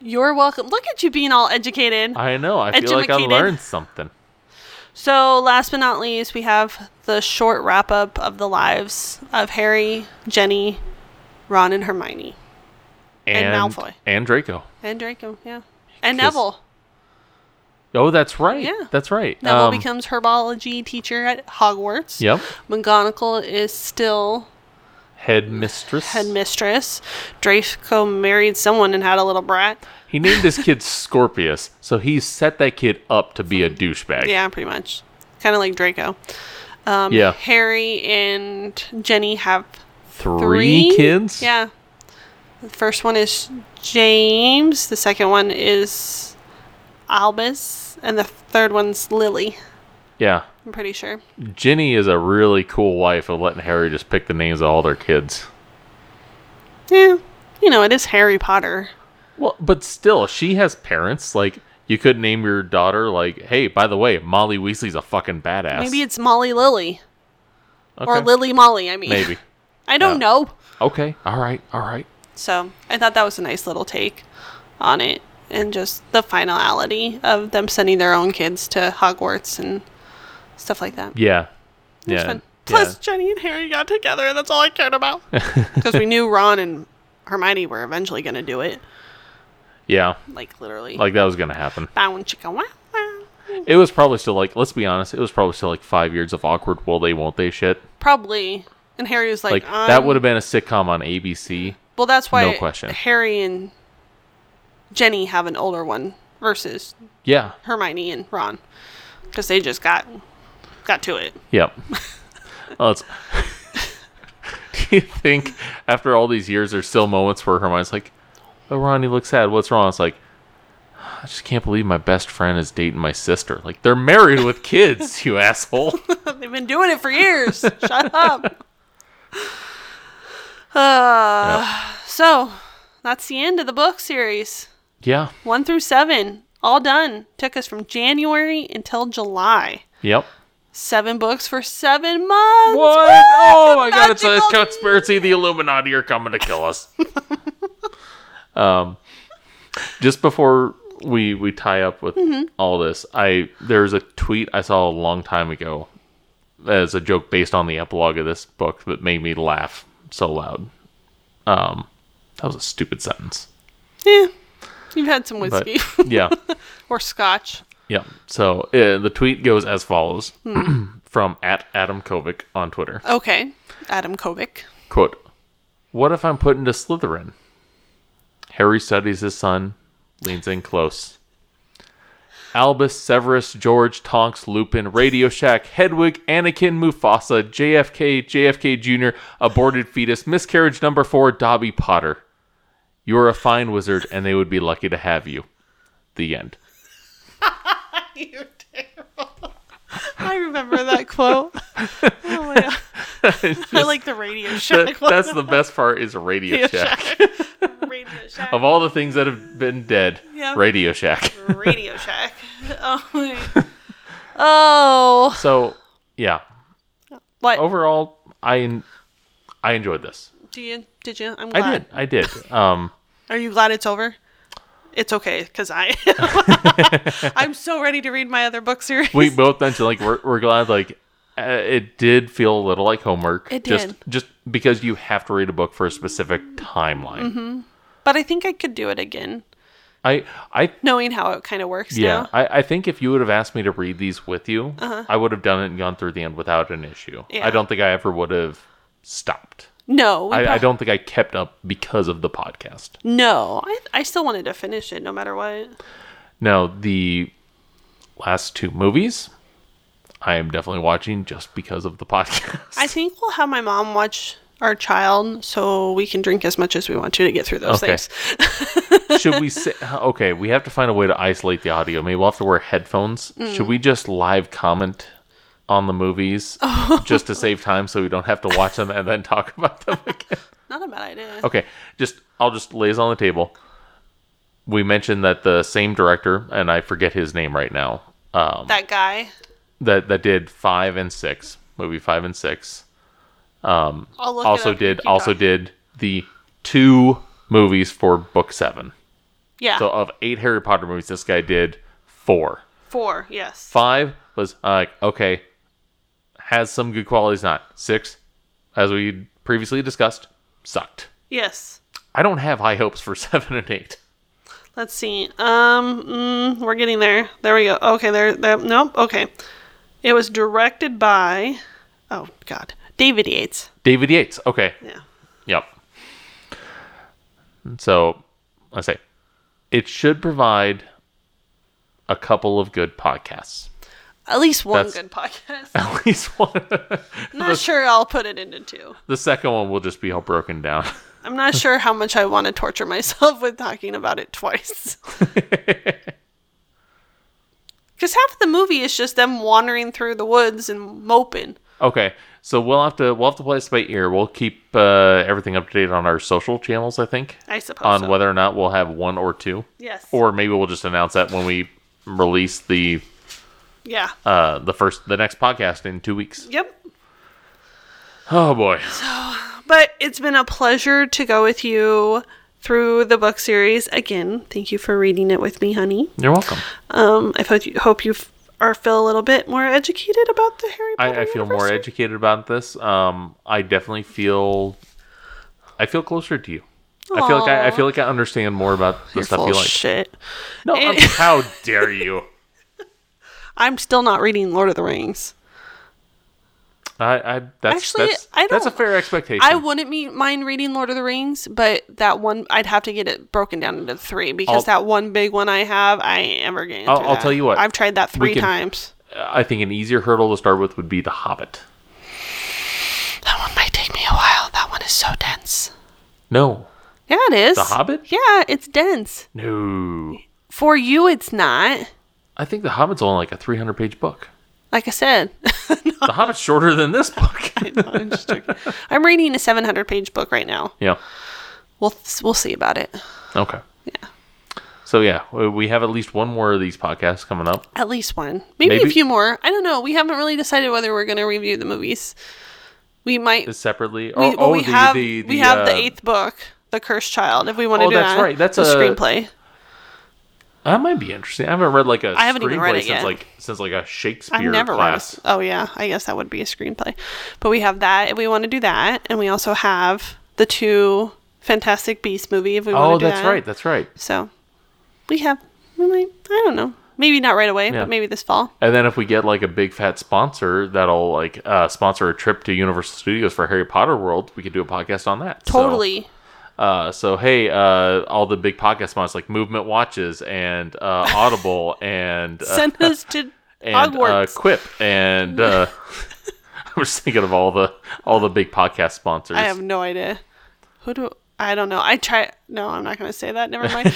[SPEAKER 1] You're welcome. Look at you being all educated.
[SPEAKER 2] I know. I feel like I
[SPEAKER 1] Educated.
[SPEAKER 2] learned something.
[SPEAKER 1] So, last but not least, we have the short wrap up of the lives of Harry, Jenny, Ron, and Hermione,
[SPEAKER 2] And,
[SPEAKER 1] And Malfoy.
[SPEAKER 2] and Draco.
[SPEAKER 1] and Draco. Yeah, and
[SPEAKER 2] 'Cause-
[SPEAKER 1] Neville.
[SPEAKER 2] Oh, that's right.
[SPEAKER 1] Yeah.
[SPEAKER 2] that's right.
[SPEAKER 1] Neville
[SPEAKER 2] Um,
[SPEAKER 1] becomes herbology teacher at Hogwarts.
[SPEAKER 2] Yep.
[SPEAKER 1] McGonagall is still
[SPEAKER 2] Headmistress.
[SPEAKER 1] headmistress. Draco married someone and had a little brat.
[SPEAKER 2] He named his kid Scorpius, so he set that kid up to be a douchebag.
[SPEAKER 1] Yeah, pretty much. Kind of like Draco. Um,
[SPEAKER 2] Yeah.
[SPEAKER 1] Harry and Jenny have
[SPEAKER 2] Three,
[SPEAKER 1] three
[SPEAKER 2] kids?
[SPEAKER 1] Yeah. The first one is James. The second one is Albus, and the third one's Lily.
[SPEAKER 2] Yeah.
[SPEAKER 1] I'm pretty sure.
[SPEAKER 2] Ginny is a really cool wife of letting Harry just pick the names of all their kids.
[SPEAKER 1] Yeah. You know, it is Harry Potter.
[SPEAKER 2] Well, but still, she has parents. Like, you could name your daughter, like, hey, by the way, Molly Weasley's a fucking badass.
[SPEAKER 1] Maybe it's Molly Lily or
[SPEAKER 2] Okay.
[SPEAKER 1] Lily Molly. I mean,
[SPEAKER 2] Maybe.
[SPEAKER 1] (laughs) I don't
[SPEAKER 2] Yeah.
[SPEAKER 1] know.
[SPEAKER 2] Okay. All right. All right.
[SPEAKER 1] So I thought that was a nice little take on it and just the finality of them sending their own kids to Hogwarts and stuff like that.
[SPEAKER 2] Yeah.
[SPEAKER 1] It was
[SPEAKER 2] Yeah.
[SPEAKER 1] fun.
[SPEAKER 2] yeah.
[SPEAKER 1] Plus, Jenny and Harry got together, and that's all I cared
[SPEAKER 2] (laughs)
[SPEAKER 1] about. Because we knew Ron and Hermione were eventually going to do it.
[SPEAKER 2] yeah.
[SPEAKER 1] Like, literally.
[SPEAKER 2] Like, that was going to happen.
[SPEAKER 1] bow and chicken wow. wow.
[SPEAKER 2] It was probably still like, let's be honest, it was probably still like five years of awkward will they, won't they shit.
[SPEAKER 1] Probably. And Harry was like,
[SPEAKER 2] Like, that
[SPEAKER 1] um,
[SPEAKER 2] would have been a sitcom on ABC.
[SPEAKER 1] Well, that's why
[SPEAKER 2] No question.
[SPEAKER 1] Harry and Jenny have an older one versus
[SPEAKER 2] Yeah.
[SPEAKER 1] Hermione and Ron. Because they just got got to it.
[SPEAKER 2] Yep.
[SPEAKER 1] (laughs)
[SPEAKER 2] well, it's, (laughs) do you think after all these years, there's still moments where Hermione's like, "Oh, Ron, you look sad. What's wrong?" It's like, I just can't believe my best friend is dating my sister. Like they're married with kids,
[SPEAKER 1] (laughs)
[SPEAKER 2] you (laughs) asshole.
[SPEAKER 1] They've been doing it for years. Shut up. Uh, So that's the end of the book series.
[SPEAKER 2] Yeah.
[SPEAKER 1] One through seven, all done. Took us from January until July.
[SPEAKER 2] Yep.
[SPEAKER 1] Seven books for seven months.
[SPEAKER 2] What? Oh my god, it's a
[SPEAKER 1] Magical-
[SPEAKER 2] conspiracy. The Illuminati are coming to kill us. um, just before we we tie up with all this, I there's a tweet I saw a long time ago as a joke based on the epilogue of this book that made me laugh so loud. Um, that was a stupid sentence.
[SPEAKER 1] (laughs) Yeah. You've had some
[SPEAKER 2] But
[SPEAKER 1] whiskey
[SPEAKER 2] (laughs) yeah.
[SPEAKER 1] (laughs) or scotch.
[SPEAKER 2] Yeah. So uh, the tweet goes as follows (clears throat) from at Adam Kovic on Twitter.
[SPEAKER 1] Okay. Adam Kovic.
[SPEAKER 2] Quote, What if I'm put into Slytherin? Harry studies his son, leans in close. Albus, Severus, George, Tonks, Lupin, Radio Shack, Hedwig, Anakin, Mufasa, JFK, JFK Jr., aborted fetus, miscarriage number four, Dobby Potter. You're a fine wizard, and they would be lucky to have you. The
[SPEAKER 1] (laughs)
[SPEAKER 2] end. (laughs)
[SPEAKER 1] You're terrible. I remember that quote. Oh my god. (laughs) I like the Radio Shack.
[SPEAKER 2] That- that's the best part is Radio,
[SPEAKER 1] Radio
[SPEAKER 2] Shack.
[SPEAKER 1] Shack. (laughs) Radio Shack.
[SPEAKER 2] Of all the things that have been dead,
[SPEAKER 1] Yeah. (laughs)
[SPEAKER 2] Radio Shack.
[SPEAKER 1] Radio (laughs) Shack. Oh. my- (laughs) oh.
[SPEAKER 2] So, yeah.
[SPEAKER 1] What?
[SPEAKER 2] Oh. Overall, I I enjoyed this.
[SPEAKER 1] Do you? Did you? I'm glad.
[SPEAKER 2] I did. I did. Um,
[SPEAKER 1] Are you glad it's over? It's okay, cause
[SPEAKER 2] (laughs)
[SPEAKER 1] I, (laughs) I'm so ready to read my other book series.
[SPEAKER 2] we both mentioned like we're we're glad like uh, it did feel a little like homework.
[SPEAKER 1] It
[SPEAKER 2] Just
[SPEAKER 1] did.
[SPEAKER 2] just because you have to read a book for a specific timeline.
[SPEAKER 1] Mm-hmm. but I think I could do it again,
[SPEAKER 2] I I
[SPEAKER 1] knowing how it kind of works.
[SPEAKER 2] yeah.
[SPEAKER 1] Now.
[SPEAKER 2] I, I think if you would have asked me to read these with you, I would have done it and gone through the end without an issue.
[SPEAKER 1] Uh-huh. Yeah.
[SPEAKER 2] I don't think I ever would have stopped.
[SPEAKER 1] No. we
[SPEAKER 2] I, I
[SPEAKER 1] prob-
[SPEAKER 2] don't think I kept up because of the podcast.
[SPEAKER 1] No, I, I still wanted to finish it no matter what.
[SPEAKER 2] Now the last two movies, I am definitely watching just because of the podcast.
[SPEAKER 1] I think we'll have my mom watch our child so we can drink as much as we want to to get through those
[SPEAKER 2] Okay.
[SPEAKER 1] things.
[SPEAKER 2] Should we say (laughs) okay? We have to find a way to isolate the audio. Maybe we'll have to wear headphones. Should we just live comment on the movies just to save time so we don't have to watch them and then talk about them again?
[SPEAKER 1] Not a bad idea.
[SPEAKER 2] Okay, just I'll just lay this on the table. We mentioned that the same director, and I forget his name right now, um,
[SPEAKER 1] That guy,
[SPEAKER 2] that that did five and six, movie five and six.
[SPEAKER 1] I'll look it
[SPEAKER 2] also
[SPEAKER 1] up.
[SPEAKER 2] did
[SPEAKER 1] Keep
[SPEAKER 2] also
[SPEAKER 1] talking.
[SPEAKER 2] did the two movies for book seven.
[SPEAKER 1] yeah
[SPEAKER 2] So of eight Harry Potter movies, this guy did four.
[SPEAKER 1] four yes
[SPEAKER 2] Five was uh, like okay, has some good qualities. Not six, as we previously discussed, sucked.
[SPEAKER 1] yes.
[SPEAKER 2] I don't have high hopes for (laughs) seven and eight.
[SPEAKER 1] Let's see. Um, mm, we're getting there. There we go. Okay, there. there nope. Okay, it was directed by. Oh God, David Yates.
[SPEAKER 2] David Yates. Okay,
[SPEAKER 1] Yeah.
[SPEAKER 2] Yep. So, I say it should provide a couple of good podcasts. (laughs)
[SPEAKER 1] At least one
[SPEAKER 2] That's-
[SPEAKER 1] good
[SPEAKER 2] (laughs)
[SPEAKER 1] podcast.
[SPEAKER 2] At least one. (laughs)
[SPEAKER 1] Not sure I'll put it into two.
[SPEAKER 2] The second one will just be all broken down. (laughs)
[SPEAKER 1] I'm not sure how much I want to torture myself (laughs) with talking about it twice. (laughs) Because half the movie is just them wandering through the woods and moping.
[SPEAKER 2] okay, so we'll have to we'll have to play this by ear. We'll keep uh, everything up to date on our social channels. I think
[SPEAKER 1] I suppose.
[SPEAKER 2] on
[SPEAKER 1] so.
[SPEAKER 2] whether or not we'll have one or two,
[SPEAKER 1] Yes.
[SPEAKER 2] or maybe we'll just announce that when we release the
[SPEAKER 1] yeah.
[SPEAKER 2] uh, the first the next podcast in two weeks.
[SPEAKER 1] yep.
[SPEAKER 2] Oh boy,
[SPEAKER 1] But it's been a pleasure to go with you through the book series again. Thank you for reading it with me, honey.
[SPEAKER 2] you're welcome.
[SPEAKER 1] Um, I hope you hope you f- are feel a little bit more educated about the Harry Potter.
[SPEAKER 2] I, I feel more
[SPEAKER 1] universe.
[SPEAKER 2] educated about this. Um, I definitely feel, I feel closer to you. I feel like I, I feel like I understand more about the
[SPEAKER 1] You're
[SPEAKER 2] stuff
[SPEAKER 1] full
[SPEAKER 2] you
[SPEAKER 1] of
[SPEAKER 2] like.
[SPEAKER 1] shit. (laughs)
[SPEAKER 2] No, I'm- how dare you?
[SPEAKER 1] I'm still not reading Lord of the Rings.
[SPEAKER 2] I, I that's
[SPEAKER 1] Actually,
[SPEAKER 2] that's,
[SPEAKER 1] I
[SPEAKER 2] that's a
[SPEAKER 1] don't-
[SPEAKER 2] fair expectation.
[SPEAKER 1] I wouldn't me- mind reading Lord of the Rings, but that one I'd have to get it broken down into three because
[SPEAKER 2] I'll-
[SPEAKER 1] that one big one I have, I ain't ever getting.
[SPEAKER 2] I'll-
[SPEAKER 1] through
[SPEAKER 2] I'll
[SPEAKER 1] that.
[SPEAKER 2] tell you what.
[SPEAKER 1] I've tried that
[SPEAKER 2] We
[SPEAKER 1] three
[SPEAKER 2] can-
[SPEAKER 1] times.
[SPEAKER 2] I think an easier hurdle to start with would be The Hobbit.
[SPEAKER 1] That one might take me a while. That one is so dense.
[SPEAKER 2] No,
[SPEAKER 1] Yeah, it is.
[SPEAKER 2] The Hobbit.
[SPEAKER 1] Yeah, it's dense.
[SPEAKER 2] No,
[SPEAKER 1] For you, it's not.
[SPEAKER 2] I think The Hobbit's only like a 300 page book.
[SPEAKER 1] I Like I said, (laughs)
[SPEAKER 2] The Hobbit's shorter than this book.
[SPEAKER 1] I'm, just joking. I'm reading a 700 page book right now.
[SPEAKER 2] (laughs) yeah.
[SPEAKER 1] We'll we'll see about it.
[SPEAKER 2] Okay. Yeah. So yeah, we- we have at least one more of these podcasts coming up.
[SPEAKER 1] At least one, maybe,
[SPEAKER 2] Maybe-
[SPEAKER 1] a few more. I don't know. We haven't really decided whether we're going to review the movies. We might.
[SPEAKER 2] separately. oh,
[SPEAKER 1] we, well, we have we have the
[SPEAKER 2] uh,
[SPEAKER 1] eighth book, The Cursed Child. If we want to
[SPEAKER 2] Oh,
[SPEAKER 1] do
[SPEAKER 2] that's
[SPEAKER 1] that,
[SPEAKER 2] right. That's
[SPEAKER 1] a
[SPEAKER 2] a-
[SPEAKER 1] screenplay.
[SPEAKER 2] That might be interesting. I haven't read like a
[SPEAKER 1] I haven't even read
[SPEAKER 2] screenplay
[SPEAKER 1] it
[SPEAKER 2] since
[SPEAKER 1] yet.
[SPEAKER 2] like since like a Shakespeare
[SPEAKER 1] I've never
[SPEAKER 2] class.
[SPEAKER 1] read. A, oh yeah, I guess that would be a screenplay. But we have that. If we want to do that, and we also have the two Fantastic Beast movie. If we want
[SPEAKER 2] Oh,
[SPEAKER 1] to do
[SPEAKER 2] that's
[SPEAKER 1] that.
[SPEAKER 2] right. That's right.
[SPEAKER 1] So we have. We might. I don't know. Maybe not right away,
[SPEAKER 2] Yeah.
[SPEAKER 1] but maybe this fall.
[SPEAKER 2] And then if we get like a big fat sponsor that'll like uh, sponsor a trip to Universal Studios for Harry Potter World, we could do a podcast on that. So,
[SPEAKER 1] Totally.
[SPEAKER 2] uh, so hey, uh, all the big podcast sponsors like Movement Watches and uh,
[SPEAKER 1] (laughs)
[SPEAKER 2] Audible and uh, (laughs)
[SPEAKER 1] Send us to
[SPEAKER 2] and uh,
[SPEAKER 1] Hogwarts.
[SPEAKER 2] Quip and uh, (laughs) I'm just thinking of all the all the big podcast sponsors.
[SPEAKER 1] I have no idea. Who do I don't know. I try. No, I'm not going to say that. Never
[SPEAKER 2] (laughs)
[SPEAKER 1] mind.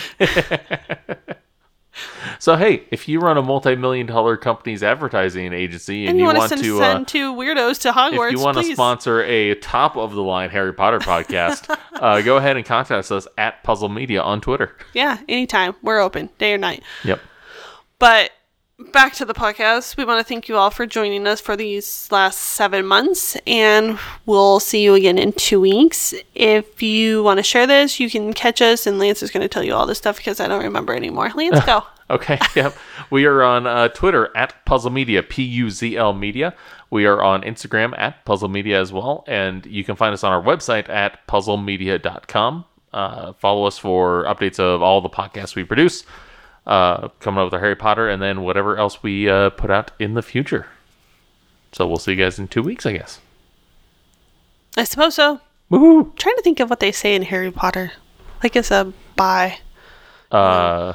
[SPEAKER 2] So hey, if you run a multi-million dollar company's advertising agency and,
[SPEAKER 1] and you, want to
[SPEAKER 2] want
[SPEAKER 1] send,
[SPEAKER 2] to, uh,
[SPEAKER 1] send two weirdos to Hogwarts?
[SPEAKER 2] if you want to
[SPEAKER 1] please.
[SPEAKER 2] sponsor a top of the line Harry Potter podcast, uh, go ahead and contact us at Puzzle Media on Twitter.
[SPEAKER 1] yeah, anytime. We're open, day or night.
[SPEAKER 2] Yep.
[SPEAKER 1] But back to the podcast. We want to thank you all for joining us for these last seven months, and we'll see you again in two weeks. If you want to share this, you can catch us, and Lance is going to tell you all this stuff because I don't remember anymore. Lance, go.
[SPEAKER 2] (laughs) Okay. (laughs) Yep. we are on uh, Twitter at Puzzle Media, P U Z L Media. We are on Instagram at Puzzle Media as well. And you can find us on our website at puzzlemedia.com. Uh, follow us for updates of all the podcasts we produce, uh, coming up with our Harry Potter, and then whatever else we uh, put out in the future. So we'll see you guys in two weeks, I guess.
[SPEAKER 1] I suppose so.
[SPEAKER 2] Woohoo!
[SPEAKER 1] trying to think of what they say in Harry Potter. Like it's a bye.
[SPEAKER 2] Uh,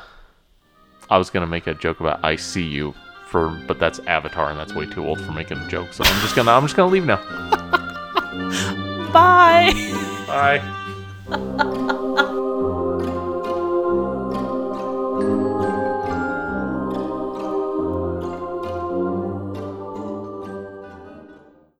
[SPEAKER 2] I was gonna make a joke about I see you for, but that's Avatar, and that's way too old for making a joke. So I'm just gonna I'm just gonna leave now.
[SPEAKER 1] Bye.
[SPEAKER 2] Bye.